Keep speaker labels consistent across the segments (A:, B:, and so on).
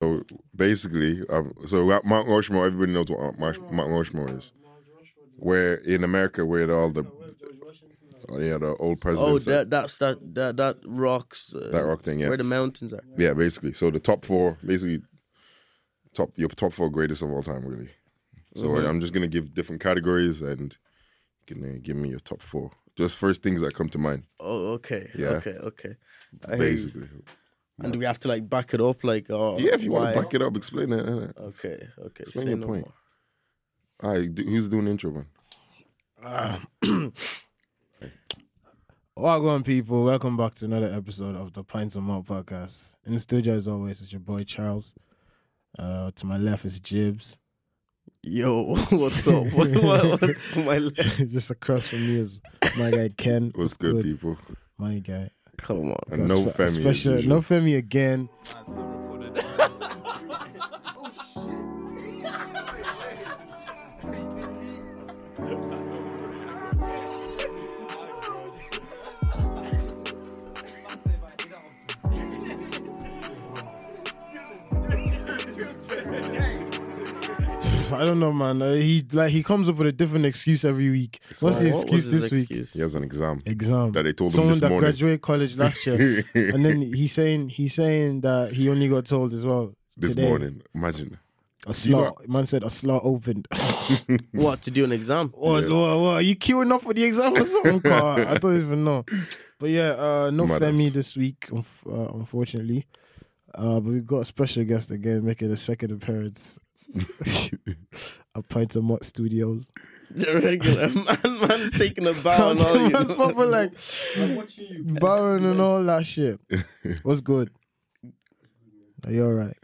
A: so basically, um, so at Mount Rushmore, everybody knows what Mount Rush- Mount Rushmore is. Where in America, where all the oh, yeah the old
B: Oh,
A: presidents,
B: that that's that that that rocks. Uh,
A: that rock thing, yeah,
B: Where the mountains are.
A: yeah, basically. So the top four, basically, top your top four greatest of all time, really. So
B: Mm-hmm.
A: I'm just gonna give different categories, and you can uh, give me your top four. Just first things that come to mind,
B: Oh, okay.
A: Yeah.
B: Okay. Okay. I hear you.
A: basically.
B: And do we have to like back it up? Like, oh,
A: Yeah, if you want
B: why? Uh,
A: to back it up, explain it. innit?
B: Okay. Okay.
A: Explain
B: say
A: your
B: no
A: point.
B: more.
A: All right, do, who's doing the intro one?
C: Welcome, people? Welcome back to another episode of the Pints and Malt podcast. In the studio, as always, it's your boy Charles. Uh, to my left is Jibs.
B: Yo, what's up? what, what, what's to my left?
C: Just across from me is my guy Ken.
A: What's good, people?
C: My guy.
B: Come on.
A: And no
C: Spe-
A: family. as
C: special-
A: usual.
C: no Femi again. I don't know, man. Uh, he like he comes up with a different excuse every week. What's the
B: What was
C: excuse
B: his
C: this week?
B: excuse?
A: He has an exam.
C: Exam
A: That they told him
C: someone
A: this
C: that
A: morning.
C: graduated college last year, and then he's saying he's saying that he only got told as well
A: This
C: today.
A: morning, imagine.
C: A slot, man said a slot opened.
B: What to do an exam?
C: Oh,
A: Yeah.
C: Lord, what, are you queuing up for the exam or something? Carl? I don't even know. But yeah, uh, no
A: Madness.
C: Femi this week, unf- uh, unfortunately. Uh, but we've got a special guest again making a second appearance at Pint of Mott Studios.
B: The regular man, man's taking a bow and all you.
C: Man's proper like bowing and all that shit. What's good? Are you all right?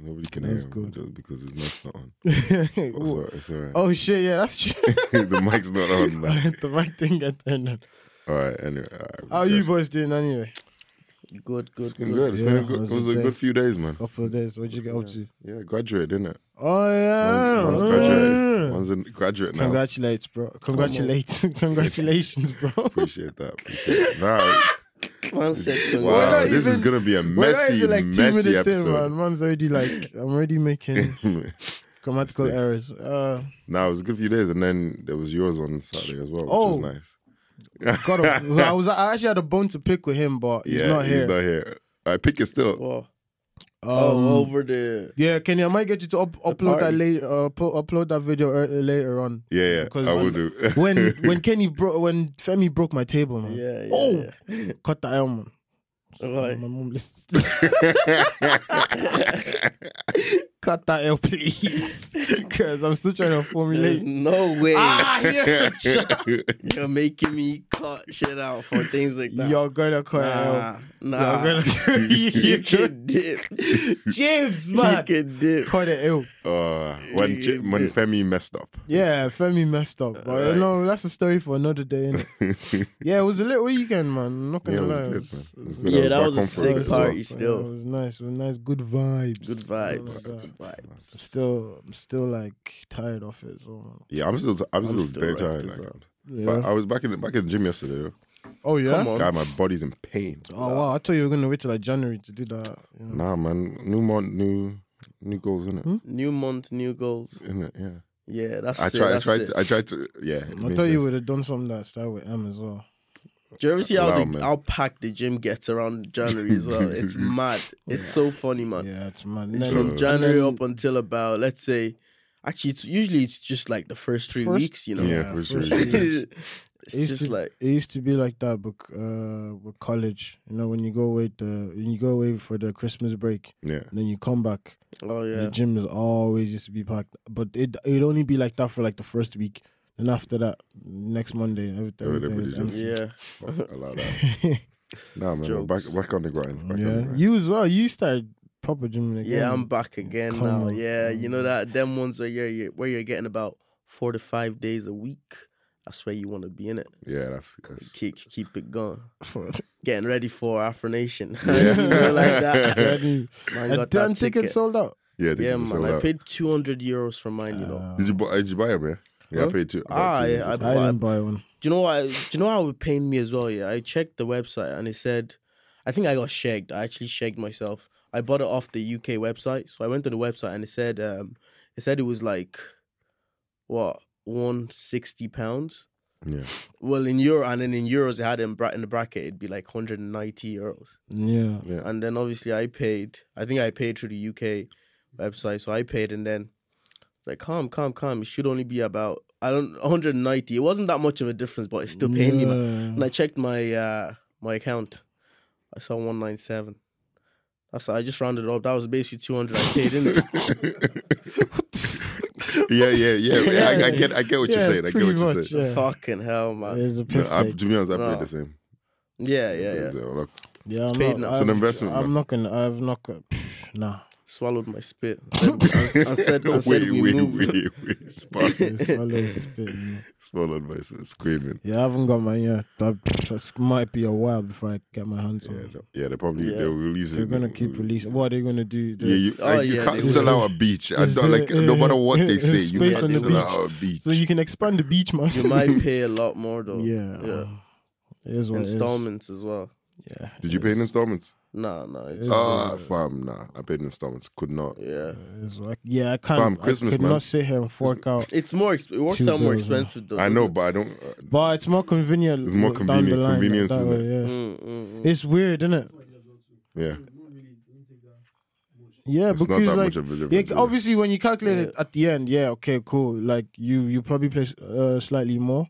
A: Nobody can
C: That's
A: hear him
C: good.
A: just because his mic's not on. It's all
C: oh,
A: right. It's all right.
C: shit, yeah, that's true.
A: the mic's not on. Man.
C: the mic thing got turned on.
A: All right. Anyway. All right,
C: How you boys doing anyway?
B: Good, good,
A: It's been
B: good.
A: good. It's
C: Yeah,
A: been a good.
C: how's
A: It was a
C: your day?
A: good few days, man.
C: Couple of days, what'd you get up to?
A: Yeah, graduate, didn't it?
C: Oh yeah.
A: One's graduate. One's a graduate now.
C: Congratulates, bro. Congratulates. Congratulations, bro.
A: Appreciate that. Appreciate that. Nah,
B: Man said,
C: We're
A: wow,
C: not
A: this is
C: even-
A: gonna be a
C: We're not
A: messy,
C: even like two
A: messy
C: minutes in,
A: episode.
C: man. Man's already like, I'm already making grammatical errors. Uh,
A: nah, it was a good few days, and then there was yours on Saturday as well, which
C: Oh.
A: was nice.
C: God, I was I actually had a bone to pick with him, but he's
A: yeah,
C: not here.
A: He's not here. I pick it still.
B: Wow.
C: Um,
B: oh, over the
C: Yeah, Kenny, I might get you to up, upload that
B: party.
C: later. Uh, pu- upload that video er- later on.
A: Yeah, yeah,
C: Because
A: I will
C: when-
A: do.
C: When when Kenny broke when Femi broke my table, man.
B: yeah, yeah.
C: Oh,
B: yeah.
C: cut that out, man.
B: Right.
C: My mom listens. Cut that out, please. Because I'm still trying to
B: There's
C: formulate.
B: no way
C: Ah, yeah.
A: Uh,
B: you're making me cut shit out for things like that.
C: You're gonna cut it
B: nah,
C: out.
B: nah.
C: You're gonna
B: you can dip.
C: James,
B: you
C: man.
B: can dip.
C: Cut it out.
A: uh, when Ch- when Femi messed up.
C: Yeah, Femi messed up. But you know, that's a story for another day, innit? yeah, it was a little weekend, man. I'm not gonna
A: Yeah, it was
C: lie.
A: good,
C: It
A: man. It was
C: it
A: good.
B: Yeah,
A: I
B: that
A: back
B: was a
A: home for it
B: sick
A: as well.
B: party still.
C: Yeah, it was nice. It was nice. Good vibes.
B: Good vibes.
C: All of that.
B: Good vibes.
C: Still, I'm still like tired of it. So,
A: Yeah, I'm still, I'm still,
B: still
A: very
B: wrecked
A: tired.
B: as
A: Like,
B: well.
A: but uh,
C: yeah.
A: I was back in the back in the gym yesterday.
C: Oh yeah.
B: Come
A: Though.
B: on.
A: God, my body's in pain.
C: Oh wow! I thought you were gonna wait till like January to do that. You know?
A: Nah, man, new month, new new goals, innit?
C: Hmm?
B: New month, new goals.
A: Innit? Yeah,
B: Yeah, that's
A: I
B: it.
A: tried, I
B: that's
A: tried,
B: it.
A: to, I tried to. Yeah, it
C: I
A: makes
C: thought you
A: sense.
C: would have done something that started with M as well.
B: Do you ever see how,
A: uh, Wow,
B: the,
A: man.
B: how packed the gym gets around January as well? It's mad. It's so funny, man.
C: Yeah, it's mad.
B: It's
C: Then-
B: from
C: and
B: January
C: then
B: up until about, let's say, actually, it's usually it's just like the first three
C: First-
B: weeks, you know.
A: Yeah, for sure.
C: it
B: it's
C: used
B: just
C: to-
B: like
C: it used to be like that, but uh, with college, you know, when you go away, the when you go away for the Christmas break,
A: Yeah,
C: and then you come back,
B: oh
C: the
B: yeah,
C: gym is always used to be packed. But it it'd only be like that for like the first week, and after that, next Monday, everything, everything
A: Everybody's
C: is empty.
B: yeah.
A: fuck, allow that.
C: Yeah,
A: Nah, man, we're back
B: Jokes.
A: back on the grind. Back on the grind.
C: you as well. You started proper gymming again.
B: Yeah, I'm back again
C: Come
B: now.
C: on.
B: Yeah, you know that them ones where you're, you're where you're getting about four to five days a week. That's where you want to be in it.
A: yeah, that's, that's
B: Keep keep it going.
C: for
B: Getting ready for Afro Nation.
A: Yeah.
B: you know, like that.
C: Ready.
B: Man,
C: And
B: got that
C: then tickets
B: ticket.
C: sold out.
A: yeah. they
B: Yeah,
A: just
B: man.
A: sold
B: I
A: out.
B: paid two hundred euros for mine. You know.
C: Uh,
A: Did you buy? Did you buy it, man? Yeah,
B: Huh?
A: I paid two.
B: Ah,
A: about two
B: yeah,
A: euros.
B: I
C: I didn't buy one.
B: do you know why? Do you know how it pained me as well? Yeah, I checked the website and it said, I think I got shagged. I actually shagged myself. I bought it off the UK website. So I went to the website and it said um it said it was like what one sixty pounds.
A: Yeah.
B: Well, in euro and then in euros it had in, bra- in the bracket it'd be like hundred and ninety euros.
C: Yeah.
A: Yeah.
B: And then obviously I paid. I think I paid through the UK website, so I paid, and then like calm, calm, calm. It should only be about I don't 190. It wasn't that much of a difference, but it's still paying me. man. And I checked my uh my account. I saw 197. That's I just rounded up. That was basically 200 I paid in.
A: yeah, yeah, yeah. I, I
C: Yeah.
A: get, I get what
C: Yeah,
A: you're saying. I get
C: pretty
A: what you're
C: much,
A: saying.
C: Yeah.
B: Fucking hell, man.
C: It's a
A: No,
C: piss
A: I,
C: take.
A: to be honest, I played
B: No.
A: the same. uh,
B: Yeah, yeah, yeah.
A: So, like,
C: Yeah, I'm
B: paid
C: not,
B: now.
A: It's an
C: I've-
A: investment,
C: I'm
A: man.
C: not gonna. I've not. Gonna, pff, nah.
B: Swallowed my spit. I said, I said, I said
A: wait,
B: we
A: wait,
B: moved.
A: wait, wait. Spot-
C: It's a little spit, you know.
A: Swallowed by screaming.
C: Yeah, I haven't got mine yet. But it might be a while before I get my hands on
A: Yeah,
C: it.
A: no- yeah, they probably
B: Yeah.
A: they'll release it.
C: Oh. They're gonna
A: now.
C: keep releasing. What are they gonna do?
A: Yeah, you,
B: Oh,
A: like, you
B: yeah,
A: can't
B: they
A: sell
C: will.
A: out a beach. I
C: Is
A: don't
C: there-
A: like no matter what they
C: uh,
A: say.
C: space
A: You can't
C: on the
A: sell
C: beach?
A: out a beach.
C: so you can expand the beach, man.
B: You might pay a lot more though.
C: yeah. Oh,
B: Yeah.
C: It is what
B: Installments as well.
C: It is. Yeah.
A: Did you pay in installments?
B: Nah, nah. it's-
C: Yeah.
A: Ah, fam, nah. I paid in installments. Could not.
B: Yeah.
C: It is what- yeah, I can't.
A: Fam, Christmas,
C: I could
A: man.
C: not sit here and fork out.
B: It's more. Exp- it works
C: Two
B: out more
C: bills, man.
B: expensive though.
A: I know, but I don't. Uh,
C: But it's more convenient.
A: It's more
C: down the
A: convenient.
C: line, like
A: Convenience,
C: that
A: isn't
C: way, yeah.
B: Mm, mm, mm.
C: It's weird, isn't it?
A: yeah,
C: Yeah,
A: it's not
C: because
A: that
C: like
A: much of a
C: Yeah,
A: difference. yeah.
C: obviously when you calculate it
B: Yeah.
C: at the end, yeah, okay, cool. Like you, you probably play uh, slightly more,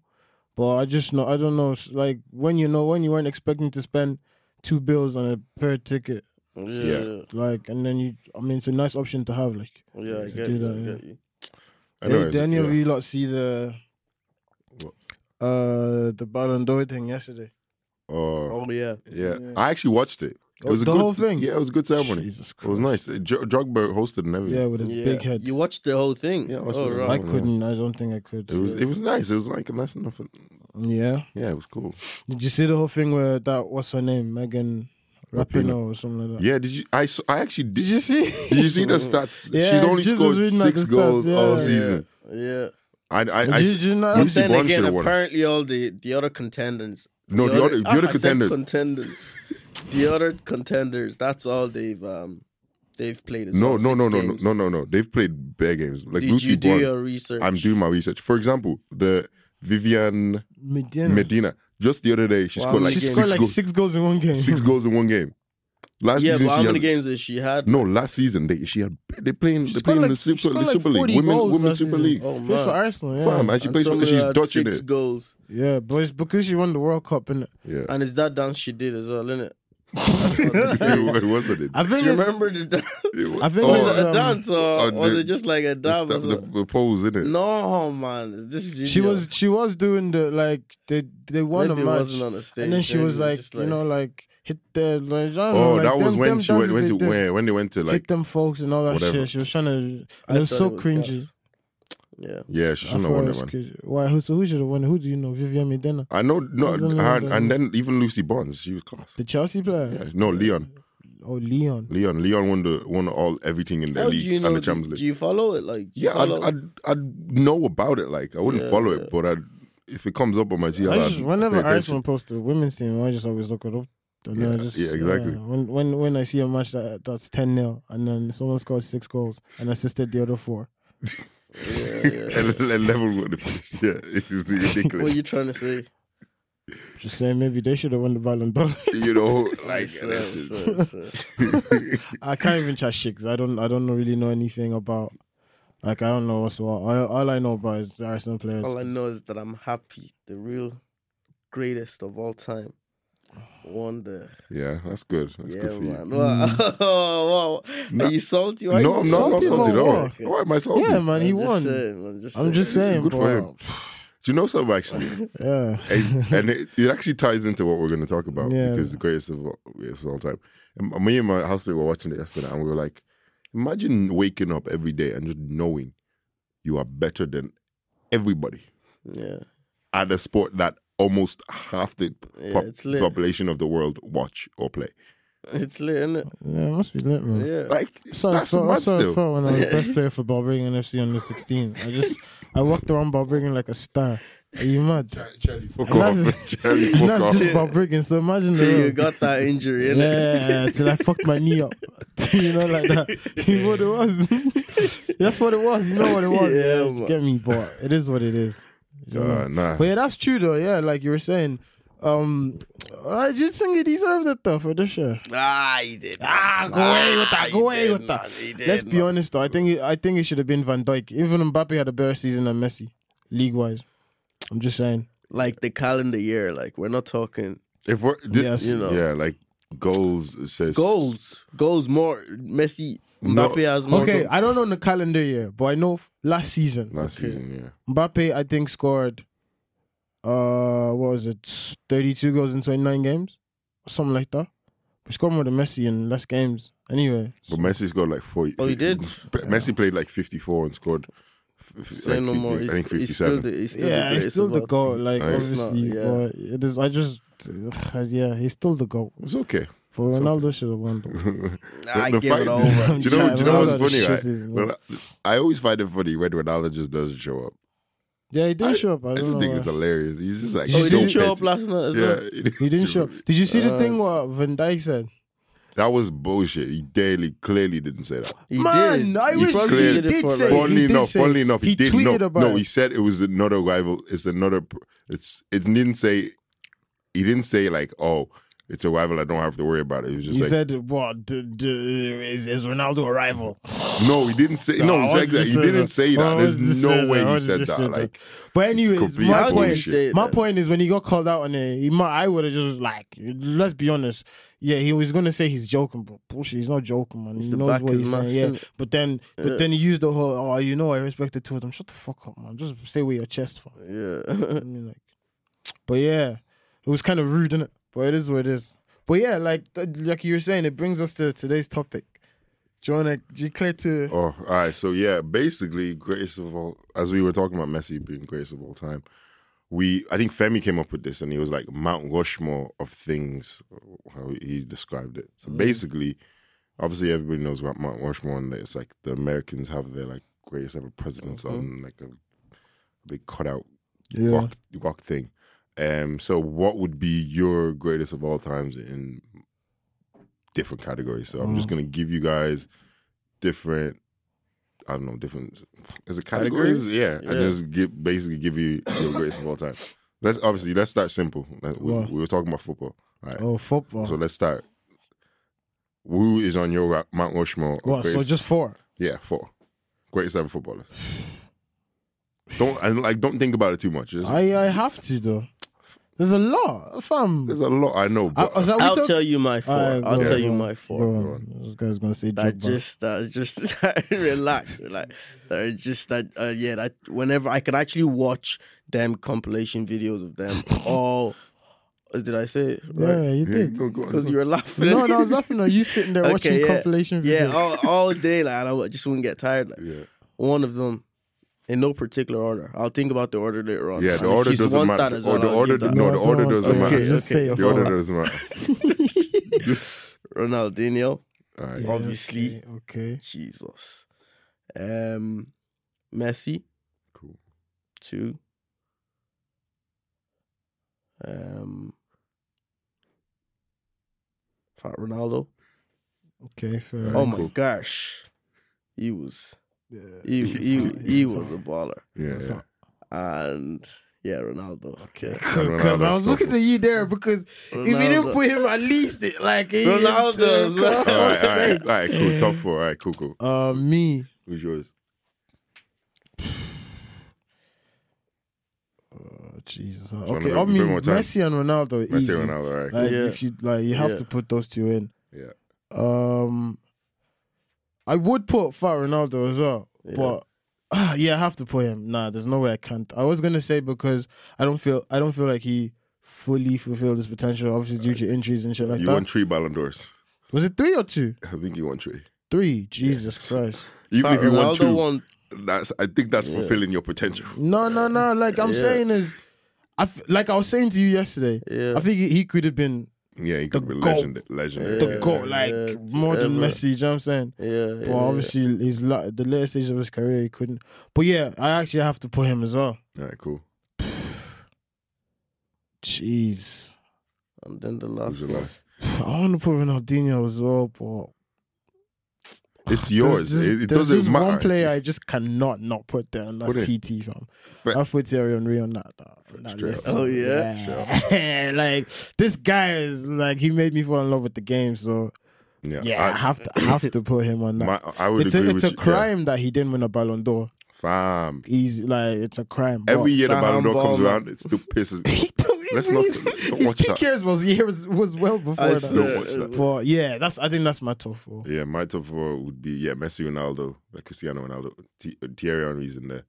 C: but I just know I don't know. s- Like when you know when you weren't expecting to spend two bills on a pair ticket,
B: Yeah,
C: like, and then you, I mean, it's a nice option to have. Like,
B: yeah, yeah. I
C: To
B: get
C: do
B: you.
C: that,
B: I
C: yeah.
B: get you.
A: I know.
C: did, did
A: it's-
C: any
A: yeah.
C: of you lot see the,
A: What?
C: uh, the Ballon d'Or thing yesterday?
A: Oh,
B: Oh yeah.
A: yeah.
C: yeah. Oh,
A: I actually watched it. It was
C: the
A: a good,
C: whole thing.
A: Yeah, it was a good ceremony.
C: Jesus
A: It was nice.
C: Christ.
A: Uh, Dr- Drogba hosted and everything.
C: Yeah, with his
B: yeah.
C: big head.
B: You watched the whole thing.
A: Yeah, I watched
B: oh,
A: the
B: right.
A: whole
C: I
A: yeah.
C: couldn't. I don't think I could.
A: It was it was nice. It was like a nice enough.
C: yeah.
A: Yeah, it was cool.
C: Did you see the whole thing where that? What's her name? Megan Rapinoe or something like that.
A: Yeah, did you? I saw, I actually did.
C: Did you see?
A: Did you see the stats?
C: Yeah,
A: She's only
C: Jesus
A: scored
C: reading out
A: six
C: the stats,
A: goals all
C: yeah.
A: season.
B: Yeah.
A: I I, I,
C: did you not?
A: You
B: But
A: see
B: then
A: Bond
B: again,
A: should've won.
B: apparently all the the other contenders.
A: no the other the
B: ah,
A: other
B: I said
A: contenders.
B: contenders. the other contenders. That's all they've um they've played. As
A: No,
B: well,
A: no,
B: six
A: no, no, no,
B: games.
A: no, no, no. They've played bare games. Like
B: Did
A: Lucy
B: you do
A: Bronze.
B: your research?
A: I'm doing my research. For example, the Vivian
C: Medina.
A: Medina. Just the other day, she
B: Wow,
A: scored like
B: many
C: she
A: six
C: scored like
A: goals.
C: six goals in one game.
A: Six goals in one game. Last
B: Yeah,
A: season
B: but how
A: she
B: many
A: had
B: games has she had?
A: no. Last season they she had they playing
C: She
A: they
C: scored
A: playing in the
C: like- she
A: Super,
C: scored
A: the
C: like
A: Super League
C: 40
A: women
C: goals
A: women
C: last
A: Super
C: season.
A: League.
B: Oh
C: Plays for
B: man.
C: Arsenal, yeah.
A: Fam, and she
B: And
A: plays
B: some
A: for
B: of
A: she's
B: them had
A: Dutch in
B: six
A: it.
B: goals.
C: yeah, but it's because she won the World Cup, innit?
A: Yeah,
B: And it's that dance she did as well, innit?
A: it wasn't it.
C: I
B: Do
C: think
B: you
C: it's-
B: remember the dance?
A: It wa-
C: I think
A: oh,
C: it
B: Was it a
C: um,
B: dance or
A: oh,
B: was
A: the-
B: it just like a
A: the,
B: dab?
A: stuff-
B: or
A: the,
B: something?
A: the pose in it.
B: No, man. Is this video?
C: she was she was doing the like they they won
B: Maybe
C: a
B: it
C: match,
B: wasn't on the stage.
C: and then she
B: maybe
C: was
B: it
C: like,
B: just
C: you know like hit the like, I don't know,
A: Oh,
C: like,
A: that was
C: them-
A: when
C: them
A: she went,
C: dances
A: went
C: they
A: to
C: did.
A: where when they went to like
C: hit them folks and all that
A: whatever.
C: shit. She was trying to.
B: I
C: It was
B: thought
C: so
B: it was
C: cringy.
B: gas. Yeah.
A: yeah she
C: I
A: shouldn't
C: thought
A: have won
C: it
A: that
C: was
A: one.
C: cringy. Why? Who? So who should have won? Who do you know? Vivian Medina,
A: I know no
C: Doesn't
A: and,
C: know that
A: and then even Lucy Bonds she was class.
C: the Chelsea player.
A: Yeah, no Leon
C: Oh, Leon.
A: Leon Leon won the won all everything in the
B: How do
A: league
B: you know?
A: and the
B: Do,
A: Champions League.
B: do you follow it? Like, do you
A: yeah, I'd,
B: follow-
A: I'd I'd know about it. Like I wouldn't
B: Yeah,
A: follow
B: yeah.
A: it, but I'd, if it comes up on my TL,
C: I
A: I'd
C: just,
A: pay
C: whenever
A: attention.
C: Arsenal post the women's team, I just always look it up. And then I
A: Yeah,
C: just,
A: yeah, exactly.
C: when when when I see a match that that's ten 0 and then someone scored six goals and assisted the other four,
B: yeah, yeah.
A: And le- level with the finish. Yeah, it's
B: what are
A: ridiculous.
B: you trying to say?
C: just saying maybe they should have won the Ballon d'Or.
A: you know, like
B: Yes,
A: this
B: yes,
A: is
B: yes, yes.
C: I can't even chat shit 'cause I don't I don't really know anything about. Like I don't know what's what. All, all I know about is Arsenal players.
B: All I know is that I'm happy. The real greatest of all time. Wonder.
A: yeah, that's good. That's
B: yeah,
A: good for you. Mm.
B: man. Wow. wow.
A: Nah.
B: Are you salty? Why
A: No,
B: are
A: I'm
B: you
A: not, I'm not
C: Salty
A: salty at
C: about
A: all.
C: what?
A: Why am I salty?
C: Yeah, man, he
B: I'm just
C: won.
B: saying, I'm just
C: I'm just saying,
A: Good for
C: bro.
A: Do you know something actually?
C: Yeah.
A: and and it, it actually ties into what we're going to talk about
C: Yeah.
A: because the greatest of all, greatest of all time. And me and my housemate were watching it yesterday, and we were like, imagine waking up every day and just knowing you are better than everybody
B: Yeah.
A: at a sport that almost half the
B: Yeah,
A: pop-
B: it's lit.
A: population of the world watch or play.
B: It's lit, isn't it?
C: Yeah, it must be lit, man.
B: Yeah.
A: Like
C: So I
A: that's
C: felt,
A: mad
C: that's how I
A: still.
C: felt when I was best player for Balbringen FC under 16. I just I walked around Balbringen like a star. Are you mad?
A: Charlie, fuck
C: And that's-
A: off. Charlie, fuck
C: Not
A: off.
C: just about breaking. So imagine the
B: Till you
C: road.
B: got that injury, innit?
C: Yeah, till I fucked my knee up. you know, like that. You know what it was. That's what it was. You know what it was.
B: Yeah,
C: you
B: man.
C: get me, but it is what it is. You know?
A: Uh, nah.
C: But yeah, that's true though. Yeah, like you were saying, um, I just think he deserved it though for this year.
B: Ah, he did.
C: Ah, go away with that. Go away with that. Let's be honest though. I think it, I think it should have been Van Dijk. Even Mbappe had a better season than Messi, league wise. I'm just saying.
B: Like the calendar year, like we're not talking
A: If we're, thi-
C: Yes.
B: You know.
A: yeah, like goals it says
B: goals. Goals more. Messi,
A: No.
B: Mbappe has more.
C: Okay,
B: goals.
C: I don't know the calendar year, but I know f- last season
A: last
B: Okay.
A: season. Yeah,
C: Mbappe, I think, scored uh what was it, thirty two goals in twenty nine games? Or something like that. He scored more than Messi in less games. Anyway.
A: but Messi scored like forty.
B: Oh, he did?
A: Pe- Messi played like fifty-four and scored. f- f-
B: Say
A: like
B: no
A: 50
B: more.
A: I think
B: He's, he's still
A: fifty-seven.
B: the, he's still
C: yeah,
B: the
C: he's still the
B: greatest of all
C: goal. Like
A: Nice.
B: It's not,
C: obviously,
B: yeah.
C: but it is. I just, yeah, he's still the goal.
A: it's okay.
C: But Ronaldo should have won. though.
B: time. I
A: The
B: give it
A: fight-
B: over.
A: Do you know? Do you know
C: Ronaldo
A: what's funny?
C: shits
A: Right?
C: his-
A: Well, I always find it funny when Ronaldo just doesn't show up.
C: Yeah, he didn't show up. I,
A: I
C: don't
A: just
C: know
A: think
C: why.
A: it's hilarious. He's just like
C: Did
B: Oh, he
A: so
B: didn't show up
A: petty.
B: last night as well.
A: Yeah,
C: He didn't show. up. Did you see the
B: Uh,
C: thing what Van Dijk said?
A: That was bullshit. He daily clearly didn't say that.
B: He
C: Man,
B: did.
C: I
B: He
C: wish
B: probably
A: he
B: did it
C: did
B: for,
C: say-
B: like-
A: Funnily
C: he did
A: enough,
C: say-
A: funnily enough, he,
C: he
A: did
C: tweeted
A: no,
C: about
A: no.
C: it.
A: He said it was another rival. It's another. pr- It's it didn't say. He didn't say like, oh, it's a rival. I don't have to worry about it. It was just
C: He
A: like,
C: said, "What d- d- is, is Ronaldo a rival?"
A: no, he didn't say.
C: No,
A: No,
C: I
A: he
C: wanted
A: said
C: to
A: that. He
C: say
A: didn't
C: that.
A: say
C: I
A: that. There's
C: wanted to
A: no
C: say that.
A: way
C: I
A: he
C: wanted
A: said
C: to
A: that.
C: say that.
A: Like,
C: But anyways,
A: complete
C: my
B: How did he
C: point,
A: bullshit.
C: my
B: that?
C: point is when he got called out on it, he might, I would have just like, let's be honest, yeah, he was gonna say he's joking, but bullshit, he's not joking, man.
B: It's
C: he
B: the
C: knows
B: back
C: what
B: of
C: he's
B: his
C: saying,
B: mouth,
C: yeah. But then,
B: Yeah.
C: but then he used the whole, oh, you know, I respect the two of them. Shut the fuck up, man. Just say with your chest for.
B: Yeah.
C: I mean, like, but yeah, it was kind of rude, innit? But it is what it is. But yeah, like, th- like you were saying, it brings us to today's topic. Do you wanna, do you clear to?
A: oh, all right. So yeah, basically, greatest of all, as we were talking about Messi being greatest of all time. We, I think Femi came up with this, and he was like Mount Rushmore of things, how he described it. So basically, obviously everybody knows about Mount Rushmore, and it's like the Americans have their like greatest ever presidents on like a big cutout
C: Yeah.
A: rock, rock thing. Um, so what would be your greatest of all times in different categories? So I'm
C: Mm.
A: just gonna give you guys different. I don't know, different. Is it categories?
B: Categories?
A: Yeah, and
B: Yeah.
A: just give, basically give you your greatest of all time. Let's obviously let's start simple. Like, We,
C: Wow.
A: we were talking about football. All right.
C: Oh, football.
A: So let's start. Who is on your Ra- Mount Rushmore? of
C: what? So
A: greatest-
C: just four.
A: yeah, four greatest ever footballers. Don't and like don't think about it too much. There's,
C: I, I have to though. There's a lot, fam.
A: there's a lot I know,
C: I, oh,
A: but
C: I was like, we
B: I'll
C: talk-
B: tell you my four.
C: Alright,
B: I'll
C: go
B: tell
C: on,
B: you
C: go on,
B: my four.
C: go on. This guy's gonna say
B: That
C: Drogba.
B: just that just relax, relax. That is just that uh, yeah. That whenever I could actually watch them compilation videos of them all. Did I say it
C: yeah,
B: right?
C: you
A: Yeah,
C: did.
A: go- go on,
B: Because
A: go
B: you were laughing.
C: no, no, I was laughing at you sitting there
B: Okay,
C: watching
B: yeah.
C: compilation
B: yeah,
C: videos.
B: all, all day. Like and I would- just wouldn't get tired. Like
A: on. yeah.
B: one of them, in no particular order. I'll think about the order later on.
A: Yeah,
B: And
A: the
B: if
A: order
B: you
A: doesn't
B: want
A: matter.
B: That as
A: Or
B: well,
A: the
B: I'll give
A: order
B: that.
A: no, the
C: I
A: order
C: don't want-
A: doesn't
C: okay,
A: matter.
C: Just say
B: Okay,
C: your
A: The order
C: four.
A: doesn't matter.
B: Ronaldinho,
A: All right.
C: Yeah,
B: obviously.
C: Okay. okay.
B: Jesus, um, Messi.
A: Cool.
B: two. Um, Fat Ronaldo.
C: Okay,
A: Oh
C: fair.
B: Oh
C: enough.
B: my
A: cool.
B: gosh, he was
C: Yeah.
B: he he, he was a baller,
A: Yeah.
C: That's
A: yeah.
C: all.
B: and yeah, Ronaldo. Okay,
C: Because I was looking at you there because if you didn't
B: Ronaldo.
C: put him, at least it like he-
B: Ronaldo,
A: All right, all right,
B: Sake.
A: all right, cool. Top four. All right, cool, cool.
C: Uh, me.
A: Who's yours?
C: Oh, Jesus.
A: wanna
C: Okay,
A: bring-
C: I mean
A: bring more time?
C: Messi and Ronaldo.
A: Messi,
C: easy.
A: Ronaldo. All right.
C: Like
B: Yeah.
C: if you like, you have
B: Yeah.
C: to put those two in.
A: Yeah.
C: Um, I would put Fat Ronaldo as well,
B: Yeah.
C: but ah, yeah, I have to put him. Nah, there's no way I can't. I was gonna say because I don't feel I don't feel like he fully fulfilled his potential, obviously due to injuries and shit like
A: you
C: that.
A: won three Ballon d'Ors.
C: Was it three or two?
A: I think you won three.
C: Three. Jesus Christ.
A: Even
B: Fat
A: if you won
B: Ronaldo
A: two,
B: won.
A: that's I think that's fulfilling your potential.
C: No, no, no. Like I'm
B: Yeah.
C: saying is, I f- like I was saying to you yesterday.
B: Yeah.
C: I think he, he could have been
A: Yeah, he
C: The
A: could be
C: goat.
A: legend, legendary.
C: the
B: Yeah,
C: goal, like
B: yeah,
C: more than
B: ever.
C: Messi. Do you know what I'm saying?
B: Yeah, yeah,
C: Well, obviously, he's la- the later stages of his career, he couldn't. But yeah, I actually have to put him as well.
A: All right, cool.
C: Jeez.
B: And then the last,
A: Who's the
B: one.
A: last?
C: I want to put Ronaldinho as well, but
A: It's yours.
C: There's,
A: it it
C: there's
A: doesn't
C: just
A: matter.
C: one player I just cannot not put there, and that's
A: Put it.
C: TT, fam.
A: Fe-
C: I put Thierry Henry on that. on that
A: Straight
C: list.
A: up.
B: Oh, yeah?
C: Yeah. like this guy is like he made me fall in love with the game. So
A: yeah,
C: yeah, I, have to I have to put him on
A: I,
C: that.
A: my, I would
C: it's
A: agree
C: a,
A: with
C: it's a
A: you. yeah.
C: crime that he didn't win a Ballon d'Or.
A: Fam.
C: He's like it's a crime. but-
A: Every year the
B: Nah,
A: Ballon d'Or
B: I'm
A: comes
B: ballin'.
A: around, it still pisses me.
C: he don't, he-
A: Let's not-
C: his-
A: let's not
C: his
A: watch
C: peak
A: that.
C: years was years was well before
B: I
C: that.
A: Don't
B: Yeah,
A: watch
B: it
A: that.
C: But yeah, that's I think that's my top four.
A: Yeah, my top four would be yeah, Messi, Ronaldo, like Cristiano Ronaldo, T- uh, Thierry Henry's in there,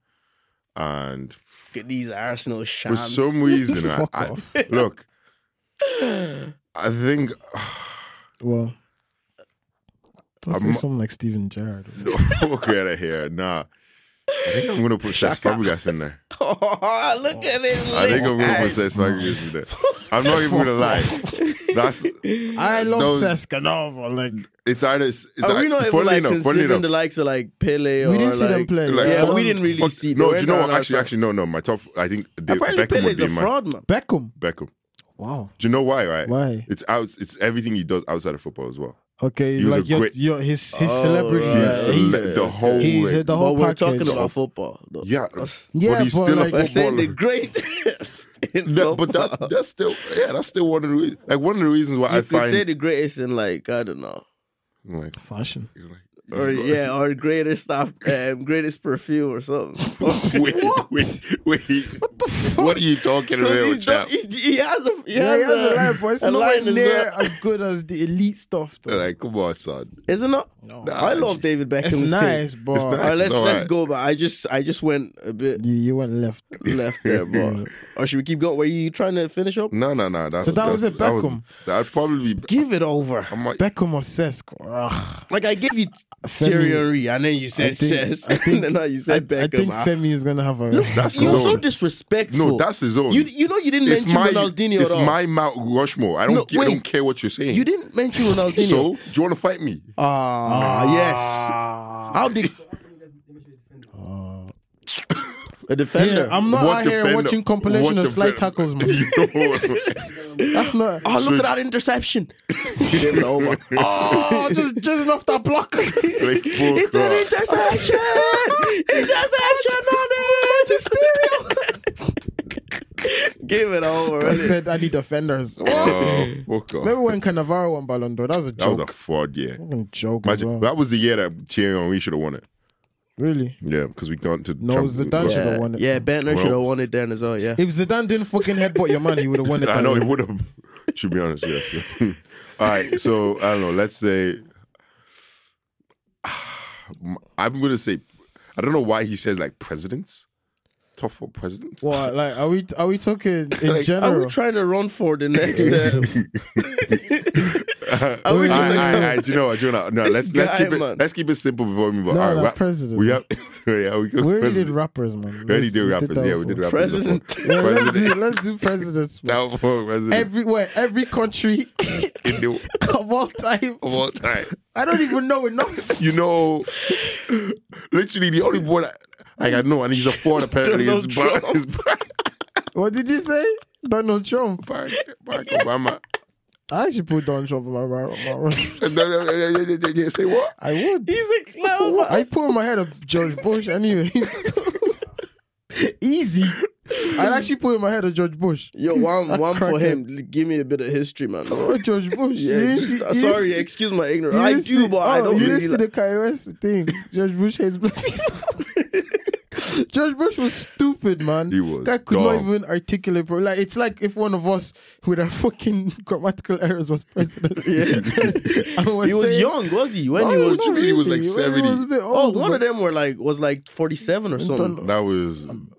A: and
B: Look at these Arsenal
A: for
B: shams.
A: some reason, I,
C: Fuck
A: I,
C: off.
A: look, I think
C: Well, don't say
A: I'm-
C: something like Steven Gerrard.
A: no, fuck out of here, nah. I think I'm gonna put Cesc Fabregas in there.
B: Look at this.
A: I think I'm gonna put
B: list.
A: Cesc Fabregas in there. I'm not even gonna lie. That's
C: I love
A: Those-
C: Cesc, no, but like
A: it's either it's
B: Are we
A: either,
B: not even
A: funny
B: like
A: enough, funny
B: considering
A: enough.
B: the likes of like Pele or
C: we didn't see
B: like,
C: them play.
A: like,
B: Yeah,
A: um,
B: we didn't really
A: fuck-
B: see.
A: no,
B: they
A: do you know
B: went
A: what?
B: down
A: Actually,
B: outside.
A: actually, no, no. My top, I think Dave,
B: apparently
A: Beckham would
B: Pele's
A: be
B: a
A: in my
B: fraud, man.
C: Beckham.
A: Beckham.
C: Wow.
A: Do you know why? Right?
C: Why?
A: It's out. It's everything he does outside of football as well.
C: Okay,
A: He was
C: like
A: a
C: your,
A: great-
C: your his his
B: Oh,
C: celebrity.
B: right.
A: He's
B: Yeah,
A: a
C: He's,
A: le-
B: yeah.
A: the whole
C: he's
A: way.
C: the whole
B: but we're
C: package.
B: talking about football. Though.
A: yeah,
C: Yeah,
A: but he's
C: but
A: still
C: like-
A: a
B: We're saying the
A: footballer.
B: greatest. in
A: No, but
B: football.
A: that, that's still yeah, that's still one of the reasons. Like one of the reasons why
B: you
A: I
B: could say
A: find
B: the greatest in like I don't know,
A: like,
C: fashion.
A: like-
B: or Oh, yeah, or greatest stuff, um, greatest perfume or something.
A: wait, wait, wait. What the fuck? What are you talking
B: Because
A: about,
B: he's done-
A: chap?
B: he, he has a he
C: Yeah,
B: has
C: he has a line,
B: a,
C: but it's
B: a
C: nowhere
B: line as
C: near
B: well.
C: as good as the elite stuff. Though.
A: Like, come on, son.
B: Is it not?
C: No.
B: I love David Beckham's
C: it's
B: take.
C: nice, but
A: It's
B: All right,
A: nice.
B: let's
A: It's all
B: let's
A: right.
B: go. But I just I just went a bit
C: you, you went left.
B: left there, but or should we keep going? Were you trying to finish up?
A: No, no, no. That's,
C: So that was
A: that's-
C: it,
A: That was,
C: Beckham?
A: that'd probably be.
B: Give it over.
A: I'm like,
C: Beckham or Cesc? Ugh.
B: Like I gave you
C: Femi-
B: Thierry Henry, and then you said
C: I think-
B: Cesc,
C: I think-
B: and then you
C: I, I
B: said Beckham.
C: think Femi is gonna have a.
B: Look,
A: ah. That's
B: you're
A: his own.
B: so disrespectful.
A: no, that's his own.
B: you. You know you didn't
A: it's
B: mention
A: my,
B: Ronaldinho
A: it's
B: at all.
A: my Mount Rushmore. I don't,
B: No,
A: care, I don't
B: wait.
A: care what you're saying.
B: you didn't mention Ronaldinho.
A: so, do you want to fight me?
B: Ah, yes.
C: Ah.
B: How did a defender?
C: Here, I'm not out here
A: defender-
C: watching compilation
A: what
C: of slight
A: defender-
C: tackles, man. That's not.
B: oh, look
A: So-
B: at that interception! Game over.
C: Oh, just just off that block.
A: Like, fuck
B: It's an
A: off.
B: interception! interception on it! Give it over.
C: I
B: innit?
C: said I need defenders.
A: Oh, fuck off.
C: Remember when Cannavaro won Ballon d'Or? That was a
A: That was a
C: joke.
A: fraud year.
C: Fucking joke as
A: Imagine,
C: well.
A: That was the year that Thierry Henry should have won it.
C: Really?
A: Yeah, because we got to
C: No,
A: Champions
C: Zidane
A: League.
C: should
B: yeah,
C: have won it.
B: yeah, Bentner
A: Well-
B: should have won it then as well. Yeah,
C: If Zidane didn't fucking headbutt your man, he would have won it.
A: I
C: that
A: know
C: way.
A: it would have. To be honest, yeah. yeah. All right, so I don't know. Let's say I'm gonna say I don't know why he says like presidents, top four presidents.
C: What? Like, are we are we talking in
A: Like,
B: are we
C: general?
B: trying to run for the next? Uh,
A: I,
B: are we
A: I,
B: trying to-
A: I, do you know? what, Do you know? what? No,
B: This
A: let's let's
B: guy,
A: keep it
B: man.
A: let's keep it simple before we move on.
C: No,
A: All
C: no,
A: right,
C: president.
A: We have yeah we go.
C: we already did
A: president.
C: rappers, man.
A: We already
C: Let's-
A: did
C: we
A: rappers.
C: that
A: Yeah, we did
C: before.
A: rappers. before.
C: Yeah,
B: President.
C: let's,
A: President.
C: do, let's do presidents. man.
A: Top four president
C: Everywhere, every country
A: in the,
C: of all time.
A: of all time.
C: I don't even know enough.
A: you know, literally the only boy that like I know, and he's a Ford apparently. is Barack,
B: Donald Trump.
A: is Barack,
C: What did you say? Donald Trump.
A: Barack, Barack Obama.
C: I actually put Donald Trump in my, my, my-
A: And then- then- then- then- then you Say what?
C: I would.
B: he's a clown. man.
C: I put in my head of George Bush anyway. Easy. I'd actually put in my head of George Bush.
B: Yo, one one for
C: crackhead.
B: him. L- Give me a bit of history, man.
C: Oh, George Bush.
B: Yeah,
C: You
B: just-
C: see-
B: uh,
C: you
B: sorry,
C: see-
B: excuse my ignorance.
C: you
B: I
C: didn't
B: do,
C: see-
B: but I
C: oh,
B: don't
C: You didn't
B: really.
C: see
B: Like,
C: the Kanye West thing. George Bush hates black people. George Bush was stupid, man.
A: He was
C: That could not
A: dumb.
C: even articulate. Bro. Like it's like if one of us with our fucking grammatical errors was president. yeah,
B: he was young, was he? When he
C: "Oh,
B: was,
A: no. really, he was like 70.
C: Was a bit
B: oh,
C: old,
B: one of
C: but-
B: them were like was like forty seven or something.
A: That was um,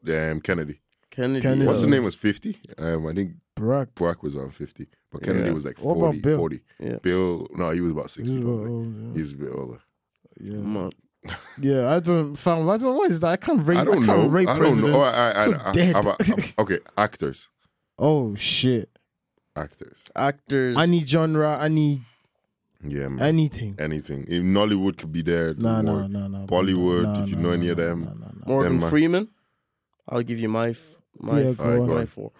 A: Kennedy.
B: Kennedy.
C: Kennedy.
A: What's his
B: yeah.
A: name was fifty. Um, I think
C: Barack.
A: Barack was around fifty, but Kennedy
B: Yeah.
A: was like
C: What about
A: 40,
C: Bill?
A: 40.
B: Yeah.
A: Bill, no, he was about sixty.
C: He's
A: probably.
C: old, yeah.
A: He's a bit older.
C: Yeah.
B: Come on.
C: Yeah, I don't. Fam, I don't. What is that? I can't rate.
A: I don't
C: can't
A: know.
C: Rate
A: I don't know.
C: presidents.
A: Oh, I, I, I,
C: So
A: I-
C: dead.
A: how about- okay, actors,
C: Oh shit!
A: actors.
B: Actors.
C: Any genre, any
A: Yeah, man.
C: anything.
A: anything. If Nollywood could be there.
C: No, no,
A: more.
C: no, no.
A: Bollywood,
C: no,
A: if you
C: no,
A: know
C: no,
A: any of
C: no,
A: them.
C: no, no, no.
B: Morgan
A: Denmark.
B: Freeman. I'll give you my f- my
C: Yeah,
B: f-
C: go on.
A: Alright, go
B: my
A: on.
B: four.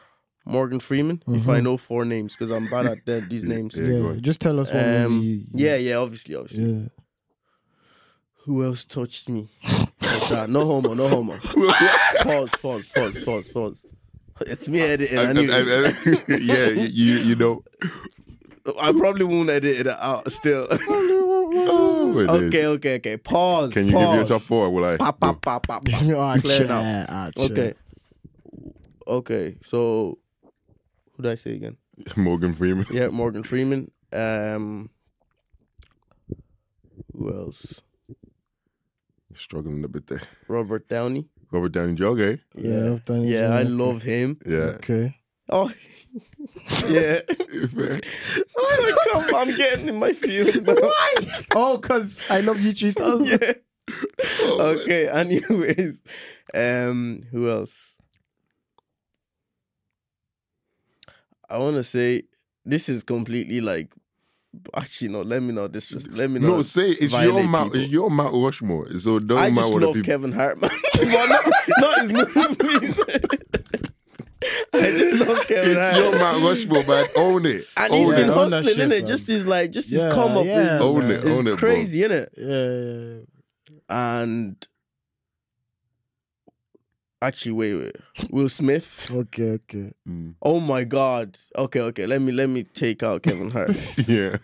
B: Morgan Freeman. If I know four names, because I'm bad at the, these names.
A: Yeah, go
C: Yeah,
A: on.
C: just tell us what
B: Um,
C: movie.
B: yeah, yeah, obviously, obviously.
C: yeah.
B: Who else touched me? Like that. No homo, no homo. Pause, pause, pause, pause, pause. It's me editing. I,
A: I-
B: knew
A: I-
B: this.
A: I- yeah, you you know.
B: I probably won't edit it out still.
A: Oh, it is.
B: okay, okay, okay. Pause.
A: Can you
B: pause.
A: give me a top four? or Will I?
B: Pop, pop, pop, pop, pop.
C: Ah,
B: Clear now. Okay. Okay. So who did I say again?
A: Morgan Freeman.
B: Yeah, Morgan Freeman. Um who else?
A: Struggling a bit there.
B: Robert Downey.
A: Robert Downey Jr. Okay.
C: Yeah, I've done it,
B: Yeah, I love him.
A: Yeah.
C: Okay.
B: Oh yeah.
A: Fair.
B: Oh, come, I'm getting in my feels now.
C: Oh, cause I love you, three thousand.
B: Yeah.
A: Oh, man.
B: Okay, anyways. Um who else? I wanna say this is completely like actually no, let me not this let me not
A: No, say it. it's your
B: violate
A: Mount,
B: people.
A: it's your Mount Rushmore. So it
B: I
A: doesn't matter
B: just
A: what the
B: love
A: people.
B: Kevin Hart, man. But not, not his movies. I just love Kevin
A: It's
B: Hart.
A: your Mount Rushmore, man. Own it.
B: and he's
A: Own
B: been
A: it.
C: Yeah, own that
B: hustling,
C: shit,
B: innit?
C: fam.
B: Just his like, just
C: Yeah,
B: his come up
C: yeah,
A: Own it,
B: is,
A: own
B: is
A: it, bro.
B: crazy, innit?
C: Yeah.
B: And actually, wait, wait, Will Smith.
C: Okay. Okay.
A: Mm.
B: Oh my God. Okay, okay. Let me let me take out Kevin Hart
A: Yeah.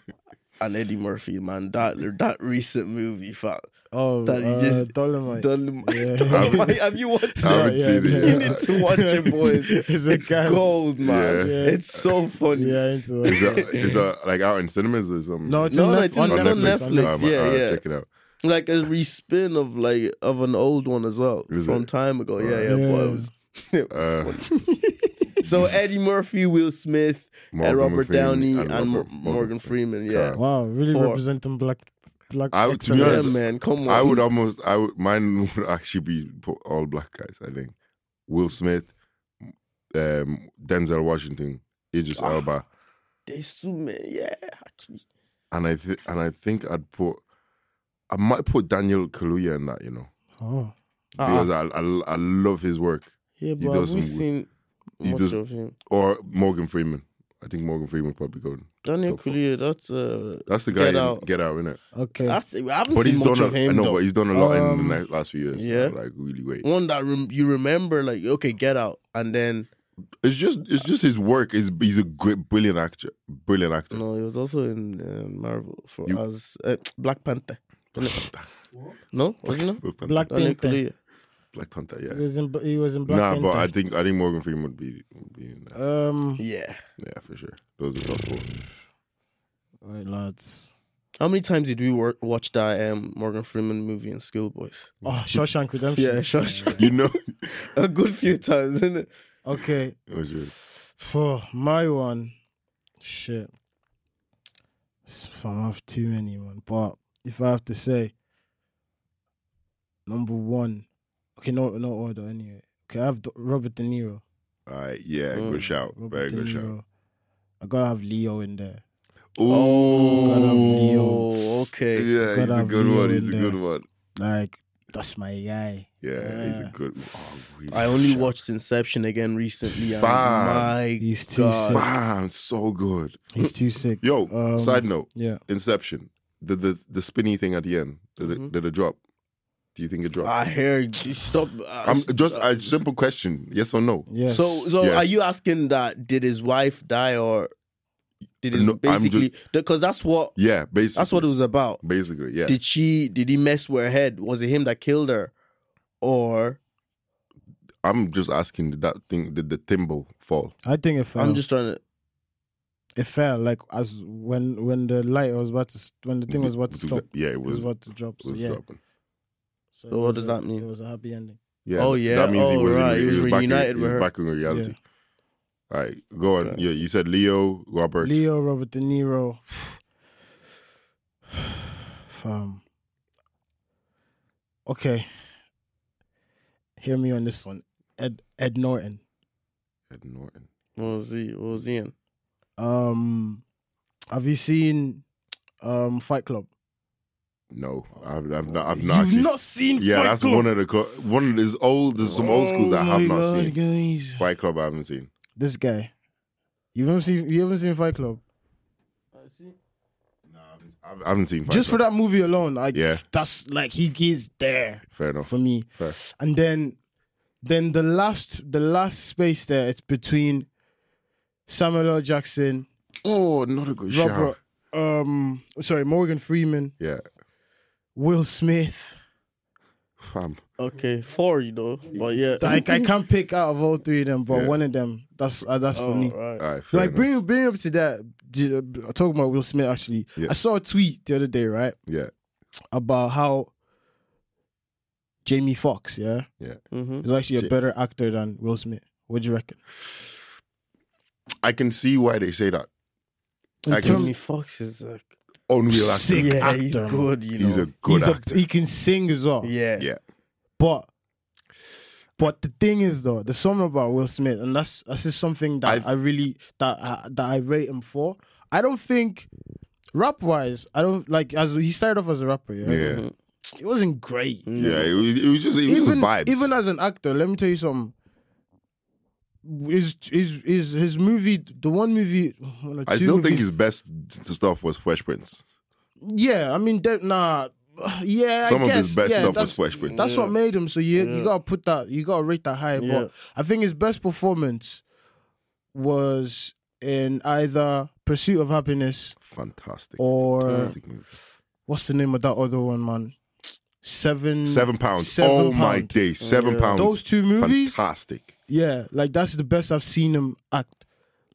B: and Eddie Murphy, man. That that recent movie, fuck.
C: Oh,
B: That you
C: uh,
B: just-
C: Dolomite.
B: Dolomite.
C: Yeah.
B: Dolomite. Have you watched
A: I haven't
B: that?
A: seen it yet.
B: You need to watch it, boys.
C: It's, a
B: It's
C: gas.
B: gold, man.
A: Yeah.
C: Yeah.
B: It's so funny.
C: Yeah, into
A: Is
C: it.
A: that is that like out in cinemas or something?
C: No, it's
B: No,
C: on,
B: no,
C: Nef-
B: it's on-
C: on
B: it's on
C: Netflix.
B: Netflix.
A: Alright,
B: yeah,
A: alright,
B: yeah.
A: Oh, Check it out.
B: Like a respin of like of an old one as well
A: Is
B: from
A: it?
B: time ago. Yeah, yeah,
A: Alright.
B: boy.
C: Yeah.
B: It was, it was
A: Uh,
B: funny. So Eddie Murphy, Will Smith, and
A: Morgan
B: Robert
A: Freeman
B: Downey, and, Mo-
A: Robert-
B: Morgan, Freeman. Yeah,
A: Calm.
C: Wow, really
B: Four.
C: representing black, black.
A: I would- to be
B: yeah,
A: Yes.
C: excellence.
A: honest,
B: man. Come on.
A: I would almost, I would, mine would actually be po- all black guys. I think Will Smith, um, Denzel Washington, Idris
B: Ah.
A: Elba,
B: There's so many. Yeah, actually.
A: and I th- and I think I'd put, I might put Daniel Kaluuya in that, you know,
C: Oh,
B: Ah,
A: because I, I I love his work.
B: Yeah,
A: He
B: but
A: does
B: have we
A: some good-
B: seen
A: he
B: much
A: does-
B: of him?
A: Or Morgan Freeman. I think Morgan Freeman probably going.
B: Daniel
A: Go for it.
B: Kaluuya. That's uh,
A: That's the guy. in
B: Get Out.
A: Get out, innit?
C: okay.
B: that's. I haven't
A: But he's
B: seen much
A: done.
B: of
A: A, I
B: him.
A: know,
B: though.
A: but he's done a lot in
C: Um,
A: the ni- last few years.
B: yeah.
A: like really great.
B: one that rem- you remember, like okay, Get Out, and then
A: It's just it's just his work. Is he's a great, brilliant actor. Brilliant actor.
B: no, he was also in uh, Marvel for
A: You-
B: us uh, Black Panther. wasn't it? no, wasn't
A: Black Panther.
C: Black
B: it? Daniel
C: Panther.
B: Kaluuya.
A: Black Panther,
C: He
A: yeah.
C: was in. He was in Black
A: Nah,
C: Panther.
A: but I think I think Morgan Freeman would be would be in that.
C: Um.
B: Yeah.
A: Yeah, for sure. Those are the top four.
C: Wait, lads.
B: How many times did we wor- watch that um, Morgan Freeman movie in Schoolboys?
C: Oh, Shawshank Redemption.
B: Yeah, Shawshank.
A: You know,
B: A good few times, isn't it?
C: Okay.
A: What was yours?
C: For my one, shit. If I have too many, man. But if I have to say, number one, okay, no, no order anyway. Okay, I have Do- Robert De Niro.
A: All right, yeah,
B: Mm,
A: good shout,
C: Robert
A: very
C: De
A: good shout.
C: Niro. I gotta have Leo in there.
A: Oh,
B: Oh, okay.
A: yeah, he's
C: Gotta
A: a
C: have
A: good
C: Leo
A: one. He's a
C: in
A: good one.
C: Like that's my guy.
A: Yeah, he's a
C: Yeah.
A: good. Oh, really
B: I only
A: shout.
B: watched Inception again recently. And
A: Fam.
B: my
C: He's too
B: God.
C: sick.
A: Man, so good.
C: He's too sick.
A: Yo,
C: Um,
A: side note,
C: Yeah.
A: Inception, the the the spinny thing at the end, did
B: Mhm.
A: it did it drop? Do you think it dropped?
B: I heard. Stop. uh,
A: I'm just a simple question, yes or no?
C: Yes.
B: So, so
A: Yes.
B: are you asking that did his wife die or did it
A: No, I'm
B: basically because that's what
A: Yeah, basically.
B: that's what it was about.
A: basically, yeah.
B: Did she? Did he mess with her head? Was it him that killed her, or
A: I'm just asking did that thing did the thimble fall?
C: I think it fell.
B: I'm just trying to.
C: it fell like as when when the light was about to st- when the thing was about to
A: Did-
C: stop.
A: Yeah, it
C: It was
A: was,
C: about to drop. So
A: was
C: yeah.
A: dropping.
C: So
B: So
C: it
B: what
C: was
B: does
C: a-
B: that mean?
C: It was a happy ending.
A: Yeah.
B: Oh, yeah.
A: That means he
B: Oh,
A: was, in-
B: right,
A: he
B: he was
A: was back in,
B: reunited
A: he was
B: with her.
A: back in reality. All right, go on.
B: Okay.
A: Yeah, you said Leo, Robert.
C: Leo, Robert De Niro. Fam. Okay. Hear me on this one. Ed Ed Norton.
A: Ed Norton.
B: What was he? What was he in?
C: Um have you seen um Fight Club?
A: No, I've, I've not. I've not.
C: You've
A: actually-
C: not seen
A: yeah,
C: Fight
A: that's
C: Club. Oh,
A: one of the cl- one of these old. There's some old schools that I have not seen.
C: Guys.
A: Fight Club, I haven't seen.
C: This guy. You haven't seen you haven't seen Fight Club.
A: Nah, I haven't- I haven't seen. Fight
C: Just for
A: Club.
C: that movie alone, like
A: Yeah. Oh.
C: that's like he is there
A: Fair enough.
C: for me.
A: Fair.
C: And then then the last the last space there, it's between Samuel L. Jackson,
A: Oh, not a good
C: Robert
A: shot.
C: um sorry, Morgan Freeman,
A: Yeah,
C: Will Smith.
A: fam.
B: Okay, four, you know. But yeah.
C: Like I can't pick out of all three of them, but
A: Yeah.
C: one of them. That's uh, that's
B: Oh,
C: for me.
B: right.
A: All right, fair
C: Like
A: enough.
C: bring bring up to that. d- uh, Talking about Will Smith, actually,
A: Yeah.
C: I saw a tweet the other day, right,
A: yeah,
C: about how Jamie Foxx, yeah,
B: Mm-hmm.
C: is actually
A: Ja-
C: a better actor than Will Smith. What do you reckon?
A: I can see why they say that.
C: In
A: I can
C: terms-
A: see-
B: Jamie Foxx is a
A: Unreal actor.
C: Sick
B: yeah,
C: actor,
B: he's
C: man.
B: good. You know,
A: He's a good
C: he's a-
A: actor.
C: he can sing as well.
B: yeah.
A: yeah,
C: But but the thing is though, there's something about Will Smith, and that's that's just something that
A: I've-
C: i really that I, that I rate him for. I don't think rap wise, I don't like as he started off as a rapper, yeah.
A: yeah,
C: It wasn't great.
A: yeah. It was, it was just it was
C: even
A: just vibes.
C: even as an actor, let me tell you something. Is is is his movie the one movie? one or
A: I
C: two
A: still think
C: movies-
A: his best stuff was Fresh Prince.
C: yeah. I mean, de- nah, yeah.
A: Some
C: I
A: of
C: guess,
A: his best
C: yeah,
A: stuff was
C: that's-
A: Fresh Prince.
C: That's what made him. So you you gotta put that. You gotta rate that high.
B: Yeah.
C: But I think his best performance was in either Pursuit of Happiness
A: fantastic.
C: Oh. or
A: fantastic movie.
C: what's the name of that other one, man? Seven.
A: Seven pounds.
C: Seven
A: oh my
C: pound.
A: day, seven
B: Yeah.
A: pounds.
C: Those two movies.
A: fantastic.
C: Yeah, like that's the best I've seen him act.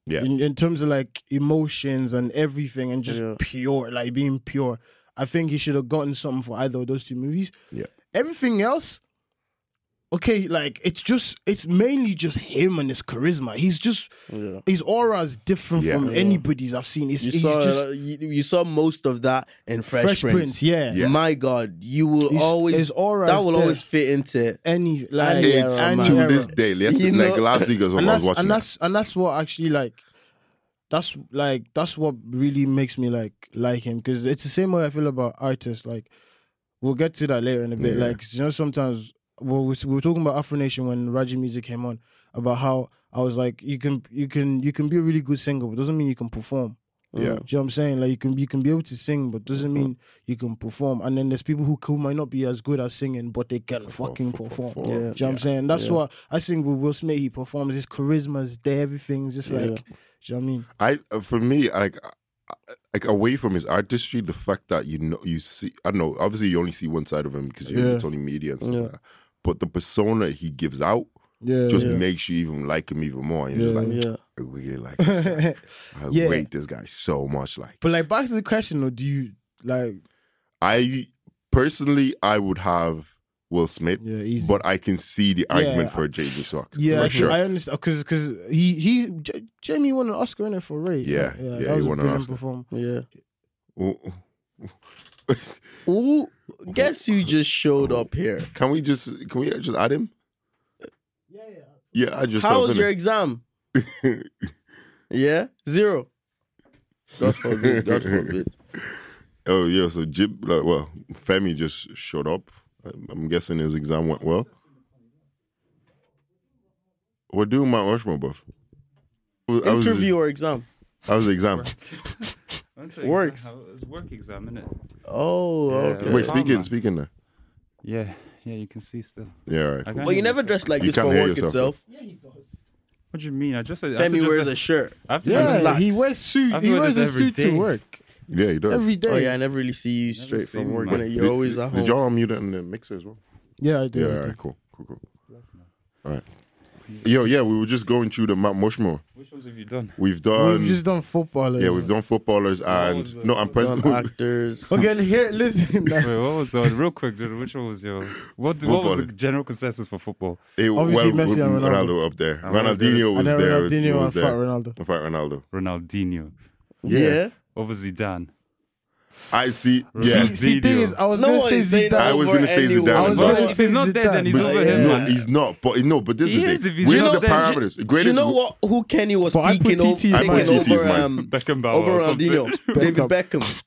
A: Yeah.
C: In, in terms of like emotions and everything and just
B: Yeah.
C: pure, like being pure. I think he should have gotten something for either of those two movies.
A: Yeah.
C: Everything else, okay, like it's just it's mainly just him and his charisma. He's just
B: yeah.
C: his aura is different
A: Yeah.
C: from
B: Yeah.
C: anybody's I've seen. It's,
B: You
C: he's
B: saw
C: just
B: uh, you, you saw most of that in
C: Fresh
B: Fresh,
C: Prince. yeah.
A: Yeah.
B: My God, you will
C: His-
B: always
C: his aura
B: that
C: is
B: will
C: there.
B: always fit into
C: any like
B: Yeah,
A: it's
B: right,
C: any
A: to
C: era.
A: this day. Yes,
B: You
A: like
B: know-
A: last week as well,
C: and
A: I was
C: that's
A: watching.
C: and
A: that.
C: that's and that's what actually like that's like that's what really makes me like like him because it's the same way I feel about artists. Like we'll get to that later in a bit.
A: Yeah.
C: Like you know, sometimes well, we we were talking about Afro Nation when Raji music came on about how I was like, you can you can you can be a really good singer, but doesn't mean you can perform.
A: Yeah. Mm-hmm.
C: Do you know what I'm saying? Like you can you can be able to sing, but doesn't mean you can perform. And then there's people who, who might not be as good as singing, but they can fucking
A: for-
C: perform.
A: perform.
C: Do you know
B: Yeah.
C: what I'm saying? That's what I think with Will Smith, he performs his charisma's there, everything's just like do you know what I mean?
A: I uh, for me like uh, like away from his artistry, the fact that you know you see I don't know obviously you only see one side of him because you
C: Yeah.
A: it's only media and stuff
B: Yeah.
A: like that. But the persona he gives out
C: Yeah.
A: just makes you even like him even more. And you're just like,
B: yeah.
A: I really like this guy. I
C: Yeah.
A: rate this guy so much. Like
C: but like back to the question though, do you like
A: I personally I would have Will Smith,
C: yeah, easy.
A: but I can see the argument
C: Yeah.
A: for Jamie Foxx.
C: yeah,
A: for
C: I-
A: sure.
C: I understand because because he he J- Jamie won an Oscar in it for Ray.
A: Yeah, yeah,
C: that
A: he
C: was a
A: won an
C: brilliant
A: Oscar.
C: performance.
B: Yeah.
A: Oh,
B: Ooh, guess who just showed up here?
A: Can we just can we just add him?
C: Yeah, yeah.
A: Yeah, add yourself.
B: How was
A: innit?
B: your exam? yeah, zero. God forbid. God forbid.
A: Oh yeah, so Jib, like, well, Femi just showed up. I'm- I'm guessing his exam went well. We're doing my Oshma buff. I was,
B: Interview or exam?
A: I was the exam.
B: Works.
D: It's work exam, innit?
B: Oh,
D: Yeah.
B: okay.
A: Wait, speaking,
D: Farmer.
A: speaking. There.
D: Yeah, yeah, you can see still.
A: Yeah, all right.
D: I
A: cool.
D: can't
B: Well, you
D: hear
B: never dressed like
A: You
B: this
A: can't
B: for
A: hear
B: work
A: yourself.
B: itself.
D: What do you mean? I just I have to
B: Femi
D: dress
B: wears
D: like-
B: a shirt.
D: I have to dress
C: Yeah,
D: like-
C: he
B: slacks.
C: wears suit.
D: I've
C: He
D: worn
C: wears a
D: this every
C: suit
D: day.
C: to work
A: Yeah, you does.
C: every day.
B: Oh yeah, I never really see you
D: Never
B: straight
D: seen
B: from
D: you,
B: work.
D: man.
B: innit?
A: Did-
B: You're always
A: did,
B: at
A: Did
B: home.
A: y'all unmute it in the mixer as well?
C: Yeah, I do.
A: Yeah,
C: I
A: all
C: do.
A: right, cool, cool, cool. Yo, yeah, we were just going through the Mount Mushmore.
D: Which ones have you done?
A: We've done,
C: We've just done football.
A: Um, yeah, we've done footballers
D: was
A: and
D: the-
A: no, I'm
B: Done
A: president.
B: actors.
C: Okay, here, listen.
D: Wait, what was uh, real quick? Dude, which one was your? What what was the
A: Footballer.
D: general consensus for football?
A: It-
C: Obviously
A: well,
C: Messi and Ronaldo.
A: Ronaldo up there.
D: And Ronaldo is-
A: Ronaldinho was
C: and then
A: there.
C: Ronaldinho
A: was
C: and
A: there.
C: Fat Ronaldo.
A: In fact, Ronaldo.
D: Ronaldinho
B: Yeah.
D: over Zidane.
A: I see. Yeah,
D: Ronaldo.
C: See, see, thing is, I was
B: No
C: gonna
B: one
C: say
B: is saying
C: Zidane.
B: that
A: I was
B: over
A: gonna say
B: anyone.
A: Zidane I was as well.
C: gonna
D: if
C: say
D: he's not dead, then
C: Zidane.
D: he's
A: But-
D: over him,
A: no,
D: man.
A: he's not. But no, but this is
D: He is
A: the
D: if
A: thing.
D: he's
A: Where's
D: not
A: the
D: dead, you-
A: parameters? The
B: Do you
A: greatest.
B: know what? Who Kenny was
C: But I put
B: picking
C: TT
B: over,
C: as
B: picking
A: mine. I put TT as
B: over
A: mine.
B: um,
D: Beckenbauer
B: over
D: or something.
B: Ronaldinho, David Beckham,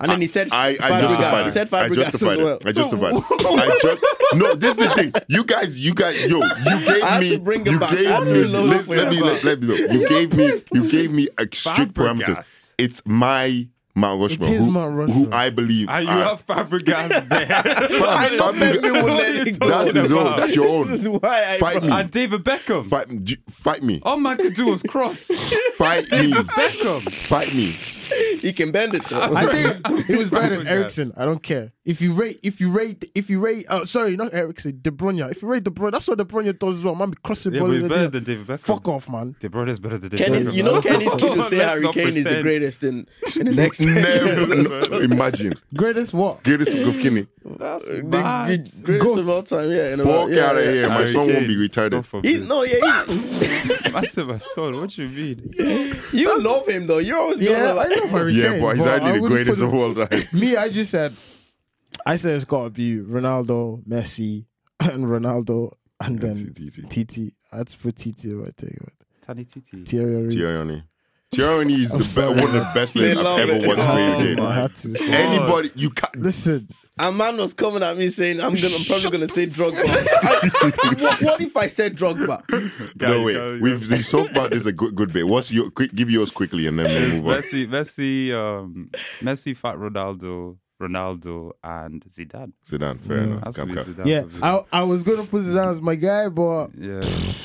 B: and then he said
A: I, I
D: Fabregas.
A: justified
B: He
A: it.
B: said
A: I
B: Fabregas as
A: justified
B: well.
A: it. I justified it. I, ju- No, this is the thing. You guys, you guys, yo, you gave
B: have
A: me.
B: to bring him
A: you
B: back. I
A: gave
B: have to
A: me.
B: love
A: Let,
B: him
A: let me
B: forever.
A: let, let me know. You gave me. You gave me a strict parameters.
D: Fabregas.
A: It's my Mount Rushmore,
C: his
A: who,
C: Mount Rushmore.
A: who I believe.
D: Ah, you
A: are-
D: have Fabregas there.
A: Fab-
B: I know
A: Fabregas-
B: Femi will let it go.
A: That's his own.
D: about?
A: That's your own.
B: This is why I
A: Fight me.
D: and David Beckham. Oh,
A: Fight, d- fight me.
D: All man could do was cross.
A: Fight me.
D: Beckham.
A: Fight me.
B: He can bend it though.
C: I think he was better than
D: Fabregas.
C: Ericsson. I don't care. If you rate, if you rate, if you rate, uh, sorry, not Ericsson, De Bruyne. If you rate De Bruyne, that's what De Bruyne does as well. Man, be crossing
D: Yeah,
C: ball.
D: but he's
C: in the
D: better
C: air.
D: than David Beckham.
C: Fuck off, man.
D: De Bruyne is better than David
B: Kenny's,
D: Beckham.
B: you know, Kenny's kid will say
D: Let's
B: Harry
D: not
B: Kane is the
D: pretend.
B: greatest in, in the next
A: Never imagine.
C: Greatest what?
A: Greatest of Kini.
D: That's
B: The,
D: mad.
B: the greatest
C: Goat.
B: of all time, yeah. in a-
A: Fuck
B: yeah,
A: out of
B: yeah.
A: here. My
D: Harry
A: son won't
D: Kane.
A: be
D: God
A: retarded.
B: He's
D: forbid.
B: no, yeah. He's,
D: massive as son. What you mean?
B: you love him though. You're always
C: Yeah,
B: gonna
C: I
B: like.
C: know Harry
A: Yeah,
C: Kane,
A: but he's
C: but I
A: actually the
C: wouldn't
A: greatest
C: put
A: of
C: him-
A: all time.
C: Me, I just said, I said it's got to be Ronaldo, Messi, and Ronaldo, and then
A: TT.
C: TT. That's for TT, if I take it.
D: Tani Titi.
C: Thierry Henry.
A: Tierney. Tierney is the
C: I'm
A: be-
C: sorry.
A: one of the best players
B: They love
A: I've ever
B: it.
A: watched play
D: Oh,
A: the game.
D: my.
C: I had to-
A: Anybody, you can't.
C: Listen,
B: A man was coming at me saying, "I'm gonna, I'm probably gonna say Drogba." I- what, what if I said Drogba?
A: No way. We've we've talked about this a good, good bit. What's your quick? Give yours quickly and then we'll
D: It's
A: move on.
D: Messi, Messi, um, Messi, Fat Ronaldo, Ronaldo, and Zidane.
A: Zidane, fair enough.
D: Has
A: Cap,
D: to be
A: cap.
D: Zidane.
C: yeah,
D: for me.
C: I, I was gonna put Zidane as my guy, but
D: yeah.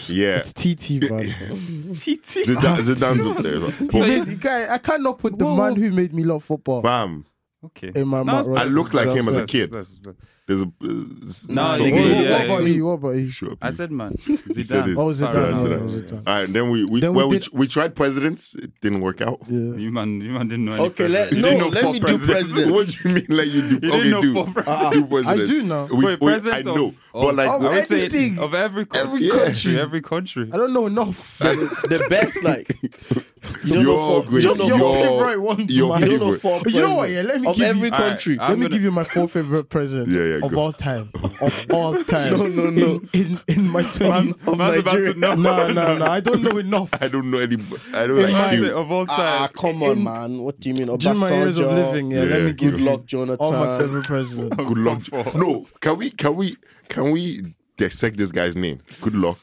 A: Yeah,
C: it's TT, man.
A: Zidane, Zidane's up there.
C: I
A: But,
C: mean, you can't- I cannot put the
D: Whoa,
C: man
D: whoa.
C: who made me love football
A: bam,
D: Okay.
C: in my
D: No,
C: mind.
D: it's-
A: I
C: right?
A: looked like him as a
D: That's-
A: kid.
D: that's- that's-
A: There's a. Uh,
D: No,
A: so
D: you-
C: What,
A: good.
D: yeah,
C: what about
D: yeah.
C: you? What about you?
A: Shut up,
D: I
A: Hmm. you.
D: said, man,
A: said
D: Zidane.
A: his-
C: Oh, Zidane.
A: Zidane,
C: yeah,
A: Zidane.
C: Zidane.
A: All right, then we we
C: Then we
A: well, we,
C: did-
A: tr- we tried presidents. It didn't work out.
C: Yeah.
D: You man, you man didn't know. Any
B: Okay, let-
D: presidents. You didn't
B: no,
D: know
B: let
D: four
B: me do
D: presidents.
B: president.
A: What do you mean? Like you do?
D: You
A: okay,
D: didn't know
A: do. Ah,
D: four presidents.
A: do presidents.
C: do now.
A: We,
D: Wait,
A: we- I
D: presidents of-
A: know, but
D: of-
A: like
C: of
A: we-
D: I would say
C: Anything.
D: of every country,
C: Every
D: every country,
C: country.
D: every country.
C: I don't know enough.
B: The best, like you don't know
A: Your
B: for-
A: great-
B: you don't know
C: your
B: for-
C: favorite ones,
A: your
C: man.
B: you don't know
A: favorite.
B: for
C: You know what, yeah, let me
B: of
C: give you-
B: every
D: All right,
B: country.
D: all
C: Let
D: I'm
C: me
D: gonna-
C: give you my four favorite presidents
A: Yeah, yeah,
C: of
A: go.
C: all time. Of all time.
B: No, no, no.
C: In in, in my
D: Man-
C: twenties.
B: Of
D: man's about
B: Nigeria.
D: to know.
C: no, no, no. I don't know enough.
A: I don't know any. I don't
C: In
A: like
C: my-
A: you.
D: of all
B: Ah,
D: time.
B: come on, man. What do you mean?
C: During my years of
B: Obasanjo,
C: living, yeah, let
A: Yeah,
C: me
A: good
C: give
B: Good
C: you
B: luck, Jonathan.
C: all my favorite presidents.
A: Good luck. No, can we can we can we dissect this guy's name? Good luck,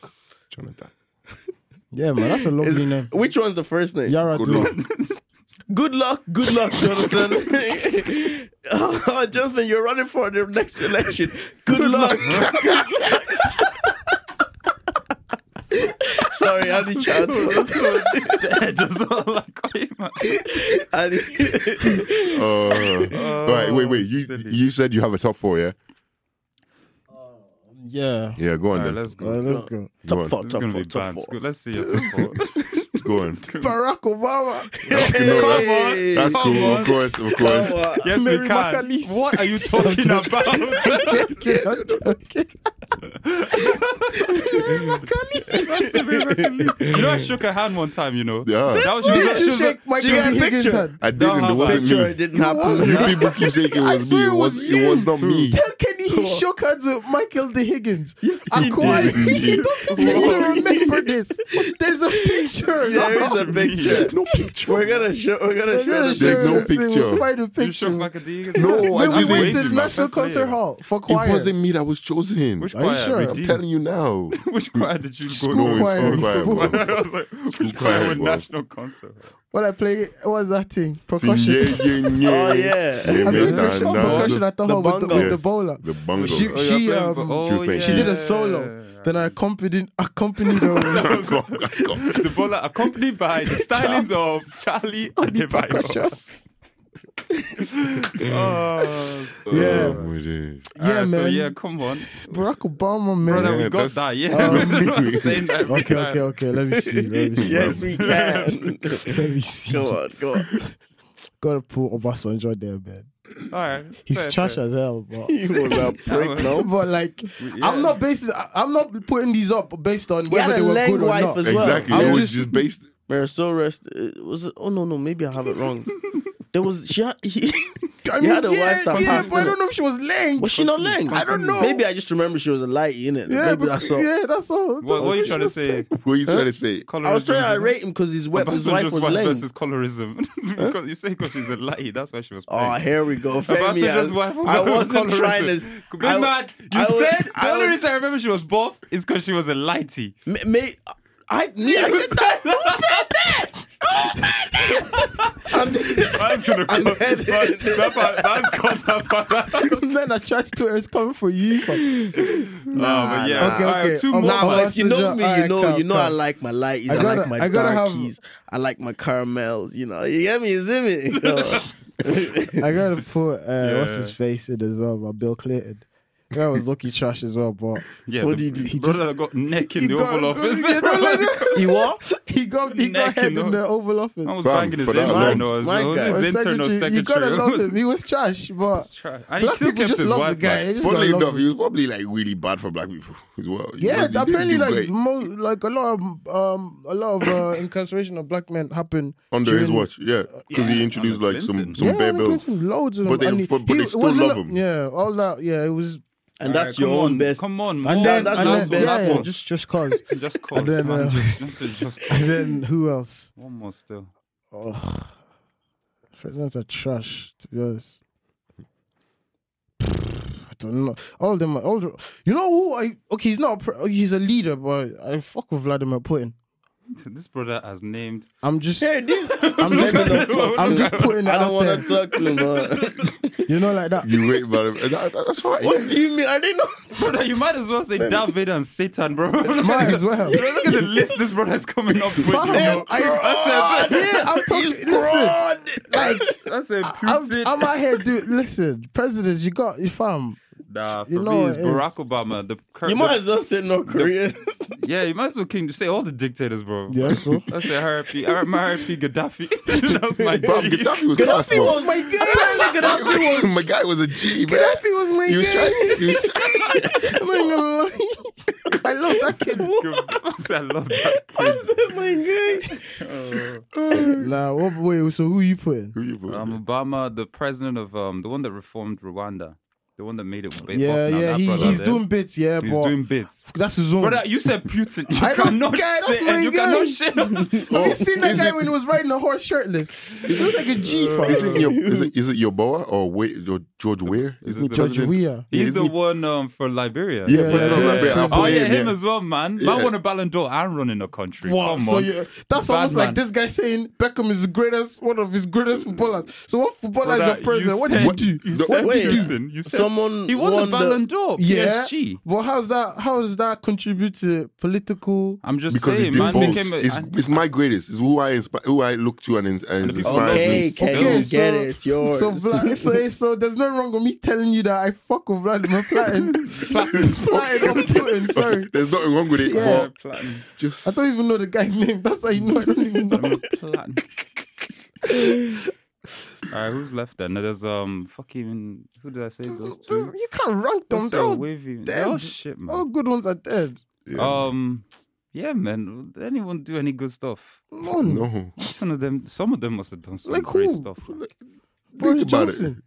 A: Jonathan.
C: Yeah, man, that's a
B: Is-
C: lovely name.
B: Which one's the first name?
C: Yara
A: Good
C: Dua.
A: luck.
B: Good luck, good luck, Jonathan. oh, Jonathan, you're running for the next election. Good, luck. Sorry, I had a chance.
D: dead as well. Like, wait, man.
B: I had-
A: Uh, all right, wait, wait. You
D: Oh, silly.
A: you said you have a top four, yeah?
C: Yeah.
A: Yeah, go on
D: All right,
A: then.
D: let's
C: All
D: go.
C: right, let's go.
A: go
B: top
A: on.
B: four,
D: This is
B: top
D: gonna
B: four,
D: be bad.
B: top four.
D: It's good. Let's see your top four.
A: Go on.
C: Barack Obama.
A: No, that-
D: Come on,
A: that's
D: come
A: cool.
D: on.
A: Of course, of course.
B: Come on.
D: Yes,
C: Mary
D: we can.
C: McAleese.
D: What are you talking about?
C: okay.
D: That's a Mary McAleese. you know, I shook her hand one time. You know,
A: Yeah.
D: that was
C: Did
D: she
C: you
D: was a-
C: shake
D: she was a
C: Michael Higgins'
D: picture.
C: hand?
A: I
D: Don't
A: didn't. It
D: have
A: wasn't
B: Sure,
A: me.
B: it didn't happen.
A: You people keep saying it
C: I
A: was me.
C: swear
A: It
C: it
A: was.
C: was
A: It was not me.
C: Tell Kenny he shook hands with Michael De Higgins. And
A: did.
C: Kawhi, he doesn't seem to remember this. There's a picture.
B: There is a
A: There's
B: picture.
A: no picture.
B: We're gonna show. We're gonna
C: They're
B: show.
C: gonna
B: the
A: There's
C: share
A: no
C: this thing.
A: picture.
C: We'll find a
D: You shook
C: picture.
D: Michael Higgins?
A: No, I
C: Then we
A: That's
C: went
A: way too
C: to the
A: much.
C: National
D: That's way
C: Concert
D: too
C: Hall for choir.
A: It wasn't me that was chosen.
D: Which
C: Are you
D: choir?
C: sure? I'm
A: I'm
D: Redeem.
A: telling you now.
D: Which choir did you go
A: School
D: to?
A: choir,
D: School
A: bro.
D: choir. I was like,
A: choir,
D: which choir went
A: bro.
D: national concert?
C: What I play, what was that thing?
A: Yeah,
C: Percussion.
A: yeah, yeah.
B: Oh yeah.
A: Yeah,
C: I played
A: man, nah,
C: percussion,
A: nah,
C: percussion
A: the-
C: at the,
B: the
C: hall with the,
B: bongo.
C: with the
A: Yes.
C: bowler.
A: The bungle.
C: She-
D: Oh,
C: she-
D: you're playing
C: um,
D: for-
A: She
D: oh,
A: played-
C: She did
D: yeah.
C: a solo. Then I accompanied, accompanied her with
D: the bowler accompanied by the stylings of Charlie Adebayo.
C: percussion.
D: Oh, so-
C: Yeah.
A: Oh, it is.
C: Yeah,
D: Alright, So
C: man.
D: yeah, come on,
C: Barack Obama, man.
D: brother.
A: Yeah,
D: we got
A: that's-
D: that. Yeah.
B: Oh,
C: Um,
D: We're not saying that every
C: Okay,
D: time.
C: okay, okay. Let me see. Let me see.
B: Yes, we can.
C: Let me see.
B: Go on, go on.
C: Gotta put Obasanjo there, man.
D: All right.
C: He's
D: fair,
C: trash
D: fair.
C: as hell, but.
B: He was a prick. No.
C: But like, I'm not basing. I- I'm not putting these up based on
B: He had
C: whether
B: a
C: they were
B: Lang
C: good or
B: wife
C: not.
B: as well.
A: Exactly.
C: I
A: It
C: was
A: was just based.
B: Marisol rest. uh, Was it? Oh no, no. Maybe I have it wrong. There was she. Had, he,
A: I mean,
B: You
A: yeah,
B: had a wife
A: yeah,
B: that passed,
A: but I
B: innit?
A: don't know if she was lame.
B: Was she not lame?
A: I don't know.
B: Maybe I just remember she was a light, innit?
C: Yeah,
B: Maybe
C: but,
B: that's all.
C: yeah, that's all.
D: What, what are you trying to say?
A: What are you trying to say?
D: Colorism.
B: I was trying to rate him because his, wep- his wife was lame.
D: versus colorism. Because you say because she's a lady, that's why she was.
B: Oh,
D: playing.
B: here we go. Femi,
D: Obasanjo's
B: I-
D: wife
B: I wasn't
D: colorism.
B: trying to.
D: Big
B: I-
D: man, you
B: I was-
D: said the
B: I
D: only
B: was-
D: reason I remember she was buff is because she was a lighty.
B: May, may, I, me, I said that. Who said that? Who said that?
D: That's gonna come.
B: I'm headed.
D: That, that part, that's called that part.
C: Then I charge to her. It's coming for you. fam.
D: Nah, but yeah.
C: nah. Okay,
D: All right,
C: okay.
D: two
C: Um,
D: more.
B: Nah,
C: Oh,
B: but if you know
C: Obasanjo,
B: me, you
C: alright,
B: know,
C: come,
B: you know, I
C: come.
B: like my lighties, I,
C: I gotta-
B: like my
C: I gotta have-
B: darkies, I like my caramels. You know, you get me, you see me. Yo.
C: I gotta put uh, what's
D: Yeah.
C: his face in as well, but Bill Clinton. That was lucky trash as well, but
D: yeah,
B: what
D: the
B: did he do? He
D: brother got neck in the
C: got-
D: Oval
C: got-
D: Office.
C: you know, like that.
B: you what?
C: he got he got
D: Neck
C: head
D: in the-
C: in the Oval Office.
D: I was
A: Fam,
D: banging his
A: for that
D: intern.
A: alone.
D: Or his,
B: My
D: or
B: guy.
D: his
C: Or
D: intern or secretary.
C: You gotta
D: It
C: love
D: was-
C: him. He was trash, but
D: trash. And he
C: black
D: still
C: people
D: kept
C: just
D: his
C: love the
D: wife
C: guy.
D: back.
C: They just
A: Funnily
C: gotta love
A: enough,
C: him.
A: he was probably like really bad for black people as well. He
C: Yeah,
A: was- he
C: apparently,
A: didn't do
C: like
A: great
C: mo- like a lot of um a lot of uh, incarceration of black men happened
A: under his
C: during-
A: watch, yeah, because he introduced
D: Under
A: like some
D: Clinton.
A: some
C: yeah,
A: bare
C: Bill
A: bills.
C: Clinton, loads of
A: But
C: them.
A: they-
C: and
A: but- but
C: he-
A: they still
C: wasn't
A: love
C: a-
A: him.
C: Yeah, all that. Yeah, it was.
B: And
D: All
B: that's
D: right,
B: your
D: come
B: own
D: on,
B: best.
D: Come on,
C: And
D: more.
C: then,
B: that's
C: and
B: his
D: last
C: then
B: best.
D: one,
C: yeah,
D: last
C: yeah,
D: one.
C: just just cause.
D: Just cause,
C: And then,
D: man.
C: uh,
D: Just, just, just
C: and then who else?
D: one more still.
C: Oh, presidents are trash. To be honest, I don't know. All of them. Are, all the, you know who I? Okay, he's not. A pre- oh, he's a leader, but I fuck with Vladimir Putin.
D: This brother has named.
C: I'm just.
B: Hey, this.
C: I'm just.
B: Let me not talk to
C: I'm
B: him.
C: just putting it
B: I
C: out
B: don't
C: there.
B: want to talk to him. man.
C: You know, like that.
A: You rate about him. That, that- that's all right.
B: what do you mean? Are they not?
D: Brother, you might as well say David and Satan, bro.
C: Might as well.
D: Bro, look at the list this brother is coming up with.
C: Fam,
D: you know.
C: I-
D: That's
C: yeah,
D: a-
C: I'm talking. Listen,
B: Fraud.
C: like
D: That's a
C: I'm,
D: Putin.
C: I'm out here, dude. Listen, presidents, you got you fam.
D: nah, for
C: you know
D: me, it's
C: it is.
D: Barack Obama. The, cur-
B: You
D: the-
B: might as well say North Koreans.
D: yeah, you might as well king, say all the dictators, bro.
C: Yeah, so
D: That's a RIP. I- My RIP Gaddafi. that was my
A: Bro,
D: G.
A: Gaddafi was class, bro.
B: my god!
A: My guy was a G, but
C: was my
A: he was trying. He was trying.
C: I'm not gonna lie. I love that kid.
D: I said, I love that kid.
B: my god!
C: Nah, what, wait. So who you putting?
A: Who you vote?
D: Um, Obama, the president of um, the one that reformed Rwanda, the one that made it. way
C: yeah,
D: up now,
C: yeah.
D: that
C: He,
D: brother
C: he's
D: there.
C: doing bits. Yeah,
D: He's
C: but
D: doing bits.
C: that's his own.
D: Brother, you said Putin. You
C: I don't
D: cannot
C: care, that's
D: say,
C: my
D: and you
C: guy.
D: cannot shit on.
C: Have you
A: Oh,
C: seen that
A: is
C: guy
A: it-
C: when he was riding a horse shirtless? He looks like a G.
D: Uh,
C: fam.
A: Is it, your, is it is it your boa or wait George Weir?
D: Is
A: Isn't
D: it
A: he
D: the
C: Judge
A: president?
C: Weir.
D: He's
A: Isn't
D: the
A: he-
D: one um, for Liberia.
A: Yeah,
C: Yeah,
A: president
C: yeah,
A: of Liberia.
C: yeah.
A: I
D: Oh
A: played
D: yeah, him
A: yeah.
D: as well, man. Man
A: Yeah.
D: won a Ballon d'Or and running a country.
C: Wow,
D: Come
C: so
D: on.
C: you, that's
D: Bad
C: almost
D: man.
C: like this guy saying Beckham is the greatest, one of his greatest footballers. So what footballer
D: Brother,
C: is your president?
D: you
C: What did
D: said-
C: he do?
D: You
A: The-
D: said
B: Wait.
D: Putin. You said
B: Someone
D: he won the
B: won the-
D: Ballon d'Or.
C: Yeah.
D: PSG.
C: But how's that? How does that contribute to political?
D: I'm just
A: Because
D: saying,
A: it
D: man
A: devolves.
D: became. A,
A: it's,
D: and-
A: it's my greatest. It's who I inspi- who I look to and, ins- and,
D: the people-
A: inspires
B: Okay,
A: me.
D: Still.
B: can you
D: Okay,
B: get it? It's yours.
C: So, Vla- so, so there's nothing wrong with me telling you that I fuck with Vladimir Platin. Platin. Platin, not Putin, sorry.
A: There's nothing wrong with it.
C: Yeah.
A: But
D: Platin.
A: just
C: I don't even know the guy's name. That's how you know I don't even know.
D: Platin. All right, who's left then? There's um fucking who did I say those two?
C: you can't rank them. Oh,
D: Those
C: They're
D: are
C: all,
D: wavy. They're all
C: dead.
D: shit,
C: all
D: man.
C: good ones are dead.
D: Um, yeah, man. Did anyone do any good stuff?
C: None.
A: no.
D: Which one of them? Some of them must have done some
C: Like
D: great
C: who?
D: stuff. man.
C: Boris
A: Think about it.
C: Johnson.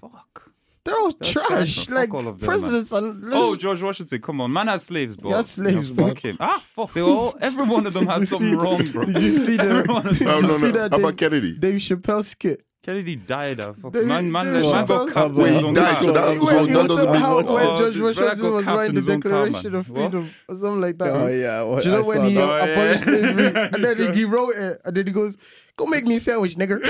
D: Fuck.
C: They're all
D: That's
C: trash.
D: trash, man.
C: Like
D: Fuck all of them, man.
C: presidents and
D: Oh, George Washington, come on, man had slaves, bro.
C: He had slaves,
D: yeah,
C: man.
D: fuck him. Ah, fuck, they were all. Every one of them had something wrong, bro.
C: Did you see the?
D: Every one of
A: Oh,
D: them.
C: you
A: no,
C: see
A: no.
C: that
A: How about
C: they-
A: Kennedy?
C: Dave Chappelle skit.
D: Kennedy died. Ah, fuck.
C: They-
D: man, man,
C: they-
D: man got
C: Wait,
D: capped in
A: he
D: his own
A: died, so
D: car.
A: that-
C: It
A: so
C: was-
A: that
C: it was
A: doesn't
C: about
A: mean
C: how-
A: much.
C: when
D: Oh,
C: George
D: the
C: Washington
D: Barack
C: was writing the
D: Captain's own car,
C: Declaration
D: man.
C: of
D: What?
C: Freedom or something like that.
B: Oh yeah. Well,
C: Do you know
B: I
C: when
B: saw
C: he
B: that.
C: uh,
D: yeah.
C: abolished slavery? And then he wrote it, and then he goes, "Go make me a sandwich, nigger."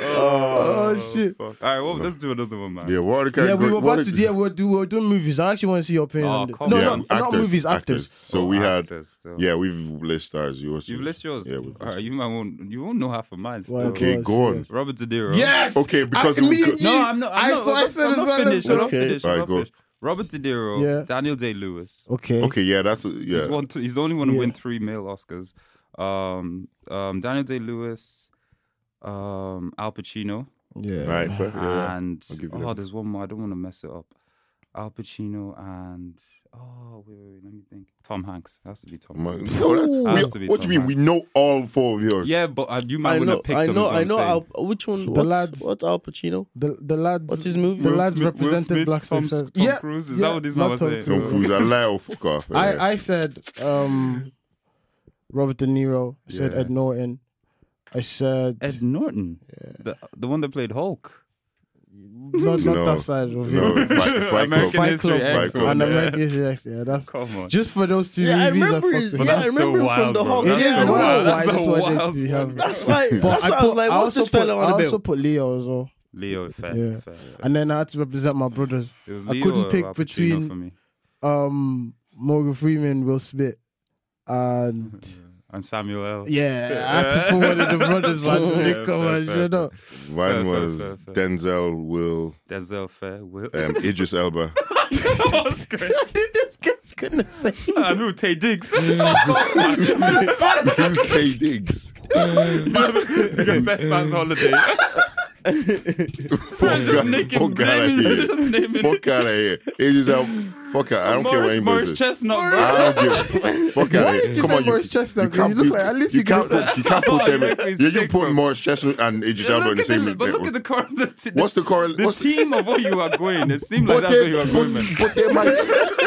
C: Oh, shit.
D: Fuck. All right, well, let's do another one, man.
A: Yeah, what are the
C: yeah, we
A: category-
C: were
A: what
C: about
A: are
C: to.
A: the-
C: Yeah, we're, do, we're doing movies. I actually want to see your opinion.
D: Oh,
C: on this.
D: come
C: No,
D: on.
A: Yeah,
C: no, not
A: actors,
C: movies, actors.
A: So
D: Oh,
A: we had.
D: actors still.
A: Yeah, we've list stars. You
D: You've list yours.
A: Yeah, we've
D: All right, you might won't. You won't know half of mine. Still.
C: Well, of
A: Okay,
C: course,
A: go on.
C: yes.
D: Robert De Niro.
C: Yes.
A: Okay, because
C: I,
A: we
C: me
A: could-
C: and you,
D: No, I'm not. I'm
C: I,
D: not,
C: so I
D: I'm
C: said
D: not
C: it's not
D: finished. I'm not
B: Okay.
D: finished. I'm
A: All right,
D: not
A: go.
D: finished. Robert De Niro,
C: Yeah.
D: Daniel Day Lewis.
C: Okay.
A: Okay, yeah, that's a, yeah.
D: He's, won two, he's the only one to
C: Yeah.
D: win three male Oscars. Um, um, Daniel Day Lewis, um, Al Pacino,
C: Yeah.
A: All right, fair, yeah, yeah.
D: and
A: I'll give you that.
D: oh, there's one more. I don't want to mess it up. Al Pacino and oh wait, wait, wait, let me think. Tom Hanks has to be Tom.
A: Am I-
D: Hanks.
A: No, that-
B: Ooh.
A: we-
D: Has to be
A: what do you mean?
D: Tom
A: We know all four of yours.
D: Yeah, but uh, you might
B: I
D: want to
B: know,
D: pick
B: I
D: them.
B: know,
D: is what
B: I
D: I'm
B: know.
D: saying.
B: Al, which one?
C: The
B: what's,
C: lads-
B: what's Al Pacino?
C: The the lads.
B: What's his movie?
C: The
D: Will
C: lads
D: Smith- Will
C: represented
D: Smith,
C: black
D: Tom,
C: success.
D: Tom
C: Yeah,
D: Cruise. Is
C: yeah,
D: that what this
C: not
D: man was
C: Tom
D: saying?
A: Tom Cruise, I lie or fuck off. yeah.
C: I I said um, Robert De Niro. I said
D: Yeah.
C: Ed Norton. I said
D: Ed Norton, the the one that played Hulk.
C: not, not
A: No.
C: that side of
A: no,
C: it.
A: Fight, fight
D: American
A: Club.
C: Fight
D: History
C: Club
D: X.
A: Fight Club,
C: and
A: yeah.
C: American History X. Yeah, that's
D: Come on.
C: just for those two
B: Yeah,
C: movies.
B: I
C: I
B: remember
C: fucked
B: his-
C: with.
B: yeah, I remember him from the Hulk.
C: It
B: That's
C: is
B: a
C: wild.
B: wild-
C: I
D: That's
C: just
D: a
C: wanted
D: wild
C: to have.
B: That's why. that's why I was like,
C: I
B: what's
C: also
B: this fella
C: put-
B: on
C: I
B: the
C: also
B: bill?
C: put Leo as well,
D: Leo, fair,
C: Yeah.
D: fair, fair.
C: and then I had to represent my brothers.
D: It was
C: I couldn't
D: or
C: pick
D: Al Pacino
C: between-
D: for me.
C: Um, Morgan Freeman, Will Smith, and
D: and Samuel L.
C: yeah, I had to put one of the brothers. Man,
D: Yeah,
C: come on,
D: fair,
C: shut
D: fair,
C: up.
A: Mine
D: Fair, fair,
A: was
D: fair, fair.
A: Denzel, Will,
D: Denzel Fair. Will.
A: um, Idris Elba.
D: That was great.
B: this guy's gonna say.
D: I knew Tay Diggs.
A: Who's Tay Diggs?
D: Your best man's holiday.
A: Fuck
D: Just
A: out
D: nick
A: fuck
D: him,
A: outta
D: name
A: here.
D: it. Just name it.
A: Fuck out of here. Idris Elba. Fuck out. I don't care what
D: Morris,
A: anybody
D: Morris
A: says.
D: Chestnut, bro.
A: I don't give a fuck out
C: Why
A: of
C: did
A: here.
C: you
A: Come
C: say
A: on,
C: Morris Chestnut? 'Cause you look like- at least you
A: can't,
C: could've
A: put- you can't put
D: Oh, you
A: them in.
D: make me
A: Yeah, you
D: sick,
A: put
D: bro.
A: Morris Chestnut and Idris Elba in
D: look
A: the
D: at the,
A: same.
D: but look at the core. The,
A: What's the correlation?
D: the
A: What's
D: theme of where you are going? It seemed like
A: But
D: that's where you are
A: they-
D: going,
A: but
D: man.
A: but they might.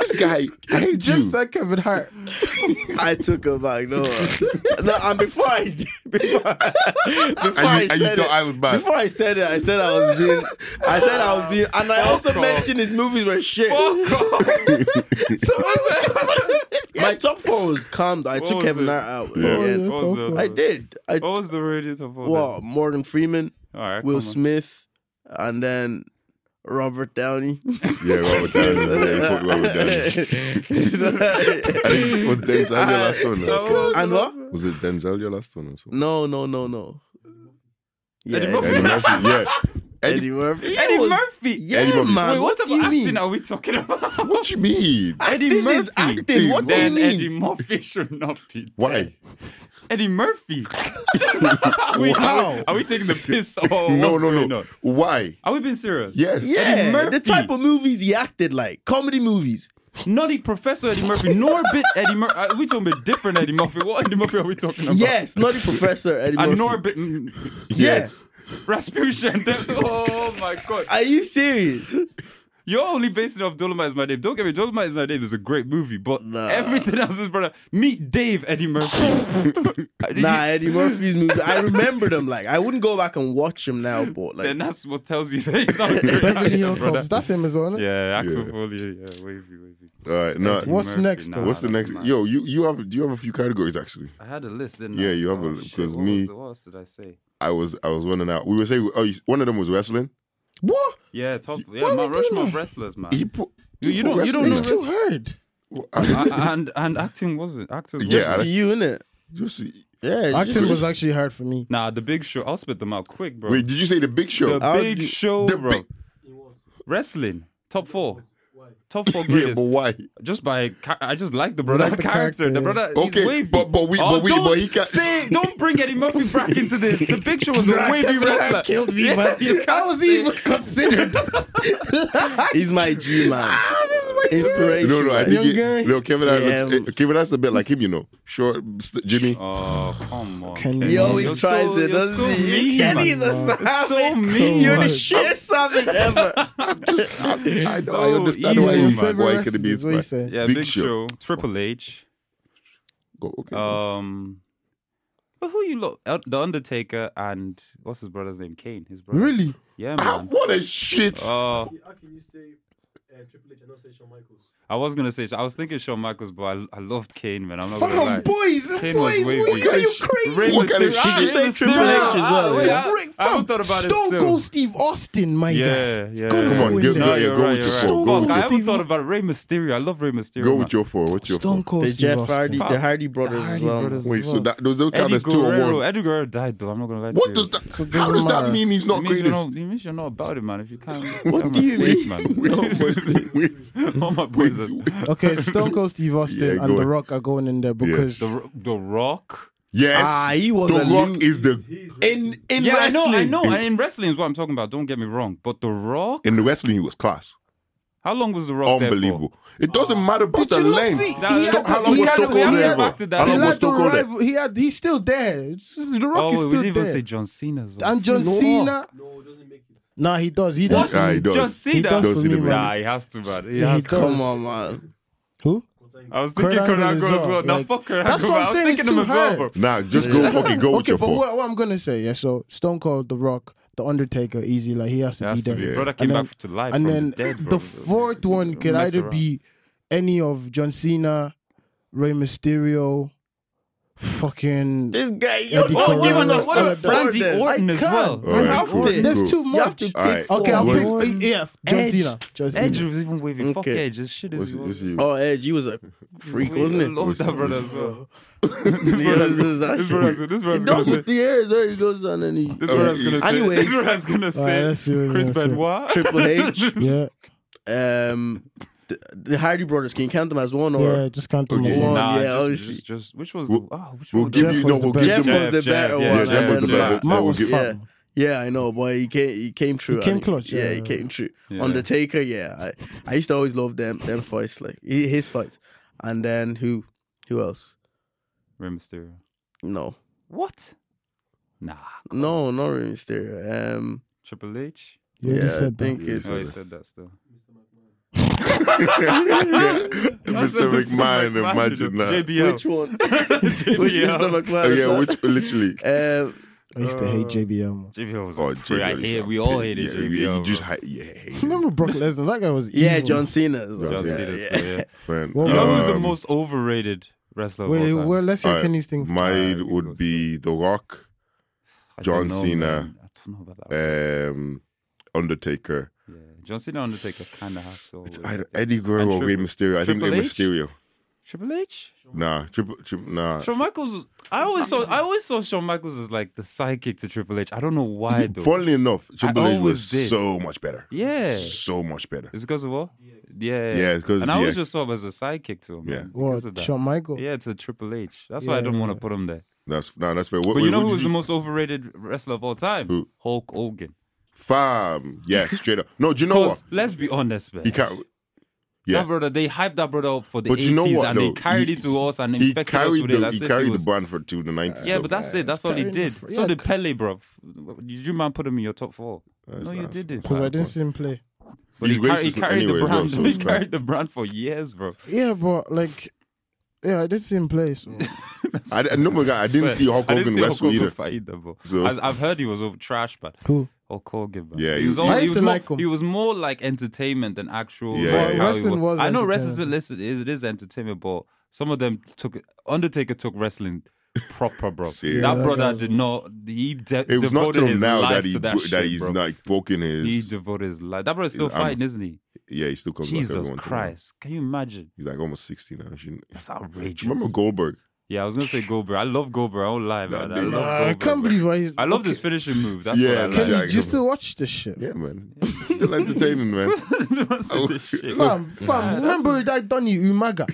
A: This guy, I hate
C: Jim
A: you.
C: said Kevin Hart.
B: I took him back. No, no. And before I, before, I- before I
A: and you, and you
B: said
A: thought
B: it,
A: I was bad.
B: before I said it, I said I was being, I said I was being, and I also
D: Fuck off.
B: mentioned his movies were shit. My top four was calm. I
D: What
B: took
D: was
B: Kevin
D: it?
B: Hart out.
A: Yeah.
B: And
D: What was the,
B: I did. I
D: What was the radius of all
B: well, Morgan Freeman,
D: that? All right,
B: Will
D: come on.
B: Smith, and then Robert Downey.
A: yeah, Robert Downey. Yeah, you put Robert Downey. Was Denzel your last one? though?
B: and what?
A: Was it Denzel your last one or something?
B: No, no, no, no. Yeah,
D: Eddie
B: Eddie,
A: Eddie Murphy. Yeah. Eddie,
B: Eddie Murphy.
D: Murphy. Eddie
B: was-
D: Murphy.
B: Yeah,
A: Eddie Murphy.
B: man.
D: Wait, what
B: do you
D: type of acting
B: mean?
D: are we talking about?
A: what you mean?
B: Acting is acting. What do you
D: then
B: mean?
D: Eddie Murphy should not be.
A: Why?
D: Eddie Murphy. Wait, are, we, are we taking the piss? Or
A: no,
D: Oh, what's
A: no,
D: going
A: no.
D: on?
A: Why?
D: Are we being serious?
A: Yes.
B: Yeah,
D: Eddie Murphy.
B: the type of movies he acted like comedy movies.
D: Not Eddie Professor Eddie Murphy, nor bit Eddie Murphy. Are we talking about different Eddie Murphy? What Eddie Murphy are we talking about?
B: Yes, not the professor Eddie Murphy.
D: And nor bit. mm,
B: yes.
D: Rasputin. oh my god.
B: Are you serious?
D: You're only basing it off Dolomite is my name. Don't get me, Dolomite is my name is a great movie, but
B: Nah.
D: everything else is brother. Meet Dave Eddie Murphy. Did you-
B: Nah, Eddie Murphy's movie. I remember them. Like I wouldn't go back and watch them now, but like
D: Then that's what tells you that he's not a great
C: Beverly Hill Cops.
D: actor, brother.
C: That's him as well. Isn't it?
D: Yeah, Axel
A: Yeah.
D: Foley, yeah, wavy, wavy.
A: All right. No.
D: Eddie
C: What's next, though?
A: What's the next?
D: that's mad.
A: Yo, you you have do you have a few categories actually?
D: I had a list, didn't I?
A: Yeah, you have a-
D: Oh, shit,
A: 'cause
D: what
A: me-
D: was the- What else did I say?
A: I was I was running out. We were saying oh, you- one of them was wrestling.
C: What?
D: Yeah, top. Yeah, Mount Rushmore of wrestlers, man.
A: He put.
D: Uh, You-
A: he
D: you
A: put
D: don't- you don't
A: wrestling.
D: know Uh,
C: It's too hard.
D: A- and and acting wasn't actors.
A: Yeah,
D: wasn't.
A: I-
B: to you, innit?
A: Just,
B: Yeah,
C: Acting
B: just-
C: was actually hard for me.
D: Nah, the Big Show. I'll spit them out quick, bro.
A: wait, did you say the Big Show?
D: the
B: I'll
D: Big
B: do-
D: Show,
A: The
D: bro.
A: Big-
D: Wrestling top four. Top four
A: yeah,
D: greatest.
A: but why?
D: just by ca- I just like the brother
C: like the
D: character. The
C: character.
D: brother.
A: Okay,
D: he's wavy.
A: but- but we-
D: Oh,
A: but we-
D: don't
A: but he can't-
D: say. Don't bring Eddie Murphy back into this. The Big Show was a
C: Nah,
D: wavy
C: Kevin Hart
D: wrestler.
C: killed me,
D: Yeah,
C: man.
D: you can't
C: How was
D: say-
C: he even considered?
B: He's my G man.
D: Oh
B: Inspiration.
A: No, no, I
B: like-
A: think
C: Young guy.
A: it, no. Kevin Hart.
B: Yeah,
A: looks-
B: um,
A: eh, Kevin Hart's a bit like him, you know. Short, st- Jimmy.
D: Oh come on!
C: Can
D: Kenny.
B: He
C: you-
B: always
D: You're
B: tries
D: so-
B: it,
D: you're
B: doesn't
D: so
B: he?
D: mean,
B: Kenny's
D: man.
B: a savage.
D: So mean.
B: You're the
C: man.
B: shit savage ever.
A: Just, I, I, know, I
D: So
A: understand
D: evil,
A: why
D: man.
A: he, why he
C: Favorite
A: could be
C: wrestlers, what you
A: inspired.
C: say?
D: Yeah,
A: Big
D: Big,
A: Show.
D: Show. Triple H.
A: Go, okay.
D: Um, but who you look? uh, The Undertaker and what's his brother's name? Kane. His brother.
C: Really?
D: Yeah,
A: Ah,
D: man.
A: what a shit.
D: Oh,
E: How can you say uh, Triple H and not say Shawn Michaels?
D: I was gonna say I was thinking Shawn Michaels, but I, I loved Kane, man. I'm not gonna lie.
A: Fucking boys,
D: Kane was
A: boys,
D: way
A: what
D: big.
A: are you
D: Rey
A: crazy? What kind of
D: Mysterio-
A: shit?
B: You
A: is-
B: say
D: Rey
B: Triple
D: Mysterio.
B: H as well,
D: Ah,
B: yeah.
D: yeah.
C: Rick,
D: I
C: fam,
D: haven't thought about it
C: Stone
D: still.
C: Cold Steve Austin, my guy.
D: Yeah, yeah.
C: Come
A: Come on,
C: Go
A: go,
C: in
A: yeah,
C: there.
A: yeah, go with your four. Go,
C: Stone Cold
D: Fuck, I
A: with-
D: haven't
C: Steve-
D: thought about Rey Mysterio. I love Rey Mysterio.
A: go
D: man.
A: with your four. What's your
C: Stone
A: four?
C: Cold
B: The
C: Steve
B: Jeff
C: Austin.
B: Hardy, the Hardy brothers as
C: Hardy
B: well.
C: brothers
A: Wait,
C: as
A: so
C: well.
A: that those don't count
D: Eddie
A: as two or
D: Guerrero.
A: one.
D: Eddie Guerrero died though. I'm not gonna lie.
A: What
D: to
A: does
D: you.
A: that?
C: So it
A: How
C: doesn't
A: does that
C: matter.
A: mean he's not
D: It means, you know,
A: greatest?
D: it means you know about it, man. If you can't,
B: What do you mean?
D: mean? All my boys. are-
C: Okay, Stone Cold Steve Austin
A: Yeah,
C: and
A: go.
C: The Rock are going in there because
D: The, Ro- the Rock.
A: Yes,
B: Ah, he was
A: The
B: a
A: Rock
B: lo-
A: is the
E: He's
B: In in
D: yeah,
B: wrestling,
D: I know, I know. And in wrestling is what I'm talking about. Don't get me wrong. But the Rock,
A: in the wrestling he was class.
D: How long was the rock
A: Unbelievable. It doesn't matter
F: Did
A: about the
F: you not
A: length.
F: see-
D: That-
A: Sto- how
D: he
A: long was
D: had-
A: Stoke
D: we
A: on
D: haven't
A: there?
D: back to that.
A: How
F: He
A: long was
F: had the
A: Stoke on there?
F: rival. He had. He's still there. It's- The
D: there
F: Rock
D: for?
F: is
D: Oh, we
F: still
D: didn't even
F: there.
D: say John Cena as well.
F: and John
C: No.
F: Cena.
E: No, it doesn't make it.
C: Nah, he does. He
D: What?
C: does.
A: Ah, he does.
D: John
C: He
D: Cena.
C: does
A: Does
C: for
A: he
C: me,
A: the
D: Nah,
C: man.
D: he has to, man. He
C: Yeah,
D: has
C: he
D: to.
C: does.
B: Come on, man.
C: Who?
E: What time?
D: I was thinking
C: Kurt Angle
D: Kodago
C: as
D: as well.
C: well,
D: Nah,
C: like-
D: fuck Kodago.
F: That's what I'm
D: I was
F: saying,
D: thinking
F: it's
D: him
F: too
D: as well, bro.
F: hard.
A: Nah, just go fucking go with
F: okay,
A: your
F: but
A: four.
F: what, what I'm gonna say, yeah. So Stone Cold, The Rock, The Undertaker, easy. Like he has to
D: It has
F: be
D: to
F: there.
D: be.
A: Yeah.
D: Brother came
C: And
D: back
C: then,
D: to life.
C: and
D: from
C: then
D: the, dead, bro.
C: the fourth one
D: Don't
C: could
D: mess
C: either
D: around.
C: be any of John Cena, Rey Mysterio, fucking.
B: This guy,
C: you're Eddie not
D: Oh,
C: Corral.
D: even
C: giving
D: a,
C: us
D: what a
C: all of that.
D: Randy Orton
F: I
D: as
F: can't.
D: well.
A: All right,
D: Randy
A: cool.
D: Orton.
F: There's
A: Cool.
F: too
B: You have
F: much.
B: to pick
A: All right.
F: Okay, I'll
A: What-
F: pick
C: Oh, yeah, John
D: Edge.
C: Cena. John Cena.
D: Edge was even waving. Fuck
B: Okay.
D: Edge. This shit is.
A: what's- what's you-
B: Oh, Edge, he was a freak, wasn't
D: I
B: it?
D: love that brother as well.
B: This brother's- this is that
D: This
B: shit.
D: brother's this brother's
B: He
D: gonna
B: does
D: say.
B: with the hair, there he goes down and he.
D: This brother's gonna say.
B: Anyway.
D: This brother's gonna
C: Alright,
D: say.
C: let's see what he's
D: Chris
C: gonna say.
D: Benoit.
B: Triple H,
C: Yeah,
B: um, the, the Hardy brothers, can you count them as one or?
C: yeah, just can't do
A: Okay.
C: more.
D: Nah,
B: Yeah,
D: just-
B: obviously.
D: Just, just, which was
A: We'll-
D: the, oh, which
A: We'll
D: one
A: give
C: Jeff
A: you
C: was
A: no.
C: the
A: We'll
C: best.
A: give
B: Jeff
A: you
B: was
A: no.
D: Jeff,
B: the
D: Jeff,
B: better
D: yeah,
B: one.
A: Yeah, Jeff
B: and
A: was the
B: then
A: better.
B: Matt.
C: Matt
A: We'll
C: was
A: give-
C: fat.
B: Yeah, I know, but he came, he came true.
C: He came
B: and
C: clutch,
B: Yeah, he
C: yeah.
B: came true.
D: Yeah.
B: Undertaker, yeah, I, I used to always love them, them fights, like hi- his fights. And then who, who else?
D: Rey Mysterio.
B: No,
D: What? Nah.
B: no, not Rey Mysterio. Um,
D: Triple H.
C: You already
B: yeah, I
C: said that.
B: think
D: Oh, he
B: it's
D: said that still. That's
A: Mr.
D: a
A: McMahon, imagine
D: you know.
A: that.
D: JBL.
B: which one? Which
D: JBL.
B: Mr. McMahon?
A: Oh,
B: is
A: yeah,
B: that?
A: which literally.
B: Um,
C: I used to hate JBL. man.
D: JBL was
A: Oh,
D: a freak. I
A: JBL is
D: hate-
A: a
D: We all
A: pig.
D: hated
A: Yeah,
D: JBL.
A: You just
D: bro.
A: hate. Yeah, hate him.
C: Remember Brock Lesnar? That guy was
B: yeah,
C: evil.
B: John Cena. as well.
A: John
B: Yeah,
D: Cena
B: yeah.
D: still, yeah.
A: Fan.
C: Well,
D: You know who's the
A: Um,
D: most overrated wrestler of
C: Wait,
D: all time?
C: well, let's hear
A: Alright,
C: Kenny's thing.
A: Mine
D: Alright, we go.
A: would be The Rock,
D: I don't
A: John
D: know,
A: Cena.
D: man. I don't know about that. one.
A: um, Undertaker.
D: yeah. John Cena Undertaker kind of have to.
A: It's
D: always-
A: either Eddie Guerrero
D: And
A: or Rey
D: Triple-
A: Mysterio. I think Rey
D: Triple H?
A: Mysterio.
D: Triple H.
A: Nah, triple, triple, nah.
D: Shawn Michaels. was- I always saw. I always saw Shawn Michaels as like the sidekick to Triple H. I don't know why though.
A: Funnily enough, Triple H was
D: always did.
A: so much better.
D: Yeah.
A: So much better.
D: It's because of what? Yeah.
A: Yeah, it's 'cause
D: And
A: of
D: I always
A: DX.
D: just saw him as a sidekick to him.
A: Yeah.
D: man, because of
C: What?
D: that.
C: Shawn Michael?
D: Yeah, it's a Triple H. That's why I
C: Yeah,
D: don't want to
C: yeah.
D: put him there.
A: That's nah, that's fair. What,
D: But you
A: wait,
D: know
A: what
D: who
A: did
D: was
A: you-
D: the most overrated wrestler of all time?
A: Who?
D: Hulk Hogan.
A: Fam. Yeah, straight up. No, do you know what?
D: Because let's be honest, man.
A: He can't. Yeah.
D: That brother, they hyped that brother up for the
A: But
D: 80s
A: you know what,
D: and they
A: though?
D: carried
A: He-
D: it to us and
A: He
D: infected us
A: carried
D: with it.
A: the
D: That's
A: he
D: it.
A: carried
D: He
A: the
D: was-
A: brand for to the nineties.
D: yeah, but that's it. That's all he
C: carrying the
D: did.
C: fr-
D: So
C: yeah.
D: did Pele, bro. You man put him in your top four. no, you didn't.
C: Because I didn't see him play.
D: But
A: He's
D: he, car- he
A: racist
D: carried
A: anyway
D: the
A: as well,
D: brand.
A: so
D: he
A: it's fine.
D: carried the brand for years, bro.
C: Yeah, but like, yeah, I didn't see him play. So.
A: I, I- no my God, I didn't
D: Fair.
A: see Hulk
D: I didn't
A: Hogan
D: see Hulk
A: wrestle
D: Hogan
A: either.
D: fight either, bro.
A: So-
D: As- I've heard he was over trash, but
C: Who?
D: Hulk Hogan, man.
A: Yeah,
D: he,
A: he-
D: was.
A: I
D: All, he,
C: used
D: was
C: to
D: more,
C: like him.
D: he was more like entertainment than actual.
A: Yeah,
D: like,
A: yeah,
D: how he
A: yeah.
C: Wrestling was
D: I know wrestling
C: entertainment.
D: is, it is entertainment, but some of them took Undertaker took wrestling proper, bro.
A: Serious.
D: that
C: Yeah,
D: brother
C: that
D: did not. He de-
A: It was
D: devoted
A: not till
D: his
A: now
D: life
A: that he
D: to that,
A: bro-
D: shit,
A: that he's
D: bro.
A: like broken his
D: He devoted his life. That brother's still
A: his- I'm-
D: fighting, isn't he?
A: Yeah, he still comes back every
D: Jesus
A: once in a while.
D: Christ! Can you imagine?
A: He's like almost sixty now. She,
D: That's outrageous.
A: remember Goldberg?
D: yeah, I was gonna say Goldberg. I love Goldberg. I won't lie,
A: That
D: man. I
A: dude. Nah,
D: love
C: Ah, I
D: Goldberg.
C: can't
D: bro.
C: believe I.
D: I love this finishing move. That's
A: Yeah,
D: what I
A: Kenny,
D: like.
C: Kenny,
A: Jack
C: do you
A: Evans.
C: still watch this shit?
A: Yeah, man. Still entertaining, man.
D: What's in this shit?
C: Fam, fam, remember that Donny Umaga?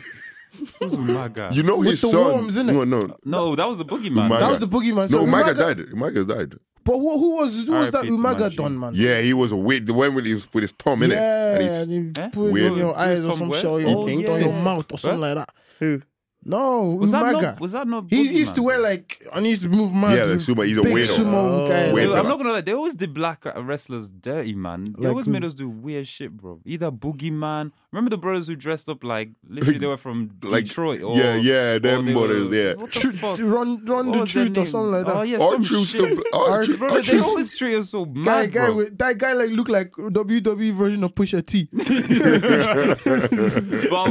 D: Who's Umaga?
A: You know
C: With
A: his
C: the
A: son.
C: worms, innit?
A: no, no,
D: no, that was the boogeyman.
A: Umaga.
C: That was the boogeyman.
A: no.
C: So
A: Umaga died. Umaga's died.
C: But who, who was who was that
D: R.I.P. to
C: Umaga
D: Manji.
C: done, man?
A: Yeah, he was a weird. The one with his with his thumb in
C: yeah,
A: it, and
C: and
A: he's
C: you
D: Eh?
C: put it
A: Weird.
C: in your eyes or
D: Tom
C: some
D: West?
C: shit, or you
D: Oh,
C: put it on
D: yeah.
C: your mouth or something like that.
B: Who?
C: No,
D: Was that
C: Umaga.
D: not? Was that not?
C: he used
D: Boogeyman?
C: to wear like, and he used to move mad.
A: Yeah, like sumo- he's a
C: big
A: weirdo.
C: sumo guy.
B: Oh.
D: They-
A: Wait,
D: I'm
A: fella.
D: not gonna lie. They always did black wrestlers dirty, man. They
C: Like
D: always
C: who?
D: made us do weird shit, bro. Either boogeyman. Remember the brothers who dressed up like literally they were from
A: like
D: Detroit. Or,
A: yeah, yeah,
D: or
A: them
D: Oh, they were-
A: brothers, yeah.
D: What the
C: Tru-
D: fuck?
C: run, run
D: What
C: the
D: was their
C: truth or
D: name?
C: something like that.
D: Oh yeah,
A: all
D: some
A: true
D: shit.
A: still. All
C: Our
A: true.
D: Bro,
A: All
D: they
A: true.
D: always treat us so mad,
C: Guy, guy,
D: bro.
C: with, that guy like looked like WWE version of Pusha T.
D: But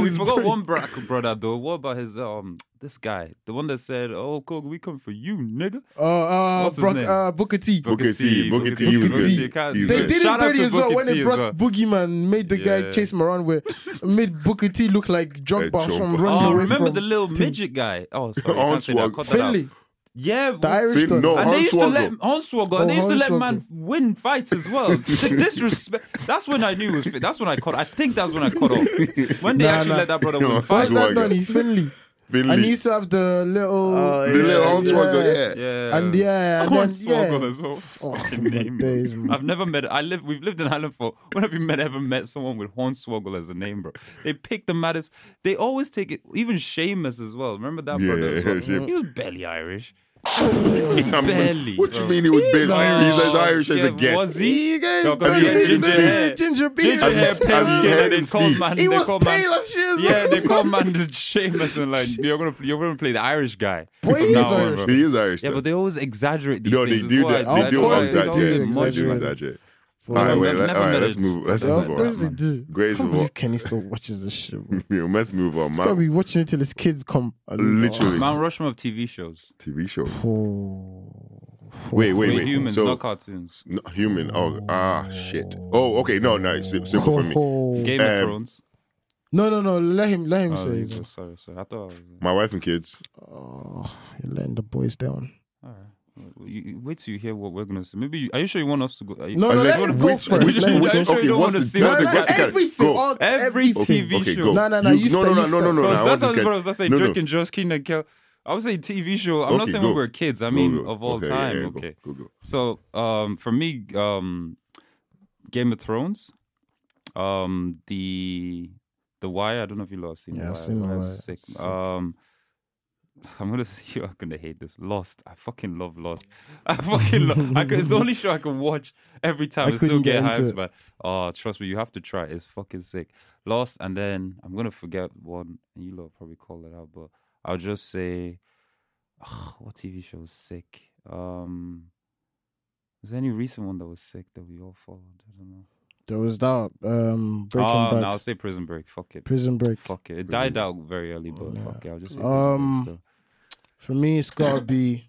D: we forgot one black brother though. What about his um this guy, the one that said, "Oh, Kobe, we come for you, nigga."
C: Uh, uh,
D: What's his
C: Brock,
D: name?
C: uh, Booker T.
A: Booker T, Booker T, he was
C: Booker T.
A: good. He was
C: They
A: good.
C: did it
D: Shout out
C: dirty
D: to
C: as well
D: Booker
C: when
D: T
C: they
D: as
C: brought
D: well.
C: Boogeyman, made the
D: Yeah.
C: guy chase him around with, made Booker T look like Drogba
A: Drogba.
C: from running
D: Oh,
C: away
D: remember
C: from
D: the little midget guy? Oh, sorry, I can't say that.
A: Hornswoggle.
D: Cut that out.
C: Finley,
D: Yeah,
C: the
D: well,
C: Irish
A: Fin-
C: dog.
A: no,
D: and they used to let
A: Hornswoggle.
D: Hornswoggle, and
C: Oh,
D: they used to let
C: Hornswoggle.
D: man win fights as well. the disrespect. That's when I knew it was. Fit. That's when I caught. I think that's when I caught off. When they
C: Nah,
D: actually
C: nah.
D: let that brother
A: No,
D: win
A: Hornswoggle.
C: What's
D: fights.
C: that done? He Finley.
A: Vinny.
C: And he used to have the little,
B: Oh,
A: The little
B: Yeah,
A: arm swagger, yeah.
D: Yeah.
C: and yeah, and
D: Horn
C: then,
D: Swoggle
C: yeah.
D: Oh, as well.
C: Oh,
D: Fucking
C: my
D: name. bro.
C: days, man.
D: I've never met. I live. We've lived in Ireland for. When have you met ever met someone with Hornswoggle as a name, bro? They pick the maddest. They always take it. Even Seamus as well. Remember that brother?
A: Yeah,
D: As well?
A: Seamus.
D: He was barely Irish.
A: I'm like,
D: Barely,
A: What you
D: bro.
A: mean he was barely Irish? He's as
D: Oh,
A: Irish as
D: yeah,
A: it gets.
D: Was he? No, 'cause
A: Have
D: he
A: you
D: had
A: heard him
D: ginger
A: speak?
D: hair.
C: Ginger beer.
D: Ginger hair,
A: Have you-
D: pale
A: have you
D: skin,
A: heard
D: and
A: him
D: they called
A: speak?
D: man.
C: He
D: they
C: was
D: called man,
C: pale as shit.
D: Yeah, they called man the Seamus and like you're gonna you're gonna play the Irish guy.
C: Boy,
D: from
C: he is
D: now on,
C: Irish.
D: bro.
A: He is Irish.
D: Yeah,
A: though.
D: but they always exaggerate these
A: no, they
D: things.
A: do
D: That's
A: that.
D: why I-
A: They
D: I
A: do
D: don't
C: course
D: like- it's
C: they do
A: exaggerate. They
D: always
A: do
C: exaggerate.
D: muddled.
A: exaggerate. All
C: Well,
A: right,
D: I've
A: wait.
D: never-
A: let-
D: never
A: All right,
D: met
A: let's
D: a-
A: move. Let's
C: Of
A: move
C: course they
A: on.
C: do.
A: Grace
C: can't
A: of all-
C: believe Kenny still watches this shit. Bro.
A: Yeah, Let's move on.
C: He's gotta
A: Mount,
C: be watching it till his kids come.
A: literally
D: Mount Rushmore of TV shows.
A: TV show.
C: Oh.
A: Wait, wait,
D: Wait,
A: wait.
D: humans,
A: so
D: not cartoons.
A: n- human. Oh, ah, shit. Oh, okay. No, no. It's sim- simple for me.
C: Oh.
D: Game
A: Um,
D: of Thrones.
C: No, no, no. Let him. Let him
D: Oh, there
C: say.
D: you
C: it.
D: go. Sorry, sorry. I thought. I was...
A: My wife and kids.
C: Oh, you're letting the boys down.
D: All right. Well, you- you- Wait till you hear what we're gonna say. Maybe you, are you sure you want us to go? Are you,
C: No,
D: are
C: no,
D: you
C: let
D: sure you
C: him
D: wanna-
C: go
A: Which-
C: first.
A: which-
C: Let him
A: which-
C: go
D: I'm sure
A: okay,
D: you don't
A: what's
D: wanna
A: the-
D: see
A: what's
D: us
A: the-
D: like
A: what's the category?
C: everything,
A: Go.
C: all-
D: Every
C: everything.
D: TV
A: Okay,
D: show.
A: go.
C: No, no, no, you
A: no,
C: stay,
A: no,
C: you
A: no, no, no,
C: stay.
A: no.
D: Bro,
A: I want
D: that's
A: this
D: how
A: guy.
D: bro, that's like
A: No, no.
D: Drake and Josh Keenan Kel. I would say TV show. I'm not
A: Okay,
D: saying
A: go.
D: when we were kids. I
A: Go,
D: mean,
A: go.
D: of all
A: Okay, yeah,
D: time.
A: yeah, go,
D: okay.
A: Go, go.
D: So um, for me, um, Game of Thrones, um, the The Wire. I don't know if you lot have seen.
C: Yeah,
D: the
C: I've
D: Wire.
C: seen The
D: Wire's
C: Wire.
D: Sick.
C: Sick.
D: Um, I'm gonna see you. are gonna hate this. Lost. I fucking love Lost. I fucking love. I could, it's the only show I can watch every time
C: I
D: and still
C: couldn't
D: get,
C: get into
D: hyped.
C: it.
D: But oh, trust me, you have to try. it. It's fucking sick. Lost, and then I'm gonna forget one, and you lot probably call it out. But I'll just say, what TV show is sick? Um, was there any recent one that was sick that we all followed? I don't know.
C: There was that um, Breaking
D: oh,
C: Bad,
D: no, I'll say Prison Break. Fuck it.
C: Prison Break.
D: Fuck it. It died out very early, but
C: Yeah.
D: fuck it. I'll just say
C: Um,
D: Prison Break still.
C: For me, it's gotta be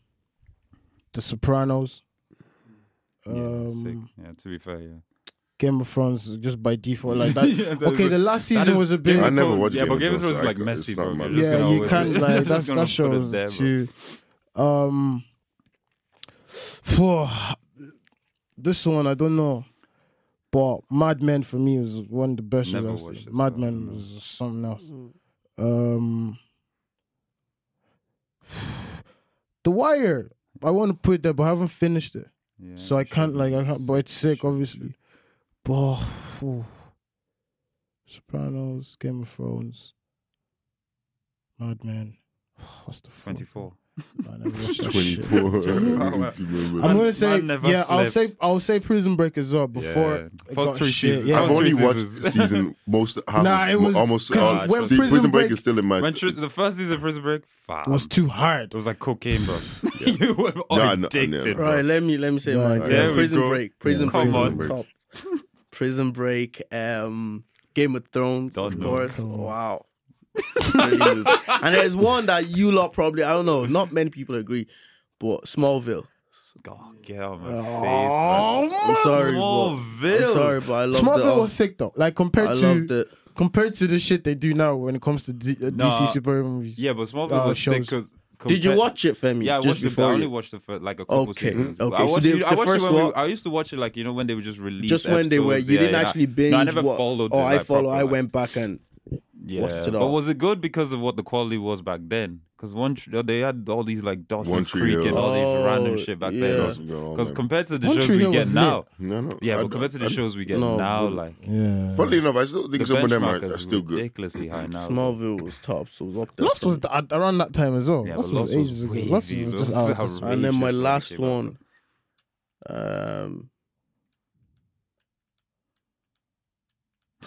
C: The Sopranos.
D: Yeah, sick.
C: Um,
D: Yeah, to be fair, yeah.
C: Game of Thrones is just by default like that.
D: Yeah, that is
C: okay,
D: a-
C: the last
D: that
C: season
D: is-
C: was a
D: Game
C: bit.
A: I
D: of
A: never
D: Thrones-
A: watched
D: Yeah,
A: Game
D: but
A: of
D: Game of
A: Thrones,
D: Thrones is
A: so I
D: like
A: c-
D: messy,
A: it's not
D: bro.
A: my-
D: You're just
C: yeah,
D: gonna
C: you
D: always-
C: can't like
D: just
C: that's
D: gonna
C: that
D: put it
C: shows
D: there, bro.
C: too. Um, for this one, I don't know, but Mad Men for me was one of the best. shows
D: Never
C: I've
D: watched
C: seen.
D: it,
C: Mad
D: so I don't
C: Men
D: know.
C: was something else. Um, The Wire. I want to put it there, but I haven't finished it,
D: Yeah,
C: so I
D: you
C: can't
D: should,
C: like.
D: man.
C: I can't, but it's sick,
D: should, you
C: obviously. But whew. Sopranos, Game of Thrones, Mad Men. What's the fuck?
D: 24.
C: Nah, I never watched that shit.
A: 24.
D: Wow.
C: I'm
D: Man-
C: gonna say
D: man never
C: yeah. I'll say
D: slept.
C: I'll say Prison Break as well before.
D: Yeah.
C: it
D: First
C: got
D: three
C: shit.
D: seasons.
C: Yeah.
A: I've
D: I've
A: only
D: seen
A: watched
D: seasons.
A: season most half
C: Nah,
A: of-
C: it was-
A: almost
C: 'cause
A: uh,
D: when
A: see,
C: Prison
A: Prison Break
C: Break-
A: is still in my
D: When tr- the first season of Prison Break, fam,
C: It was too hard.
D: it was like cocaine, bro. you were
A: I know- I know.
D: addicted, bro.
B: Right, let me let me say
C: Yeah,
B: mine.
C: yeah.
B: Yeah,
D: There we
B: Prison
D: go.
B: Break. Prison
D: Come
B: Break.
A: on.
B: is Top. Prison Break. Um, Game of Thrones,
D: Don't
B: of
D: know.
B: course. Wow. and there's one that you lot probably I don't know. Not many people agree, but Smallville.
D: Oh, get out of my face, man.
B: I'm sorry, but, I'm
D: Smallville.
B: sorry, but I love
C: Smallville
B: the, um,
C: was sick though. Like compared
B: I loved
C: to
B: it.
C: compared to the shit they do now when it comes to D- uh,
D: Nah.
C: DC superhero movies.
D: Yeah, but Smallville
C: Oh,
D: was sick
C: shows.
D: because.
B: Did you watch it, Femi?
D: Yeah, I
B: just
D: watched it. but I
B: before
D: only
B: you-
D: watched it for like a couple
B: Okay,
D: seasons.
B: okay,
D: I
B: so
D: watched,
B: the-
D: it- I
B: the
D: watched it
B: first
D: when we-
B: one-
D: I used to watch it like you know when they would just release.
B: just when they were,
D: episodes.
B: you
D: Yeah,
B: didn't
D: yeah.
B: actually binge.
D: No, I never
B: what-
D: followed.
B: Oh,
D: it,
B: I
D: like,
B: follow.
D: proper,
B: I
D: like-
B: went back and
D: Yeah,
B: watched it
D: but
B: all.
D: was it good because of what the quality was back then? Because one, tr- they had all these like
A: One
D: Dawson's
A: Tree
D: Creek
A: Hill.
D: and all these random
B: Oh,
D: shit back
B: yeah.
D: then. Because
A: Because
D: compared to the
C: One
D: shows
C: Tree
D: we
C: Hill
D: get
C: was
D: now,
C: lit.
A: no, no.
D: yeah,
A: I-
D: but compared to the
A: I-
D: shows we get
B: No,
D: now,
B: but-
D: like
C: yeah.
A: Funnily enough, I still
D: the
A: think some of them
D: benchmark
A: are, are
D: is
A: still good.
D: ridiculously high now.
B: Smallville was top, so it was up there.
C: Lost
B: for
C: was
B: me.
C: th- at- around that time as well.
D: Yeah,
C: Lost
D: but
C: was
D: Lost was
C: ages ago.
D: way
C: Lost
D: big.
C: was
D: Lost
C: just
D: was
C: out.
D: how-
C: Just-
B: And then my
D: Outrageous when it
B: last
D: came out.
B: one, um,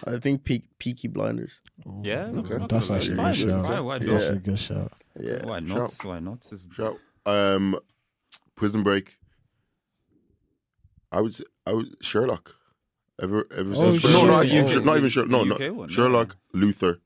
B: I think Peak, Peaky Blinders.
D: Yeah,
A: Okay.
D: not
C: That's
D: so bad.
C: actually a
D: Fine,
C: good shout.
D: fine, why
C: That's
D: not?
C: actually a good shout.
B: Yeah,
D: Why
A: Shout.
D: not? Why not? It's-
A: Shout. Um, Prison Break. I would say I would Sherlock. Ever ever
C: Oh,
A: since no, no,
C: Sherlock.
A: actually,
C: Oh.
A: not even Sherlock. No,
D: The
A: no,
D: UK one, yeah.
A: Sherlock Luther.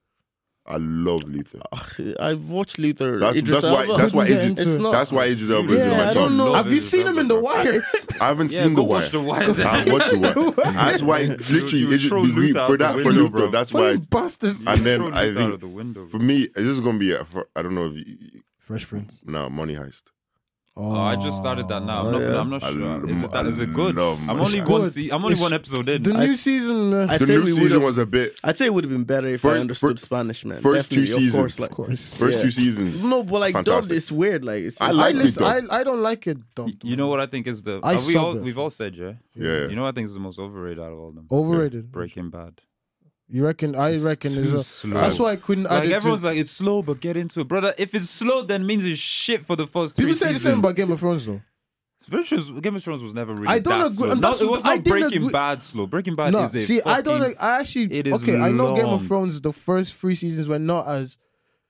A: I love Luther.
D: Oh.
B: I've watched Luther.
A: That's,
B: Idris
A: that's why.
B: Elba.
A: That's why.
C: Couldn't get
A: Idris,
B: into it.
A: that's why Idris Elba is in
B: Yeah,
A: my
B: I
A: top.
B: don't know.
D: Love
C: Have you
D: is
C: seen him in The
D: Luther, bro.
C: Wire?
A: I haven't
D: Yeah,
A: seen
D: go
A: the
D: watch
A: wire.
D: The Wire.
A: I watched the wire. That's why.
D: you
A: Literally, Idris,
D: throw
A: we- we-
D: Luther out
A: for
D: the
A: that for
D: window,
A: Luther.
D: bro.
A: That's why.
C: Fucking bastard.
A: And then
D: Throw
A: I
D: Luther out of
A: think
D: the window.
A: for me, this is gonna be. A, for, I don't know if you,
C: Fresh Prince.
A: no money heist.
D: Oh, I just started that now. I'm not,
B: yeah.
D: I'm not
A: I
D: sure.
A: love-
D: Is it that?
A: I
D: Is it good?
A: love
D: I'm
A: my
D: only
A: shit.
D: one.
C: good.
D: Se- I'm only
C: Oh, It's-
D: one episode in.
C: The
D: I-
C: new season, uh, man.
B: I'd
A: The
B: say
A: new
B: we
A: season
B: would've-
A: was a bit.
B: I'd say it would have been better if I
A: First-
B: understood
A: fir-
B: Spanish, man.
A: first two
B: Definitely,
A: seasons.
B: Of course, like,
C: of course.
A: First
B: Yeah.
A: two seasons.
B: No, but like dubbed,
A: Fantastic.
B: it's weird. Like it's
A: I
C: I,
A: like it
C: listen,
A: though.
C: I, I don't like it though.
D: You know what I think is the
C: I
D: have we
C: sub
D: all
C: it.
D: we've all said, yeah.
A: Yeah.
D: You know what I think is the most overrated out of all of them.
C: Overrated.
D: Breaking Bad.
C: You reckon? I
D: It's
C: reckon.
D: too
C: as well.
D: slow.
C: That's why I couldn't add
D: Like
C: it to-
D: everyone's like, it's slow, but get into it, brother. If it's slow, then means it's shit for the first three
C: People say the
D: seasons.
C: same about Game of Thrones though.
D: Especially Game of Thrones was never really.
C: I don't
D: that
C: agree-
D: Slow.
C: and
D: Not-
C: that's
D: it
C: what-
D: was
C: I
D: not
C: didn't
D: Breaking
C: agree-
D: Bad slow. Breaking Bad
C: no,
D: is a
C: see, I don't.
D: fucking-
C: like- I actually.
D: It is
C: okay, I know Game of
D: long.
C: Thrones. The first three seasons were not as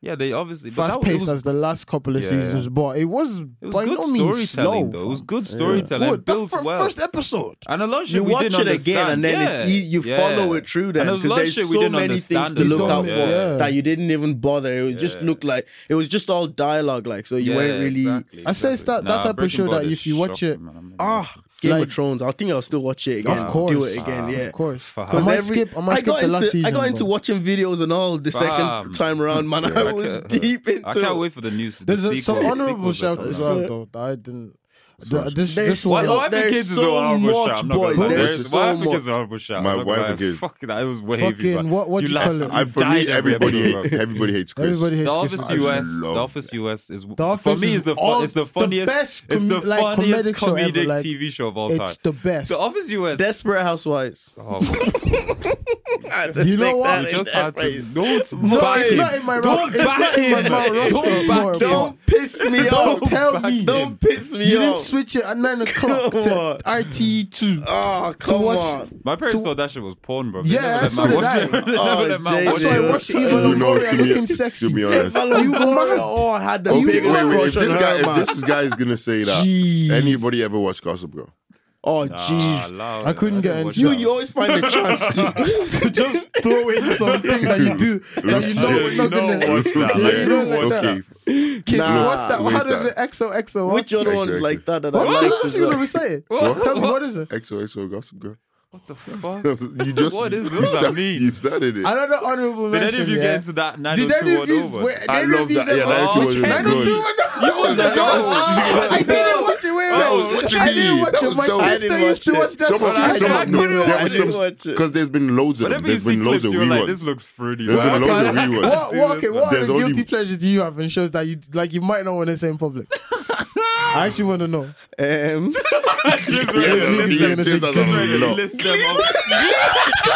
D: Yeah, they obviously. but
C: fast
D: that- it
C: paced
D: was-
C: as the last couple of
D: Yeah,
C: seasons, but it was,
D: It was
C: by
D: good
C: no means slow.
D: storytelling, though. It was
C: fam.
D: good storytelling.
C: Good,
D: built
C: the fir-
D: well.
C: first episode.
D: and a lot of shit
B: You
D: we
B: watch
D: didn't
B: it
D: understand.
B: again, and then it's e,
D: Yeah,
C: e-,
B: you, you
D: yeah.
B: follow it through. Then
D: And there's a lot of
B: because
D: shit
B: there's
D: we
B: so
D: didn't
B: many
D: understand
B: things to
D: as
B: look
D: well.
B: out for
C: Yeah.
B: that you didn't even bother. It would just
D: Yeah.
B: looked like it was just all dialogue, like so you
D: Yeah,
B: weren't really
D: exactly,
C: I said it's that-
D: exactly.
C: that
D: Nah,
C: type of
D: Breaking
C: show
D: Bad
C: that
D: is
C: if you watch
D: shocking,
C: it-
D: man. I'm not gonna lie.
B: ah Game
C: Like-
B: of Thrones. I think I'll still watch it again.
C: Of course. Ah,
B: do it
D: Ah,
B: again. yeah.
C: Of course.
D: Fuck.
C: I might
B: every-
C: skip. I might skip
B: got
C: the last
B: into,
C: season.
B: I got
C: bro.
B: into watching videos and all the
D: Fam.
B: second time around, man.
D: Yeah,
B: I was
D: can't-
B: deep into.
D: I can't wait for the news. The
C: There's a,
D: sequel,
C: some
D: the
C: honorable
D: sequels that
C: shouts as
D: come out.
C: well, though. that I didn't. The, this
B: There's
C: this one.
B: so-
D: Why African
B: there's
D: Kids is
B: so
D: an honorable
B: much,
D: shout. I'm not gonna
B: boy. There's
D: lie. There's-
B: so
D: Why African
B: much.
D: Kids is an honorable shout.
A: My
D: I'm not
A: wife
D: gonna lie.
A: and kids.
D: Fuck that. It was
C: Fucking
D: wavy. bro.
C: what- what
D: You
C: you
D: laughed.
C: call it?
D: You
A: I, for
D: died
A: me,
D: every
A: everybody,
D: episode,
A: hate,
D: bro.
A: everybody hates Chris.
C: Everybody hates
D: The
C: Chris
D: Office
C: Rock.
A: U-
D: US,
A: love
D: The Office US is
C: The
D: for
C: Office
D: me
C: is
D: is the
C: all-
D: fun, it's the
C: the
D: funniest
C: best
D: it's the
C: com- like,
D: funniest
C: comedic show ever,
D: comedic
C: like,
D: TV show of all
C: It's
D: time.
C: the best.
D: The Office US.
B: Desperate Housewives.
D: oh, my
C: You know what?
D: God, you just had to don't
C: no,
D: buy
C: it's
D: him.
C: not in my
D: Don't
C: rock- it's
D: back
C: not in
D: him.
C: my Mount Rushmore
D: Don't back
C: anymore,
D: him.
C: bro.
B: Don't piss me off.
C: Don't tell
D: back
C: me.
D: him.
B: Don't piss me
C: You didn't
B: off.
C: switch it at nine o'clock to
B: on.
C: RTE two.
D: Uh,
B: oh, come
C: watch-
B: on.
D: My parents
C: So-
D: thought that shit was porn, bro.
C: Yeah, so did I.
B: Oh, Jay,
C: That's why I
B: Yeah.
C: watched
B: You
C: Eva
A: you know,
C: Longoria
A: to me,
C: looking
A: to
C: sexy.
A: be honest.
B: Eva Longoria
C: mad.
B: all had the
A: Okay,
C: You
A: wait,
B: biggest
A: wait, wait. If
B: crush on
A: this
B: her,
A: guy,
B: man.
A: if this guy is gonna say that,
C: Jeez.
A: anybody ever watch Gossip Girl?
B: Oh, jeez.
C: I couldn't get into
B: You, you always find a chance to.
C: to just throw in something that you do that you know
D: Yeah,
C: we're
D: you
C: not
D: know
C: gonna
D: what's that.
C: Yeah,
D: Like,
C: you don't like that.
A: okay.
C: Kiss,
B: Nah,
C: what's that? How
A: wait,
C: does
A: that-
C: it XOXO?
B: Which
C: what?
B: other one's
A: Exactly.
B: like that that I
C: What?
B: like?
C: What?
B: as
C: You
B: well?
C: never say it.
D: What?
C: Tell me what is it?
A: XOXO Gossip Girl.
D: What the fuck?
A: you just
D: What is
A: you
D: this?
A: start-
D: I mean-
A: you started it.
C: Another honorable
D: Did
C: mention.
D: any of you
C: yeah.
D: get into that
C: Did any
D: 902
C: of
D: one
C: you?
D: over?
C: were-
A: I
C: any of
A: love
C: yous
A: that. Yeah,
C: ever-
D: that-
A: 92 was
D: okay.
A: good.
C: 92
D: You was
A: That
D: dope.
A: was-
C: I didn't watch it. Wait,
A: That
C: wait.
A: was what you
C: I didn't
A: need.
C: watch
A: That
C: it.
A: was
C: My
A: dope.
B: I
C: sister
B: didn't
C: used to
B: watch it.
C: watch that.
A: Some
C: shit.
A: of
D: I
A: some of no,
D: didn't watch it.
A: there
D: I
A: was
D: didn't
A: some
B: watch it.
A: because there's been loads of them.
D: Whenever you
A: There's
D: see
A: been loads
D: clips,
A: of
D: you're like,
A: reruns.
D: this looks fruity.
A: There's
D: man.
A: been loads of
D: I can't- I can't
A: reruns.
C: What,
D: do
C: what,
D: this,
C: okay, what
D: man.
C: are
A: There's
C: the
A: only-
C: guilty pleasures do you have in shows that you like? You might not want to say in public. I actually want to know.
B: Um,
A: Yeah,
D: Just really
A: yeah,
D: list
A: yeah,
D: them-
A: yeah,
C: gonna say
A: yeah,
D: just
A: yeah,
D: really
A: yeah.
D: list them off.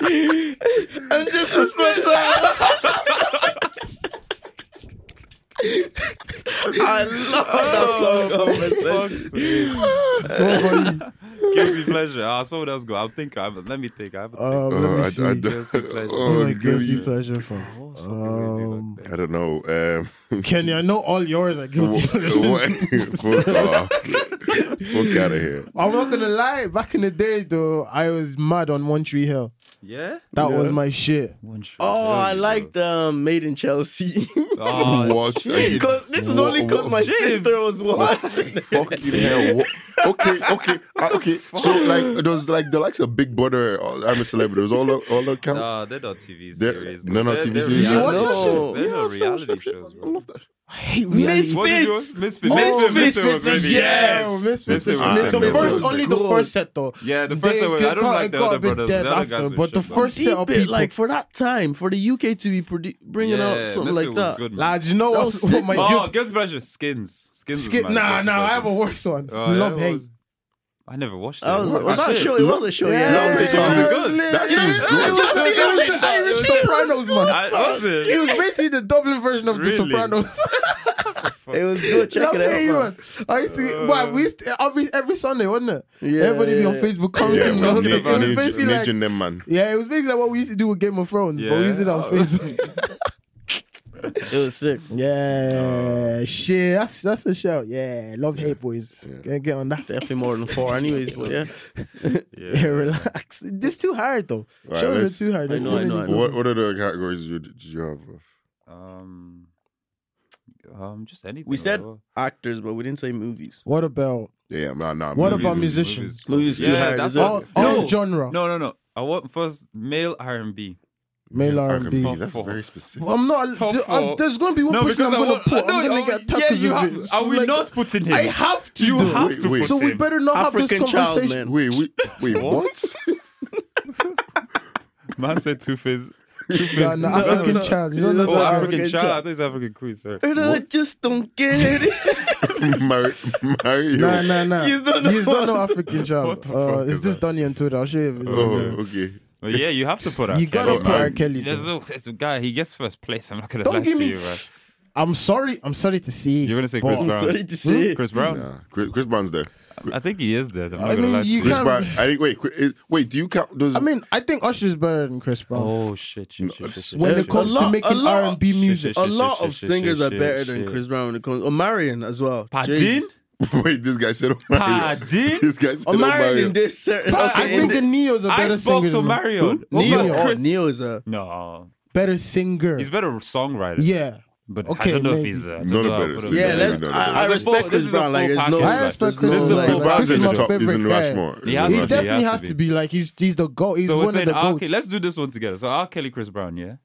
B: and just the Spencer. I love that song.
D: Fuck's sake.
C: What about you?
D: Guilty pleasure. Ah, someone else go. I'll think. I let me think. I have a think.
C: Um,
A: Oh,
C: let me
A: I- I
C: see.
A: don't-
D: Guilty pleasure.
A: oh,
C: What am I
A: dude.
C: guilty pleasure from? Um,
D: Um,
A: I don't know. Um,
C: Kenny, I know all yours are
A: what-
C: guilty pleasures.
A: what- Fuck off. Fuck out of here.
C: I'm not gonna lie. Back in the day, though, I was mad on One Tree Hill.
D: yeah.
C: That was my shit.
B: Oh, I liked um, Made in Chelsea.
D: Ah, Oh,
A: Watch. I-
B: Because this is
A: Wha-
B: only because
A: wha-
B: my
D: James.
B: sister was watching.
A: Fucking hell. What? Okay, okay, uh, okay. So like, there's like the likes of Big Brother. uh, I'm a celebrity. There's all all that count.
D: Nah, they're not TV
A: They're-
D: series.
A: they're not TV
D: they're
A: series.
D: reality
A: You watch
B: that
D: shows.
B: shit?
D: They're
A: Yeah,
D: not
A: I still watch
D: reality
A: that shit.
D: shows.
A: I love that.
C: Hate
B: reality.
D: What did you watch?
B: Misfits.
D: Misfits.
B: Oh,
D: Misfits. Misfits
B: Misfits
D: was
B: is-
D: really-
B: yes.
C: Oh,
D: Misfits
C: Misfits
D: was
C: is-
A: awesome.
C: the
A: Misfits
C: first,
A: was
C: only the
B: good.
C: first set though.
D: Yeah, the first
C: They-
D: set was-
C: they
D: I don't
C: got-
D: like
C: it
D: the
C: got
D: other
C: a bit
D: brothers.
C: dead
D: The other guys
C: after,
D: were
C: but the
D: shit, man.
C: first
B: Deep
C: set of
B: it,
C: people,
B: like for that time, for the UK to be produ- bringing
D: Yeah,
B: out something
D: Misfits
B: like
D: was
B: that.
D: good, man.
C: lads, you know
B: That
C: what?
B: was
C: What
B: sick,
C: my
B: man.
D: Oh,
C: guilt?
D: guilty pleasure. Skins. Skins. was
C: Skip.
D: my
C: Nah,
D: guilty
C: nah. I have a
D: pleasure.
C: worse one.
D: Oh, yeah,
C: Love
D: it
C: hate.
D: was- I never watched it.
B: That Oh, was, was that a
A: Actually,
B: show? It was a show. Yeah,
A: Love Hate
B: Yeah.
A: was
C: good.
A: That shit was
C: It was
A: good.
C: the- it was the Irish Sopranos, man.
D: I was it.
C: It was basically the Dublin version of The
D: Really?
C: Sopranos.
B: It was good. Check
C: Love
B: it out.
C: Hate,
B: man.
C: man. I used to, but we used to, every every Sunday, wasn't it?
B: Yeah,
C: Everybody be on
B: yeah.
C: Facebook
A: Yeah,
C: commenting.
A: man,
C: Love Hate.
A: Nate-
C: It was
A: Nate-
C: basically
A: Nate
C: like
A: and them man.
C: Yeah, it was basically like what we used to do with Game of Thrones, but we used it on
D: Yeah.
C: Facebook.
B: It was sick.
C: yeah, shit, that's that's the show. Yeah, love hate boys. Get, get on that.
B: Definitely more than four, anyways. But yeah,
C: Yeah, relax. This too hard though.
A: Alright,
C: Shows
A: let's-
C: are too hard.
B: I
C: There's
B: know,
C: too
B: I know,
C: many
B: I know.
A: What what other categories did you, did you have?
D: Um, um, just anything.
B: We said-
D: bro.
B: actors, but we didn't say movies.
C: What about
A: Yeah, man. Nah,
C: What
A: movies
C: about
A: is-
C: musicians?
B: Movies too
D: yeah,
B: hard,
D: That's
B: is it?
D: what-
C: all, all
D: no,
C: genre?
D: no, no, no. I want first male R and B.
C: Male
A: Top
C: R&B.
A: four. That's
D: Top
A: very
D: four.
A: specific.
C: Well, I'm not.
D: Top
C: d- I-
D: four.
C: there's going to be one person I'm
D: I
C: going
D: want-
C: to put.
D: no,
C: I'm going
D: uh,
C: to get
D: yeah,
C: tuckers
D: you
C: of
D: have,
C: it.
D: Are we
C: Like,
D: not putting him?
C: I have to.
D: you
C: do it.
D: have
A: Wait,
D: to
A: wait.
D: put
C: So we
D: him.
C: better not have this
B: African child,
C: conversation.
B: man.
A: Wait, wait, wait, what?
D: Man said two face. Two face.
C: You're an African
D: no.
C: child. You don't know
D: Oh,
C: that
D: African
B: African
D: child. I
B: child.
D: thought he's African queen. Sorry.
B: And I just don't get it.
A: Mar- Mario.
C: Nah, nah, nah.
B: You don't know.
C: You don't know African
D: What
C: child.
D: the
C: Uh,
D: fuck
C: is
D: is
C: this
D: that?
C: Donny on Twitter? I'll show you a video.
A: Oh, okay.
D: But yeah, you have to put R.
C: You
D: Kelly,
C: gotta put
D: man.
C: R. Kelly.
D: There's
C: though.
D: no, there's a guy. He gets first place. I'm not gonna lie
C: Don't give
D: to
C: me.
D: you, man.
C: I'm sorry. I'm sorry to see.
D: You're gonna say Chris
C: But-
D: Brown.
B: Sorry to say.
D: Chris Brown.
A: Nah, Chris, Chris Brown's there.
D: I think he is dead. I'm not
C: I
D: gonna
C: mean,
D: lie to
C: you
D: you.
A: Chris
C: can't-
A: Brown. I think. Wait, Chris- wait. Do you count? Does,
C: I mean, I think Usher's better than Chris Brown.
D: Oh shit! shit, shit, shit, shit,
C: When
D: shit,
C: it comes
B: lot-
D: shit.
C: to
B: a
C: making
B: lot-
C: R&B music,
D: shit,
B: A
D: shit,
B: lot
D: shit,
B: of
D: shit,
B: singers
D: shit,
B: are better
D: shit.
B: than Chris Brown when it comes. Omarion as well.
D: Padin,
B: Jesus.
A: wait. This guy said. Mario.
D: Ah, Padin,
A: This guy said.
B: Omarion
A: Mario.
B: in this certain.
D: But
C: I think the Neo's a better singer.
D: Icebox or
C: than him.
D: Marion.
C: Neo.
B: Neo, Neo Oh, is a.
D: No,
C: Better singer.
D: he's better songwriter.
C: Yeah.
D: but I
C: Okay,
D: don't know if
C: maybe.
D: he's uh, I don't
A: Not a
D: know how to
A: better
D: put him.
A: singer.
B: Yeah,
A: Maybe
B: let's.
A: not.
B: I, I
D: This is a full-
B: respect
D: this
B: Chris
D: is a
B: Brown. Like
D: full
B: there's no.
D: package.
C: I respect
B: there's
C: Chris
B: no-
C: Brown.
A: Chris
C: Like,
A: Brown's
C: Chris
A: in the
C: is my
A: top. He's in
C: favorite guy.
A: Rushmore.
D: He has
C: he
D: to be,
C: definitely
D: has
C: has,
D: to
C: to,
D: be.
C: be. Like he's he's the goat. He's
D: so
C: one
D: we're
C: of the
D: saying, ah,
C: goats.
D: okay, let's do this one together. So R. Kelly, Chris Brown, yeah.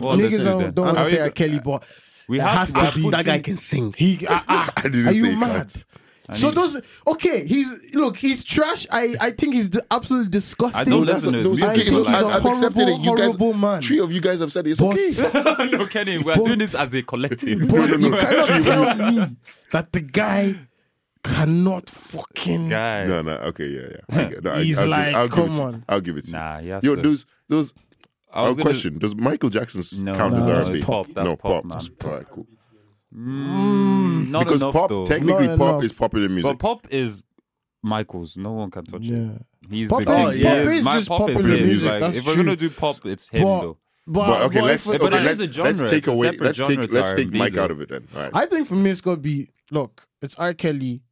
D: Well, let's
C: Niggas
D: do it
C: don't,
D: then.
C: don't want to
D: Are we
C: say
D: go-
C: R. Kelly, but
D: We
C: it
D: have
C: has
D: to
C: to be.
D: put
B: That guy
D: him-
B: can sing.
C: he. ah, ah.
A: I didn't
C: Are
A: say
C: you
A: he
C: mad?
A: can't.
C: So
D: need-
C: those okay, he's look, he's trash. I I think he's d- absolutely disgusting.
D: I don't listen to his
A: Those
D: music.
C: I
A: guys-
C: think
D: but
C: he's
A: look,
C: a
D: like-
A: I've- I've
C: horrible,
A: accepted it. You
C: horrible
A: guys,
C: man.
A: three of you guys have said it's
C: But-
A: okay.
D: no, Kenny, we're doing this as a collective.
C: But
A: No, no,
C: you
A: no.
C: cannot tell me that the guy cannot fucking.
D: Guy.
A: No, no, okay, yeah, yeah. I get- no, I-
C: He's
A: I'll give-
C: like,
A: I'll give it
C: come
A: to you.
C: on.
A: I'll give it to you.
D: Nah, yes.
A: Yo,
D: sir.
A: those those.
D: I
A: Our
D: was gonna-
A: question: Does Michael Jackson's
D: No,
A: count
D: no,
A: as
D: no,
A: R&B?
D: it's pop, that's
A: no,
D: pop, man.
A: That's all right, cool.
D: Mm, not
A: Because
D: enough
A: pop,
D: though.
A: technically,
C: Not
A: pop
C: enough.
A: is popular music.
D: But pop is Michael's. No one can touch it.
C: Yeah.
D: He's
C: Pop
D: the
B: is-
D: king.
B: pop
D: He
C: is
D: My
C: just
D: pop is
C: popular
D: him.
A: music,
D: Like,
C: that's
D: if we're gonna do
C: true.
D: pop, it's him
C: But-
D: though.
A: But okay,
C: if
A: let's
C: we-
A: okay,
D: but it
A: let's,
D: is a genre,
A: let's take
D: it's a
A: away
D: separate
A: let's
D: genre
A: take
D: to
A: let's take
D: R&B
A: Mike
D: though.
A: out of it then. All right.
C: I think for me it's gonna be look, it's R. Kelly,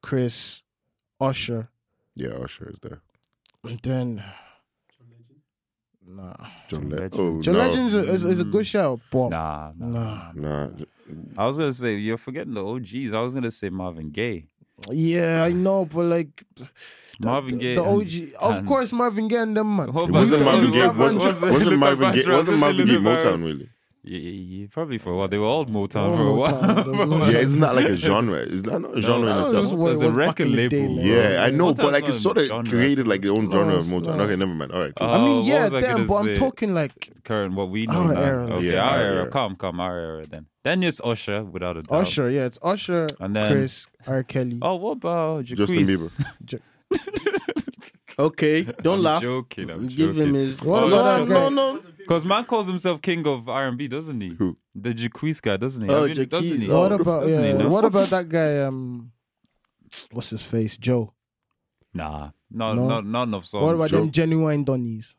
C: Chris, Usher,
A: yeah, Usher is there.
C: and then nah.
A: John,
D: John
A: Legend.
D: Legend.
A: Oh,
C: John
A: no.
C: Legend's a, is, is a good shout, but
D: Nah, nah,
C: Nah.
A: Nah,
D: I was gonna say you're forgetting the OGs. I was gonna say Marvin Gaye.
C: yeah, I know, but like the,
D: Marvin Gaye.
C: the
D: and-
C: OG, of
D: and-
C: course, Marvin Gaye and them man.
D: Hold
A: it
D: back,
A: wasn't
D: hold
A: Marvin
D: back,
A: Gaye.
D: hold back,
A: Wasn't,
D: hold back,
A: wasn't
D: hold
A: Marvin
D: back,
A: Gaye.
D: hold back,
A: Wasn't
D: hold
A: Marvin
D: back,
A: Gaye
D: hold back.
A: Motown really?
D: Yeah, yeah, yeah, probably for a while. They were all Motown
C: All
D: for a
C: Motown, they were
D: while.
C: all-
A: Yeah, it's not like a genre. It's not not a genre
D: that
A: in
D: was
A: itself.
D: just what it
C: There's
D: was back in the day, man.
A: Yeah, I know,
D: Motown's
A: but like it's
D: not
A: sort of
D: genre,
A: created like their own genre of
C: No, it's
A: Motown.
C: not.
A: Okay, never mind. All right, cool.
C: I
D: Oh,
C: mean,
D: what
C: yeah,
D: was I
C: damn,
D: gonna
C: but I'm
D: say?
C: talking like
D: Current, what we know
C: Our
D: now.
C: era.
D: Okay,
A: Yeah,
D: our,
A: our
D: era.
A: era.
D: Come, come, our era then. Then it's Usher, without a doubt.
C: Usher. Yeah, it's Usher,
D: And then-
C: Chris, R. Kelly.
D: Oh, what about Jacquees?
A: Justin Bieber.
B: Okay, don't
D: I'm
B: laugh.
D: joking, I'm
B: Give him
D: joking.
B: his.
C: What
B: no,
C: about that guy?
B: no, no.
D: Because man calls himself king of R and B, doesn't he?
A: Who?
D: The Jacquees guy, doesn't he?
B: Oh,
D: Have you-
B: Jacquees.
D: doesn't he?
B: Oh,
C: what about
D: doesn't he
C: yeah,
D: know?
C: what about that guy? Um, what's his face? Joe.
D: Nah, no,
C: No.
D: no, none of songs.
C: What about
A: Joe.
C: them genuine Donnies?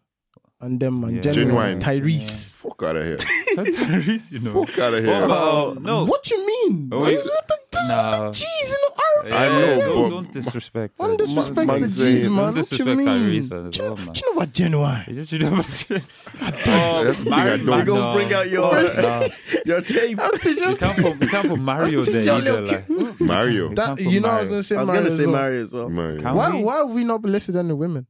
C: And them man,
D: Oh, Yeah.
C: genuine,
A: Genuine.
C: Tyrese.
A: Fuck out of here.
D: Tyrese? You know.
A: Fuck out of
D: Um, What
A: here. Oh,
D: about no?
C: What you mean?
D: Oh,
C: There's
D: wait.
C: not the- there's not
D: Nah.
C: the cheese in the
D: Yeah,
A: I know,
D: don't,
A: but-
D: don't disrespect.
C: Don't
D: Tyrese.
C: disrespect
A: Man
C: the
A: saying-
C: G's,
A: Don't
C: man. What you
D: disrespect
C: mean?
D: Tyrese as
C: do, you,
D: well, man.
C: do you know what genuine?
D: You just should have.
A: That's the
D: Oh,
A: thing I
D: Mario,
A: don't-
B: They
A: You're
D: man,
B: gonna
D: no.
B: bring out your
D: Nah.
B: your tape.
C: I'm teaching
D: You can't put, you can't put Mario there
C: your
D: either.
C: little
D: Like.
A: Mario.
C: that.
D: put
C: You know, I was
D: Mario.
C: gonna say
B: I was
C: Mario.
B: gonna
C: as
B: say
C: well.
B: Mario as well.
A: Mario.
D: Come-
C: Why?
D: We-
C: Why have we not listed any women?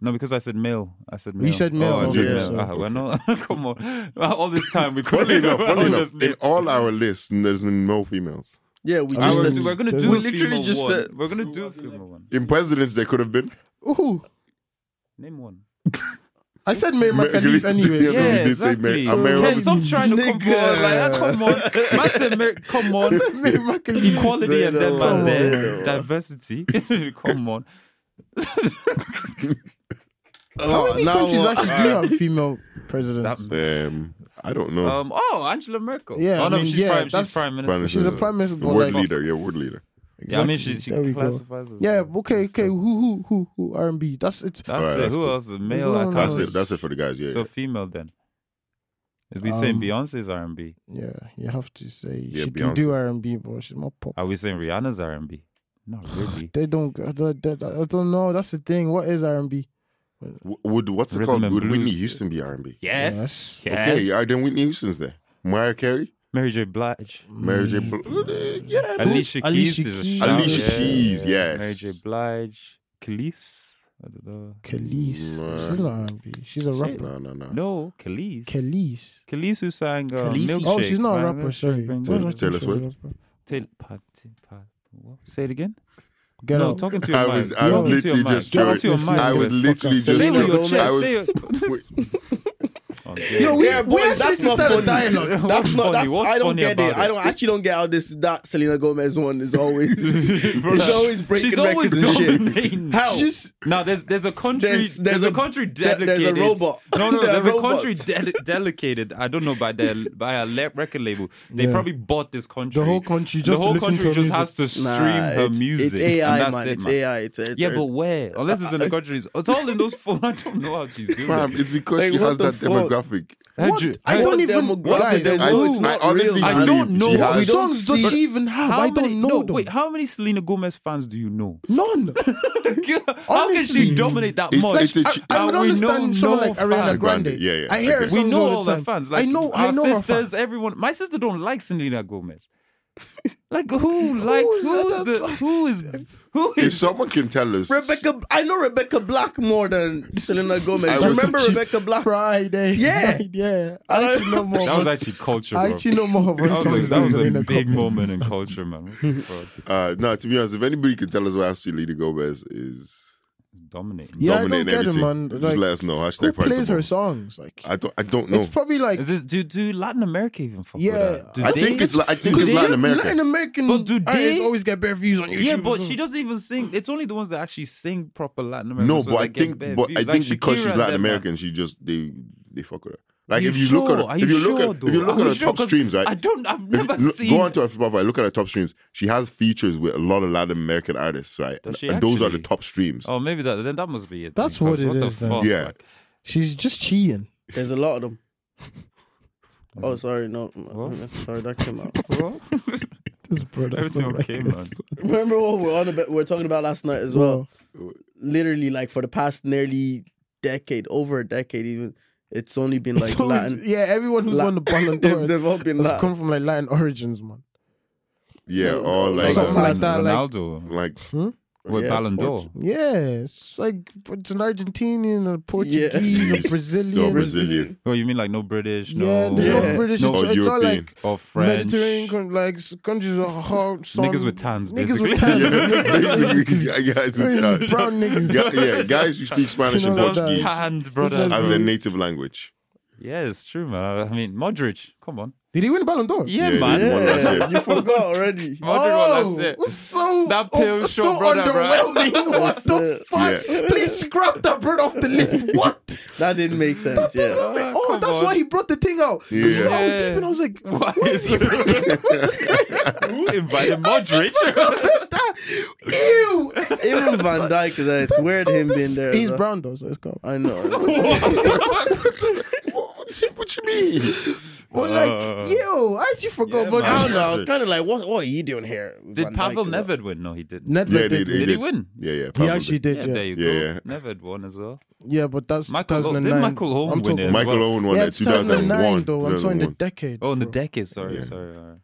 D: No, because I said male. I said male.
C: You said male,
D: Oh, I said
A: okay,
D: male.
A: so-
D: Ah, we're not. Come on. All this time we couldn't.
A: Funny enough,
D: we're
A: funny
D: just
A: enough, in
D: named-
A: all our lists, there's been no females.
B: Yeah, we
D: Ah,
B: just.
D: we're,
C: did-
D: we're gonna
C: we
D: do. We
B: literally
D: literally
B: just
D: one.
B: said-
D: we're gonna do a female one.
A: In presidents, there could have been.
C: Ooh,
D: Name one.
C: I said Mary
A: Mary-
C: McAleese anyway.
A: Yeah,
C: so-
A: we did say Mary- uh, Mary
D: Ken,
A: Robinson.
D: stop trying to come on. Like, ah, come on. Man said, Mary- come on.
C: Mary McAleese.
D: Equality and then man
C: Zero.
D: there. Diversity. come on.
C: How many
B: now- uh,
C: countries actually do have female
D: That,
C: presidents?
A: Um, I don't know.
D: um. Oh, Angela Merkel.
C: Yeah,
D: Oh
C: I
D: no,
C: mean,
D: she's
C: yeah,
D: prime. She's
C: that's-
D: prime
A: Prime
D: minister.
A: Minister.
C: She's a prime minister,
A: the
C: but
A: world
C: like-
A: leader. Yeah, world leader.
D: Yeah, I mean, she,
C: Exactly.
D: she
C: There we go.
D: classifies. as-
C: Yeah,
D: as-
C: okay,
D: as-
C: okay. Who, who, who, who? R&B. That's it's.
D: That's
A: Alright,
D: it.
A: that's
D: Who
A: cool.
D: else? Male.
C: There's
D: I
C: no
D: can't
C: one
A: That's
C: else.
A: it. That's it for the guys. Yeah,
D: So
A: yeah.
D: female then. If we saying
C: Um,
D: Beyonce's R and B,
C: Yeah, you have to say
A: Yeah,
C: she can do
A: Beyonce.
C: R&B, but she's more pop.
D: are we saying Rihanna's R and B? Not really.
C: They don't. I don't, they- I don't know. That's the thing. What is R&B?
A: W- Would what's it
D: Rhythm
A: called?
D: and
A: Would Whitney
D: blues.
A: Houston be R&B?
D: yes.
C: Yes.
D: Yes.
A: Okay, yeah, then Whitney Houston's there. Mariah Carey,
D: Mary J. Blige.
A: Mary J. Bl- yeah,
D: Alicia,
C: Alicia
D: Keys is a
C: Keys.
D: shout,
A: Alicia
D: yeah.
A: Keys, yes.
D: Mary J. Blige. Khalees. Da, da, da.
C: Khalees.
A: Nah.
C: She's not R&B. She's a
D: Shit.
C: rapper.
A: No, no, no.
D: No, Khalees.
C: Khalees.
D: Khalees who sang uh,
B: Khaleesi.
D: Milkshake.
C: Oh, she's not a
D: right?
C: rapper. Sorry.
D: Milkshake,
C: What
A: Taylor- Taylor
C: was
D: Milkshake.
C: she?
A: Swift?
D: Taylor- pa- ti- pa- what? Say it again.
C: Get
D: no,
C: out.
D: talking to your
A: I
D: mic.
A: was, I
C: Yo,
A: was
D: Talking to your
A: literally
D: mic.
A: just
D: Get
A: trying.
D: out your mic.
A: I was
C: get the fuck
A: literally
C: out.
A: just
D: Say what
A: trying.
D: your
B: Selena
D: chest.
A: Gomez.
D: Say your...
A: Wait,
D: Okay.
B: Yo, we, we actually
C: that's
B: need to
C: not
B: start a
C: funny.
B: dialogue. That's
D: What's
B: not. That's,
D: funny? What's
B: I don't
D: funny
B: get it.
D: about
B: I don't I actually don't get how this that Selena Gomez one is always. it's always breaking
D: She's always
B: records and shit.
D: dominating.
B: How?
D: No, there's there's a country.
B: There's-
D: There's,
B: there's
D: a,
B: a-
D: country
B: there-
D: dedicated.
B: there's a robot.
D: No, no,
B: There are
D: there's a country
B: robots.
D: dele- dedicated. I don't know by their by a le- record label. They
C: Yeah.
D: probably bought this country.
C: The whole country
D: The
C: just
D: whole
C: listen to
D: country
C: her music.
D: just has to stream
B: Nah,
D: her
B: it's,
D: music.
B: It's
D: and
B: AI,
D: that's
B: man.
D: it,
B: It's AI. It's, it's
D: Yeah, but where? Unless it's Oh, in the countries. It's all in those four. I don't know how she's doing.
A: Fam,
D: it.
A: it's because
B: Like,
A: she
B: what
A: has
B: the
A: that
B: fuck?
A: demographic.
D: How
C: What?
D: do you-
C: I
D: how-
C: don't even-
D: What's the
B: Guys,
D: dem-
A: I,
B: No, it's
A: I
B: not
A: honestly
B: real.
A: believe
D: I don't know
A: She
D: what
C: What
B: We
A: has,
B: don't
C: songs does
B: see-
C: she even have?
D: How
C: I
D: many,
C: don't know
D: no,
C: them.
D: wait, Oh, how many Selena Gomez fans do you know?
C: None.
D: how can she
C: Honestly.
D: dominate that
A: It's-
D: much?
A: it's a
C: I,
A: chi-
C: I
D: And
C: would
D: we know
C: understand someone
D: no
C: like Ariana
D: fan.
C: Grande.
A: Grande, yeah, yeah,
C: I
A: I
C: hear
A: get
C: it.
A: it.
D: We
C: songs
D: know
C: all
D: all
C: the
D: her
C: time.
D: fans. Like,
C: I know.
D: our
C: I know her
D: sisters,
C: fans.
D: everyone. My sister don't like Selena Gomez. like who likes who's the who is who
A: if
D: is
A: someone can tell us,
B: Rebecca, I know Rebecca Black more than Selena Gomez.
A: I
B: Do you
A: was-
B: remember
A: she's
B: Rebecca Black?
C: Friday.
B: Yeah.
C: night, yeah.
B: I
C: I
B: don't-
C: actually know more.
D: that was
C: about-
D: actually culture,
C: I
D: bro.
C: actually know more of her
D: that was,
C: songs
D: a, that
C: than
D: was a
C: Selena
D: big
C: Gomez.
D: moment in culture, man. Fuck.
A: uh, no, to be honest, if anybody can tell us where Selena Gomez is
D: Dominating.
C: Yeah, I don't
A: dominating
C: get it,
A: everything,
C: man.
A: just
C: Like,
A: let us know. Hashtag
C: Who
A: Pride
C: plays her
A: Support.
C: songs? Like,
A: I don't, I don't know.
C: it's probably like.
D: Is this do do Latin America even fuck
C: Yeah.
D: with that? Do
A: I
D: they-
A: think it's, li- I think it's
C: Because
A: Latin America.
C: Latin American
D: But do
C: artists
D: they-
C: always get better views on YouTube.
D: yeah, but
C: as
D: she
C: well.
D: doesn't even sing. It's only the ones that actually sing proper Latin American.
A: No,
D: songs
A: but I
D: that get
A: think,
D: bad
A: but
D: views.
A: I
D: Like
A: think because
D: Shakira
A: she's
D: and
A: Latin
D: them, man.
A: American, she just they they fuck with her. Like
D: Are
A: if you look
D: sure?
A: at
D: Are
A: her, if you look
D: sure,
A: at if you
D: though?
A: look
D: Are
A: at her
D: sure?
A: top
D: 'Cause
A: streams, right?
D: I don't. I've
A: If you
D: never
A: look-
D: seen.
A: Go on to her profile. Look at her top streams. She has features with a lot of Latin American artists, right?
D: Does
A: And,
D: she
A: and those are the
D: actually?
A: top streams.
D: Oh, maybe that. Then that must be it.
C: That's
D: then,
C: what
D: 'cause
C: it
D: what the
C: is, then.
D: Fuck?
A: Yeah.
D: like,
C: She's just cheating.
B: There's a lot of them. Oh, sorry, no, sorry, that came out.
C: This brother.
D: Everything okay, man?
B: Remember what we're on about? We're talking about last night as well. literally like for the past nearly decade, over a decade even, it's only been like
C: It's always-
B: Latin.
C: yeah, everyone who's won
B: Latin-
C: the Ballon
B: They've,
C: d'Or
B: they've all been
C: has
B: Latin.
C: come from like Latin origins, man.
A: Yeah,
D: Oh.
B: No,
A: all
B: no,
A: like
C: something
A: uh,
C: like that, like-
D: Ronaldo
A: like
D: with
B: Yeah,
D: Ballon d'Or.
C: Yeah, it's like it's an Argentinian, a Portuguese,
A: Yeah.
C: a Brazilian.
A: No, Brazilian.
D: Oh, you mean like no British, no,
C: yeah, there's
B: Yeah.
C: no British.
D: No,
C: it's,
A: or
C: it's all
A: European.
C: like
D: or French,
C: Mediterranean, con- like s- countries are hard. Some,
D: niggas with tans,
C: niggas
D: basically.
C: with tans, niggas-
A: Basically, yeah, guys, who- uh,
C: brown niggas.
A: ga- yeah, guys who speak Spanish
C: You
A: and
C: know what
A: Portuguese
C: that
D: Tanned, brother.
C: That's
A: as
C: bro.
A: their native language.
D: yeah, it's true, man. I mean, Modric, come on.
C: Did he win Ballon d'Or?
D: Yeah,
A: Yeah,
D: man.
A: they won last year.
B: You forgot already.
D: Modric won last year.
C: it's so
D: That pale
C: it's
D: show,
C: so
D: brother, bruh.
C: underwhelming. What the
B: Yeah.
C: fuck? Please scrap that bird off the list. What?
B: That didn't make sense. Yeah.
C: oh,
D: come
C: that's
D: on.
C: why he brought the thing out. 'Cause you know, I was
D: Yeah.
C: deep and I was like,
D: Why is he? Who invited Modric?
C: ew.
B: Even Van Dijk, is there, it's weird him being there.
C: He's
B: though.
C: brown though, so it's calm.
B: I know.
A: What you- what you mean?
C: But
D: Uh,
C: like, yo, I actually forgot
D: yeah,
C: about
B: I
D: man.
B: don't know. I was kind of like, what, what are you doing here?
D: Did
B: Van uh, Dijk
D: Pavel
B: as well?
D: Nedved win? No, he didn't.
C: Nedved
A: Yeah, they-
C: did.
A: they
D: Did he win?
A: Yeah, yeah.
C: He
A: probably.
C: actually
D: Yeah,
C: did, yeah.
D: there
A: Yeah,
D: you go.
A: yeah.
D: Nedved won as well.
C: Yeah, but that's
D: Michael Owen- didn't
C: 2009.
D: Michael Owen
C: I'm
D: win
C: talking-
D: it as well?
A: Michael Owen won
C: Yeah,
A: at 2001.
C: 2009 though. I'm talking the
A: 2001.
C: decade.
D: Oh, in the
C: bro.
D: decade. Sorry,
A: Yeah.
D: sorry. sorry.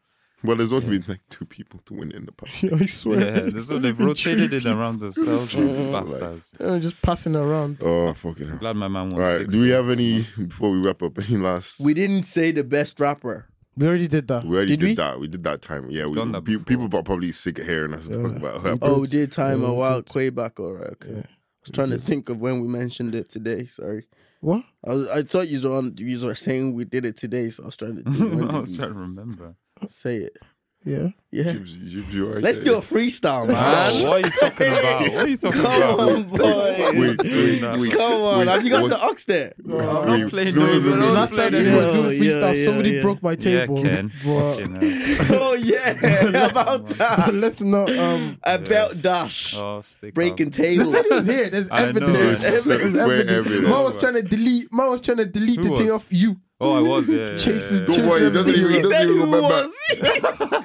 A: Well, there's only been like two people to win in the past.
C: Yo, I swear.
D: Yeah, this one they've rotated it around themselves, you bastards.
C: They're just passing around.
A: Oh, fucking hell.
D: Glad my man
A: All
D: won
A: right.
D: six.
A: Do we have any before we wrap up? Any last?
B: We didn't say the best rapper.
C: We already did that.
A: We already
B: did
A: did,
B: we?
A: that. We did that time. Yeah, we,
D: done that
A: pe-
D: before.
A: people are probably sick of hearing us talk about rap.
B: Oh, we did time a while way back. All right. Okay. I was trying to think of when we mentioned it today. Sorry.
C: What?
B: I, was, I thought you were, on, you were saying we did it today, so I was trying to think, when
D: I
B: did
D: was trying to remember.
B: we say it.
C: Yeah.
B: Yeah.
A: Jibs- Jibs, you alright
B: Let's
A: there?
B: do a freestyle,
D: Oh,
B: man.
D: what are you talking about? What are you talking
B: Come
D: about?
B: on, boy.
A: Wait, wait,
D: Nah.
A: wait,
B: Come on.
A: wait,
B: Have you got
A: what-
B: the ox there?
A: wait,
D: not
A: wait,
D: playing
A: no, no,
D: those.
A: no, no,
D: Don't
C: Last
D: play
C: time
D: that
C: we
B: game.
C: were doing
B: Yeah,
C: freestyle,
B: yeah,
C: somebody
B: yeah.
C: broke my
D: Yeah,
C: table.
D: Ken.
C: But-
D: Fucking hell.
B: oh, yeah. About that.
C: Ah, Let's not. Um,
B: About Dash.
D: Oh, stick
B: Breaking
D: up.
B: tables.
C: it's here. There's
D: I know,
C: evidence.
D: I know.
C: There's evidence.
A: Where evidence?
C: Man was trying to delete. Man was trying to delete
D: Who
C: the thing
D: was?
C: off you.
D: Oh, I was. Yeah, yeah,
C: Chases-
D: yeah, yeah.
A: Don't worry, it doesn't even,
B: He
A: it doesn't
B: said
A: even
B: who
A: remember.
B: was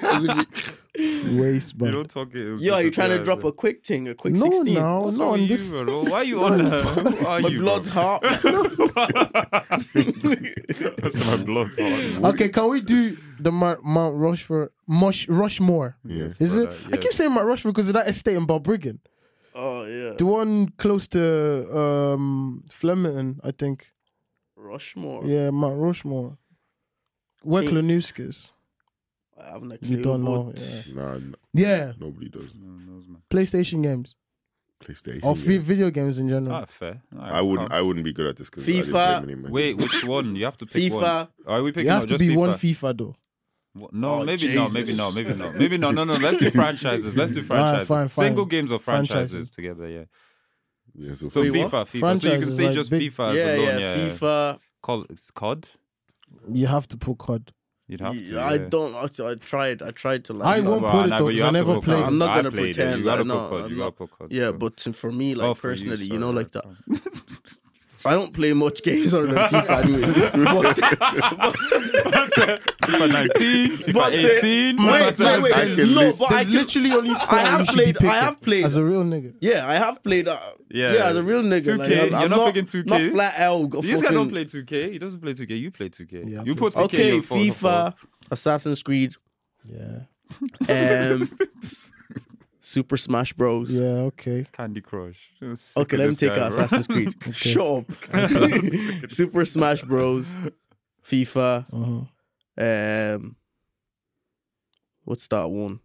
A: Doesn't even-
C: Waste,
D: You
C: man.
D: don't talk it. it'll
B: Yo, are you trying to
D: disappear.
B: drop a quick thing, a quick
C: No,
B: 16?
C: now,
D: What's
C: no,
D: wrong
C: on
D: with
C: this.
D: you, bro? Why are you on? uh, Who are
B: My
D: you?
B: blood's
D: bro?
B: hot.
D: That's my blood's hot.
C: Okay, can we do the Mount, Mount Rushmore? Mush, Rushmore.
A: Yes,
C: Is it?
D: brother,
C: I keep
D: yes.
C: saying Mount Rushmore because of that estate in Balbriggan.
B: Oh yeah,
C: The one close to um Flemington, I think.
B: Rushmore.
C: Yeah, Mount Rushmore. Where
B: Hey.
C: Klonusk is.
B: I haven't a clue.
C: You don't know.
B: but
C: Yeah.
A: Nah, n-
C: yeah.
A: nobody does
D: No one knows, man.
C: PlayStation games.
A: PlayStation.
C: Or vi-
A: games.
C: video games in general.
D: Ah, fair. All right,
A: I wouldn't.
D: calm.
A: I wouldn't be good at this because
B: FIFA.
D: Wait, which one? You have to pick one.
B: FIFA.
D: Are we
C: it
D: picking
C: has to
D: up just
C: be
D: FIFA?
C: one FIFA though.
D: Wha- No,
B: Oh,
D: maybe not. Maybe
B: Jesus.
D: not. Maybe not. Maybe not. No, no. Let's do franchises. Let's do franchises.
C: fine, fine.
D: Single games or franchises,
C: Franchises.
D: together. Yeah.
A: Yeah, so,
D: So
A: FIFA.
D: FIFA, FIFA. so you can
C: Franchises,
D: say
C: like
D: just
C: big-
D: FIFA
B: yeah,
D: as
B: yeah,
D: alone. Yeah.
B: FIFA.
D: Call it's COD.
C: You have to put COD.
D: You'd have to.
B: Yeah, I
D: yeah.
B: don't. I, I tried. I tried to like.
C: I
B: not-
C: won't
D: Well,
C: put it
D: nah,
C: though,
D: but you
C: 'cause I
D: have to
C: never
D: put
C: played.
D: COD.
B: I'm not
D: I
B: gonna
D: played it.
B: pretend
D: You gotta
B: that-
D: put
B: no,
D: COD. You
B: I'm
D: gotta
B: not-
D: put COD.
B: Yeah,
D: so-
B: but to- for me, like
D: Oh, for you,
B: personally, you,
D: sorry,
B: know, like
D: right,
B: that.
D: fine.
B: I don't play much games other than FIFA anyway. But,
D: FIFA 19, FIFA
B: But the- wait,
D: 18. FIFA
B: wait, wait.
D: 17.
B: there's no, but I
C: There's
B: can,
C: literally only four.
B: I
C: you
B: have
C: should be
B: played. I
C: picking.
B: have played.
C: As a real nigga.
B: yeah, I have played. Uh, yeah.
D: Yeah.
B: yeah, as a real nigga.
D: 2K,
B: Like, I'm,
D: you're
B: I'm
D: not
B: not
D: picking 2K?
B: Not flat L. got
D: These guys don't
B: fucking-
D: play 2K. He doesn't play 2K. You play 2K.
C: Yeah, I
D: you
C: play
D: put 2K. in
B: Okay,
D: your phone,
B: FIFA, Assassin's Creed,
C: Yeah.
B: um,
D: phone.
B: Super Smash Bros.
C: Yeah, okay.
D: Candy Crush. I'm sick
B: Okay,
D: of
B: let me
D: this
B: take
D: guy,
B: out
D: bro.
B: Assassin's Creed. Shut up. Super Smash Bros. FIFA.
C: Uh-huh.
B: Um, what's that one?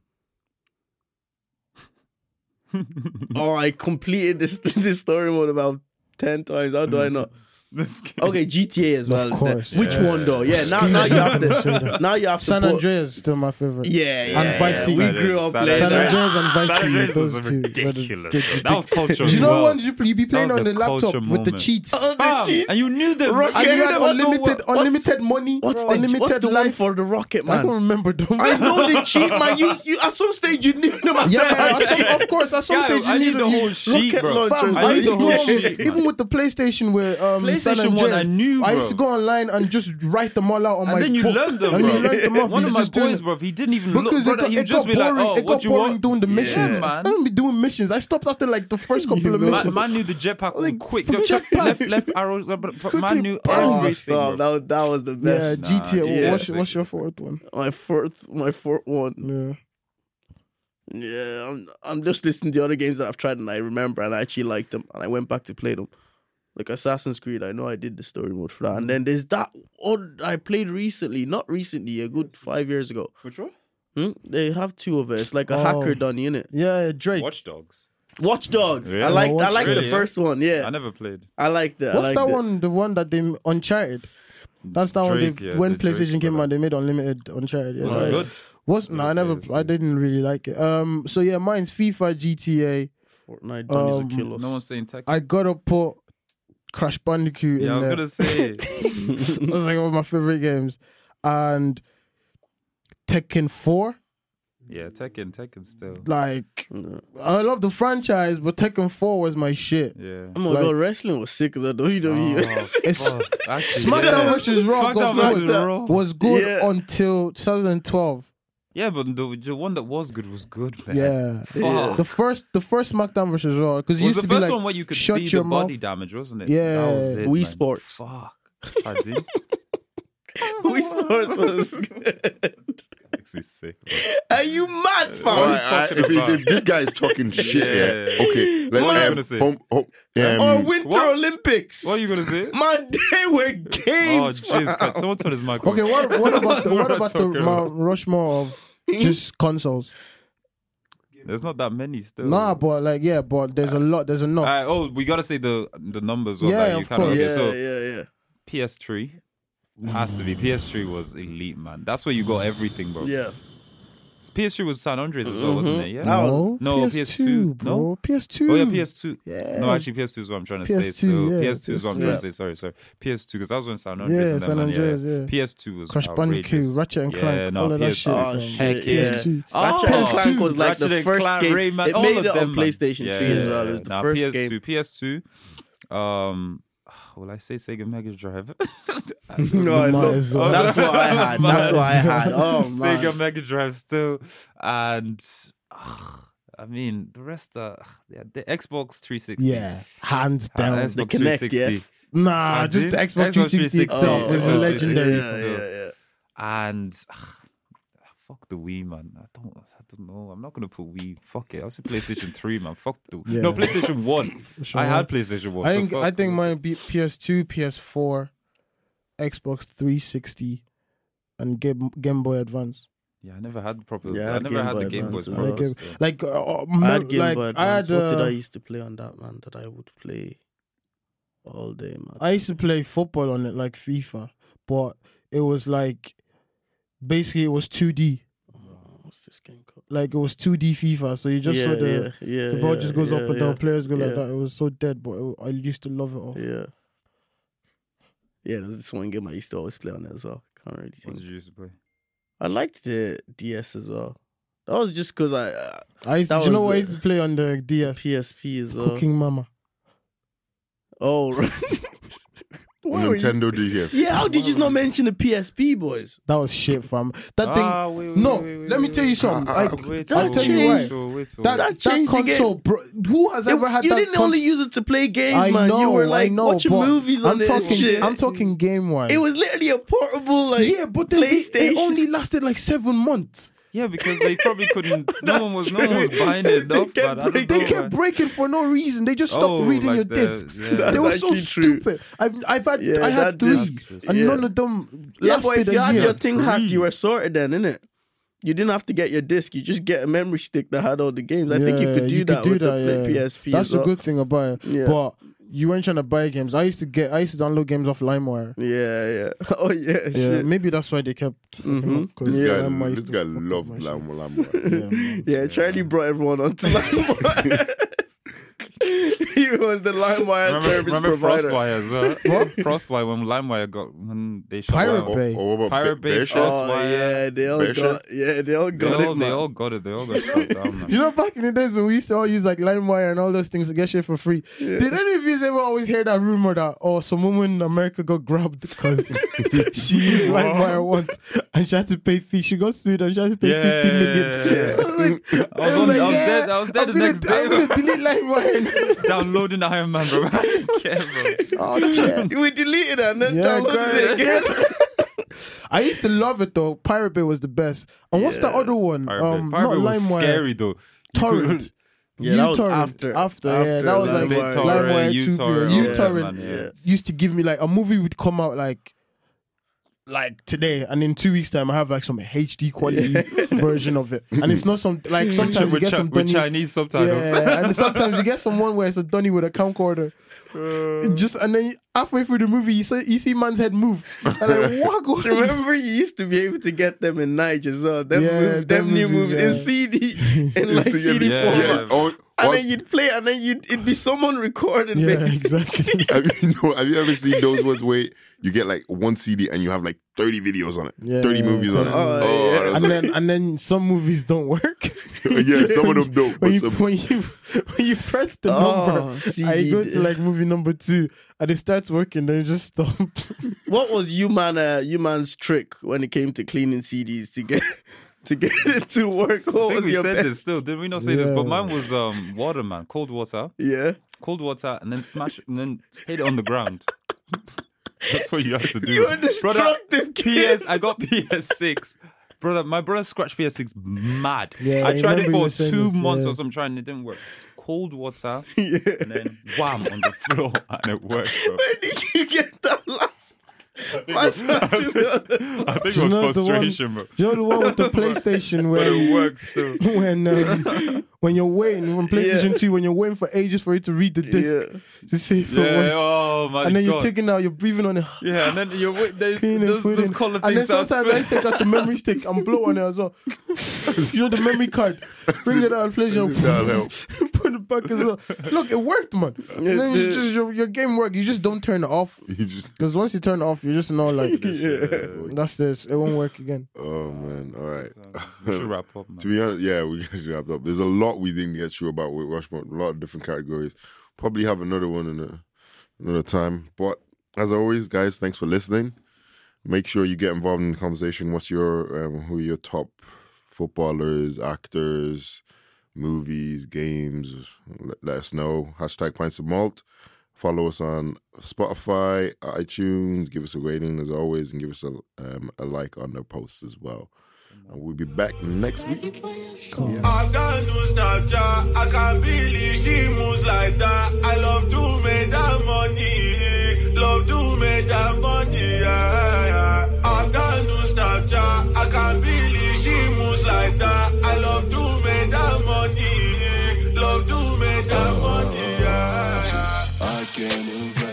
B: oh, I completed this this story mode about ten times. How do I know?
D: This guy.
B: Okay, GTA as well.
C: Mm. course,
B: Which
D: yeah.
B: one though? Yeah, now,
C: Excuse
B: now
C: me
B: you have
C: for saying
B: to.
C: that.
B: Now you have to.
C: San
B: put-
C: Andreas is still my favorite.
B: Yeah, yeah.
C: And Vice
B: yeah.
C: City.
B: We grew up
D: San
B: playing.
C: San
D: Andreas.
C: Andreas and Vice
D: San
C: City,
D: Andreas was
C: those two.
D: ridiculous.
C: Whether-
D: bro. That was culture.
C: Do you
D: as
C: know
D: well.
C: one? You you be playing
D: was
C: on
D: a
C: the laptop
D: culture
C: with the
D: moment.
C: cheats.
B: Oh, the
D: Ah,
B: kids.
D: and you knew them.
B: Rocket
C: and you
B: Yeah,
C: had
B: what's the
C: unlimited,
B: one-
C: unlimited money,
B: What's the,
C: unlimited
B: what's the one
C: life.
B: for the rocket
C: I
B: man?
C: don't remember. Don't
B: I know they cheat, man. You, you at some stage you knew them.
C: Yeah, at some- of course. At some
D: Guy,
C: stage, you
D: I
C: need,
D: need the
C: you-
D: whole sheet,
B: rocket
D: bro.
B: launchers.
C: I
D: I need
C: used
D: the
C: to go
D: whole
C: on,
D: sheet.
C: even
D: man.
C: with the PlayStation where um, San
D: PlayStation One, I
C: Andreas,
D: knew,
C: I
D: bro.
C: used to go online and just write them all out on my
D: And then you
C: book.
D: learned them,
C: and
D: bro.
C: you learned them off.
D: One
C: You
D: of my
C: just doing
D: boys,
C: it.
D: bro, he didn't even look.
C: Because it
D: brother,
C: got,
D: he would
C: it got
D: just be like,
C: boring.
D: "Oh,
C: it
D: what
C: got
D: do you
C: boring
D: want?"
C: doing the missions.
D: man.
C: I don't be doing missions. I stopped after like the first couple of
D: Ma-
C: missions.
D: Man, knew the jetpack
C: Like,
D: like, quick.
C: fuck
D: Your check,
C: jetpack.
D: left, left arrows. uh, but- but Man knew
B: Oh,
D: everything.
B: stop.
D: bro.
B: That, was- that was the
C: yeah,
B: best.
D: Nah,
C: GTA.
B: yeah.
C: what's, your- what's your fourth one?
B: My fourth, my fourth one.
C: Yeah.
B: Yeah, I'm, I'm just listening to the other games that I've tried and I remember and I actually liked them and I went back to play them. Like Assassin's Creed, I know I did the story mode for that. And then there's that one I played recently, not recently, a good five years ago.
D: Which one?
B: Hmm? They have two of it. It's like a
C: Oh.
B: hacker dunny, innit?
C: Yeah, Drake.
D: Watch Dogs.
B: Watch Dogs. I
D: Yeah.
B: like I
C: Watch
B: like
D: Dogs.
B: the
D: Really, yeah?
B: first one. Yeah,
D: I never played.
B: I like that. I
C: What's
B: liked
C: that
B: it.
C: one? The one that they Uncharted. That's that one.
D: Drake,
C: They,
D: yeah,
C: when
D: the Drake
C: PlayStation came
D: brother.
C: out, they made unlimited Uncharted. Yeah,
D: Was
C: so-
D: it good?
C: What's no? I
D: Never
C: never.
D: played it,
C: I
D: so-
C: didn't really like it. Um. So yeah, mine's FIFA, GTA.
B: Fortnite dunnies
C: Um,
B: will kill us.
D: No one's saying tech.
C: I gotta put Crash Bandicoot in
D: Yeah, I was
C: there.
D: gonna say.
C: That's like one of my favorite games, and Tekken Four.
D: Yeah, Tekken, Tekken still.
C: Like
D: Mm.
B: Yeah.
C: I love the franchise, but Tekken Four was my shit.
D: Yeah.
B: Oh my
C: Like- Oh,
B: god, wrestling was sick as a WWE.
C: It's
D: fuck. Actually,
C: SmackDown
D: yeah.
C: versus Raw
D: SmackDown
C: got
D: versus
C: good.
D: Raw.
C: was good
B: Yeah.
C: until 2012.
D: Yeah, but the, the one that was good was good, man.
C: Yeah.
D: Fuck.
C: The first, the first SmackDown versus Raw, because it
D: was
C: used
D: the
C: to
D: first
C: be like,
D: one where you could
C: shut
D: see the
C: your
D: body
C: mouth.
D: damage, wasn't it?
C: Yeah.
D: That was it,
B: Wii
D: man.
B: Sports.
D: Fuck. I did.
B: Wii Sports was good.
D: Makes me sick. bro.
B: Are you mad,
A: All
B: fam?
A: right, I- if- if- if this guy is talking shit.
D: Yeah.
A: Yeah. Okay.
D: What was I
A: Let's um,
D: gonna say?
A: home, home, um,
B: or Winter
D: what?
B: Olympics.
D: What are you gonna say?
B: Man, they were
D: Oh,
B: games.
D: James,
B: fam.
D: cut- someone turn his mic.
C: Okay,
D: off.
C: what, what about the,
D: That's
C: what
D: what I'm
C: about the
D: talking about.
C: Mount Rushmore of just consoles?
D: There's not that many still.
C: Nah, but like yeah, but
D: Uh,
C: there's a lot. There's enough.
D: Alright, oh, we gotta say the the numbers. Well,
C: Yeah,
D: like, you
C: of
D: kinda-
C: course.
D: okay,
B: yeah,
D: so
B: yeah, yeah.
D: PS3 has
C: Mm.
D: to be. PS3 was elite, man. That's where you got everything, bro.
B: Yeah,
D: PS3 was San Andreas as well, wasn't it?
C: Mm-hmm.
D: Yeah.
C: no,
D: No, PS2,
C: bro.
D: no?
C: PS2.
D: Oh yeah, PS2.
C: Yeah.
D: No, actually, PS2 is what I'm trying to say. So
C: PS2, yeah,
D: PS2 is what I'm
C: PS2.
D: trying to say. Sorry, sorry. PS2 because that was when San Andreas.
C: Yeah,
D: and them,
C: San
D: man,
C: Andreas. Yeah.
D: PS2 was
C: Crash
D: outrageous.
C: Bandicoot, Ratchet and Clank,
D: yeah, no,
C: all of that
D: PS2.
C: shit.
B: Oh,
D: Heck
B: shit,
D: yeah.
B: yeah.
C: PS2.
D: Oh,
B: Ratchet and Clank
C: PS2.
B: was like the
D: Ratchet and
B: first
D: Clank,
B: game.
D: Rayman,
B: it
D: all
B: made
D: of
B: it on
D: them, man.
B: PlayStation
D: Yeah,
B: 3 as well. It
D: yeah,
B: was the
D: nah,
B: first
D: PS2,
B: game.
D: PS2. Um, will I say Sega Mega Drive?
B: No, I
C: Might
B: love-
D: oh,
C: as well.
B: that's what I had. That's what I had. Oh man,
D: Sega Mega Drive still, and ah, I mean the rest are yeah, the Xbox 360.
C: Yeah, hands
D: Ah,
C: down.
D: Xbox
B: The Kinect,
D: 360.
C: Nah,
D: I
C: just
D: did.
C: the Xbox 360
D: Xbox 360.
C: itself
D: Oh,
C: is
D: yeah.
C: legendary.
B: Yeah, yeah, yeah.
D: and ah, fuck the Wii, man. I don't, I don't know. I'm not gonna put Wii. Fuck it. I'll say PlayStation Three, man. Fuck the no PlayStation One. I had PlayStation One.
C: I
D: so
C: think I
D: fuck.
C: think mine would be PS2, PS4, Xbox 360, and Game Game Boy Advance.
D: Yeah, I never had
B: Yeah,
D: proper.
B: I
D: Yeah, I,
B: had
D: never
B: Game
D: had
B: Boy
D: the Game Boys.
B: Advance as
D: bro.
C: Like, Game-
D: So-
C: like, uh,
B: I had Game
C: like
B: Boy
C: I had.
B: Advance. what did
C: uh,
B: I used to play on that man that I would play all day, man?
C: uh, I used to play football on it like FIFA, but it was like basically it was 2D.
B: Oh, what's this game called?
C: Like it was 2D FIFA, so you just saw the
B: yeah, yeah,
C: the ball
B: yeah,
C: just goes
B: yeah,
C: up and down,
B: yeah.
C: players go
B: yeah.
C: like that. It was so dead, but it, I used to love it all.
B: Yeah. Yeah, there's this one game I used to always play on it as well. Can't really
D: What
C: uh,
B: think.
D: did you used to play?
B: I liked the DS as well. That was just because I uh,
C: I used,
B: That
C: to, do you
B: was
C: know what I
B: the-
C: used to play on the DS?
B: PSP as well.
C: Cooking Mama.
B: Oh, right. Why were you-
A: Nintendo DS.
B: Yeah, how did you not mention the PSP boys?
C: That was shit, fam. That thing.
D: Ah, wait, wait,
C: no,
D: wait, wait,
C: let me
D: wait,
C: tell you
D: wait.
C: something.
A: Ah,
C: Like,
A: okay.
D: Wait,
C: I'll
D: wait,
C: tell you
D: wait,
C: why.
D: so- wait, so-
C: that
D: wait.
C: that,
B: That changed the
C: console, bro. Who has ever
B: It-
C: had
B: you
C: that?
B: didn't
C: console?
B: only use it to play games,
C: I
B: man.
C: know,
B: you were like
C: I know,
B: watching
C: but
B: movies on
C: I'm
B: this
C: talking,
B: shit.
C: I'm talking game wise.
B: it was literally a portable like
C: yeah, but then they, they
B: PlayStation.
C: only lasted like seven months.
D: Yeah, because they probably couldn't. no one
B: That's
D: was, no one was
B: true.
D: buying
B: They
D: it enough.
B: kept
D: man. I don't
B: breaking-
D: know,
C: They kept
D: man.
C: breaking for no reason. They just stopped
D: Oh,
C: reading
D: like
C: your
D: the-
C: discs.
D: yeah.
C: They were
B: That's
C: so
B: actually true.
C: stupid. I've I've had
B: Yeah,
C: I had
B: that
C: three,
B: disc-
C: and
B: yeah.
C: none of them
B: Yeah, but
C: lasted
B: if you
C: a
B: had
C: year.
B: your thing hacked, you were sorted then, innit? You didn't have to get your disc. You just get a memory stick that had all the games. I think you
C: Yeah,
B: could do that with the
C: yeah.
B: play- PSP.
C: That's
B: as
C: the
B: well.
C: good thing about it.
B: Yeah.
C: But you weren't trying to buy games. I used to get I used to download games off LimeWire.
B: Yeah, yeah. Oh yeah,
C: Yeah,
B: shit.
C: maybe that's why they kept. fucking
D: Mm-hmm.
B: Mhm.
C: up, 'cause
A: This guy,
C: LimeWire used
A: this
C: to
A: guy
C: fuck up
A: loved
C: my shit.
A: Lamb Lamb.
C: Yeah, man.
B: Yeah, Charlie brought everyone onto LimeWire. he was the LimeWire
D: Remember,
B: service
D: remember
B: provider.
D: Frostwire as well. what? Frostwire when LimeWire got when they shut
C: Pirate
D: down.
C: Bay.
A: Or what about
D: Pirate
A: Be-
D: Bay
A: Bear Shop?
B: Oh
D: Frostwire.
B: yeah, they all
A: Bear
B: got. Yeah, they all
D: They
B: got it.
D: all, they
B: man.
D: all got it. They all got shut down. Man.
C: You know, back in the days when we used to all use like LimeWire and all those things to get shit for free, did any of you ever always hear that rumor that, oh, some woman in America got grabbed because she used LimeWire once and she had to pay fee? She got sued and she had to pay
D: Yeah.
C: 50 million. I was like,
D: I was
C: I was
D: on-
C: like,
D: I was
C: yeah,
D: dead- I was dead
C: I'm
D: the
C: gonna-
D: next day,
C: I'm going
D: man.
C: to delete LimeWire.
D: Downloading Iron Man, bro. I don't care, bro.
C: oh, yeah.
B: We deleted it and then
C: Yeah,
B: downloaded it again.
C: I used to love it though. Pirate Bay was the best. And what's the other one?
D: Pirate
C: um,
D: Bay. Pirate Bay
C: not
D: was
C: LimeWire.
D: scary though. You
C: Torrent.
D: could-
B: Yeah, that was
C: U-Torrent.
B: after-
C: After, yeah.
B: after
C: That was like
B: LimeWire.
D: Big
C: LimeWire 2
D: Torrent, U-Torrent,
C: yeah.
D: all that,
C: U-Torrent.
D: man, yeah.
C: used to give me like a movie would come out like like today and in two weeks time I have like some HD quality version of it and it's not some like sometimes you
D: With,
C: get
D: chi-
C: some
D: with
C: Donny
D: Chinese subtitles.
C: yeah and sometimes you get someone where it's a Donny with a camcorder just and then halfway through the movie you see you see man's head move and like what go-
B: Remember, you used to be able to get them in Nige as well. Them,
C: Yeah, them
B: mov- them new
C: movies,
B: movies in CD, in like CD
D: yeah,
B: format.
D: yeah.
A: Oh,
B: And
A: what-
B: then you'd play, and then you'd it'd be someone recording.
C: yeah
B: basically.
C: exactly
A: have, you, no, have you ever seen those ones where you get like one CD and you have like 30 videos on it,
C: Yeah,
A: 30
C: yeah,
A: movies on it?
C: yeah.
A: Oh,
B: Oh,
A: I was
C: and then and then some movies don't work
A: like, yeah, some of them don't. But
C: when you,
A: some,
C: when you when you press the
D: Ah,
B: Oh,
C: number I
B: CD.
C: go to like movie number two and it starts working then it just stops
B: What was you man, uh, you man's trick when it came to cleaning CDs to get to get it to work?
D: I
B: What
D: think
B: was
D: we
B: your
D: said
B: best?
D: this still. Did we not say this? But
C: Yeah.
D: mine was um, water, man. Cold water.
B: Yeah,
D: Cold water and then smash and then hit it on the ground. That's what you have to do.
B: you were
D: Brother,
B: destructive kid.
D: PS, I got PS6. Brother, my brother scratched PS6 mad.
C: Yeah,
D: I
C: I
D: tried
C: remember
D: it
C: you
D: for
C: were saying
D: two
C: this,
D: months
C: yeah.
D: or something, trying and it didn't work. Cold water and then wham on the floor and it worked, bro.
B: Where did you get that last? My son just got the-
D: I think it
C: Do you
D: was
C: know the one-
D: frustration, bro.
C: You know the one with the PlayStation
D: But
C: where
D: it
C: you-
D: works still.
C: when um, when you're waiting when PlayStation Two when you're waiting for ages for it to read the disc
B: Yeah.
C: to see if it
D: Yeah,
C: works.
D: oh my
C: and then you're
D: god.
C: taking out, you're breathing on it,
D: yeah, and then you're wait, there's,
C: clean and
D: those,
C: put
D: those
C: in.
D: color
C: And then
D: things are
C: sometimes I take out the memory stick and blow on it as well. you know the memory card, bring it out, flash your
A: That'll help.
C: put it back as well. Look, it worked, man. And then you just your, your game work. You just don't turn it off
A: you just,
C: because once you turn it off, you just know like
A: yeah.
C: that's this. It won't work again.
A: Oh man, all right.
D: We should wrap up, man.
A: To be honest, yeah, we got wrapped up. There's a lot we didn't get through about with Rushmore, a lot of different categories. Probably have another one in a, another time. But as always, guys, thanks for listening. Make sure you get involved in the conversation. What's your um, who are your top footballers, actors, movies, games? Let, let us know. Hashtag Pints of Malt. Follow us on Spotify, iTunes. Give us a rating as always, and give us a um, a like on the posts as well. And we'll be back next week.
G: I've got no Snapchat. I can't believe she moves like that. I love to make that money. Love to make that money. Yeah, yeah. I've got no Snapchat. I can't believe she moves like that. I love to make that money. Love to make that money. Yeah, yeah. I can't invest.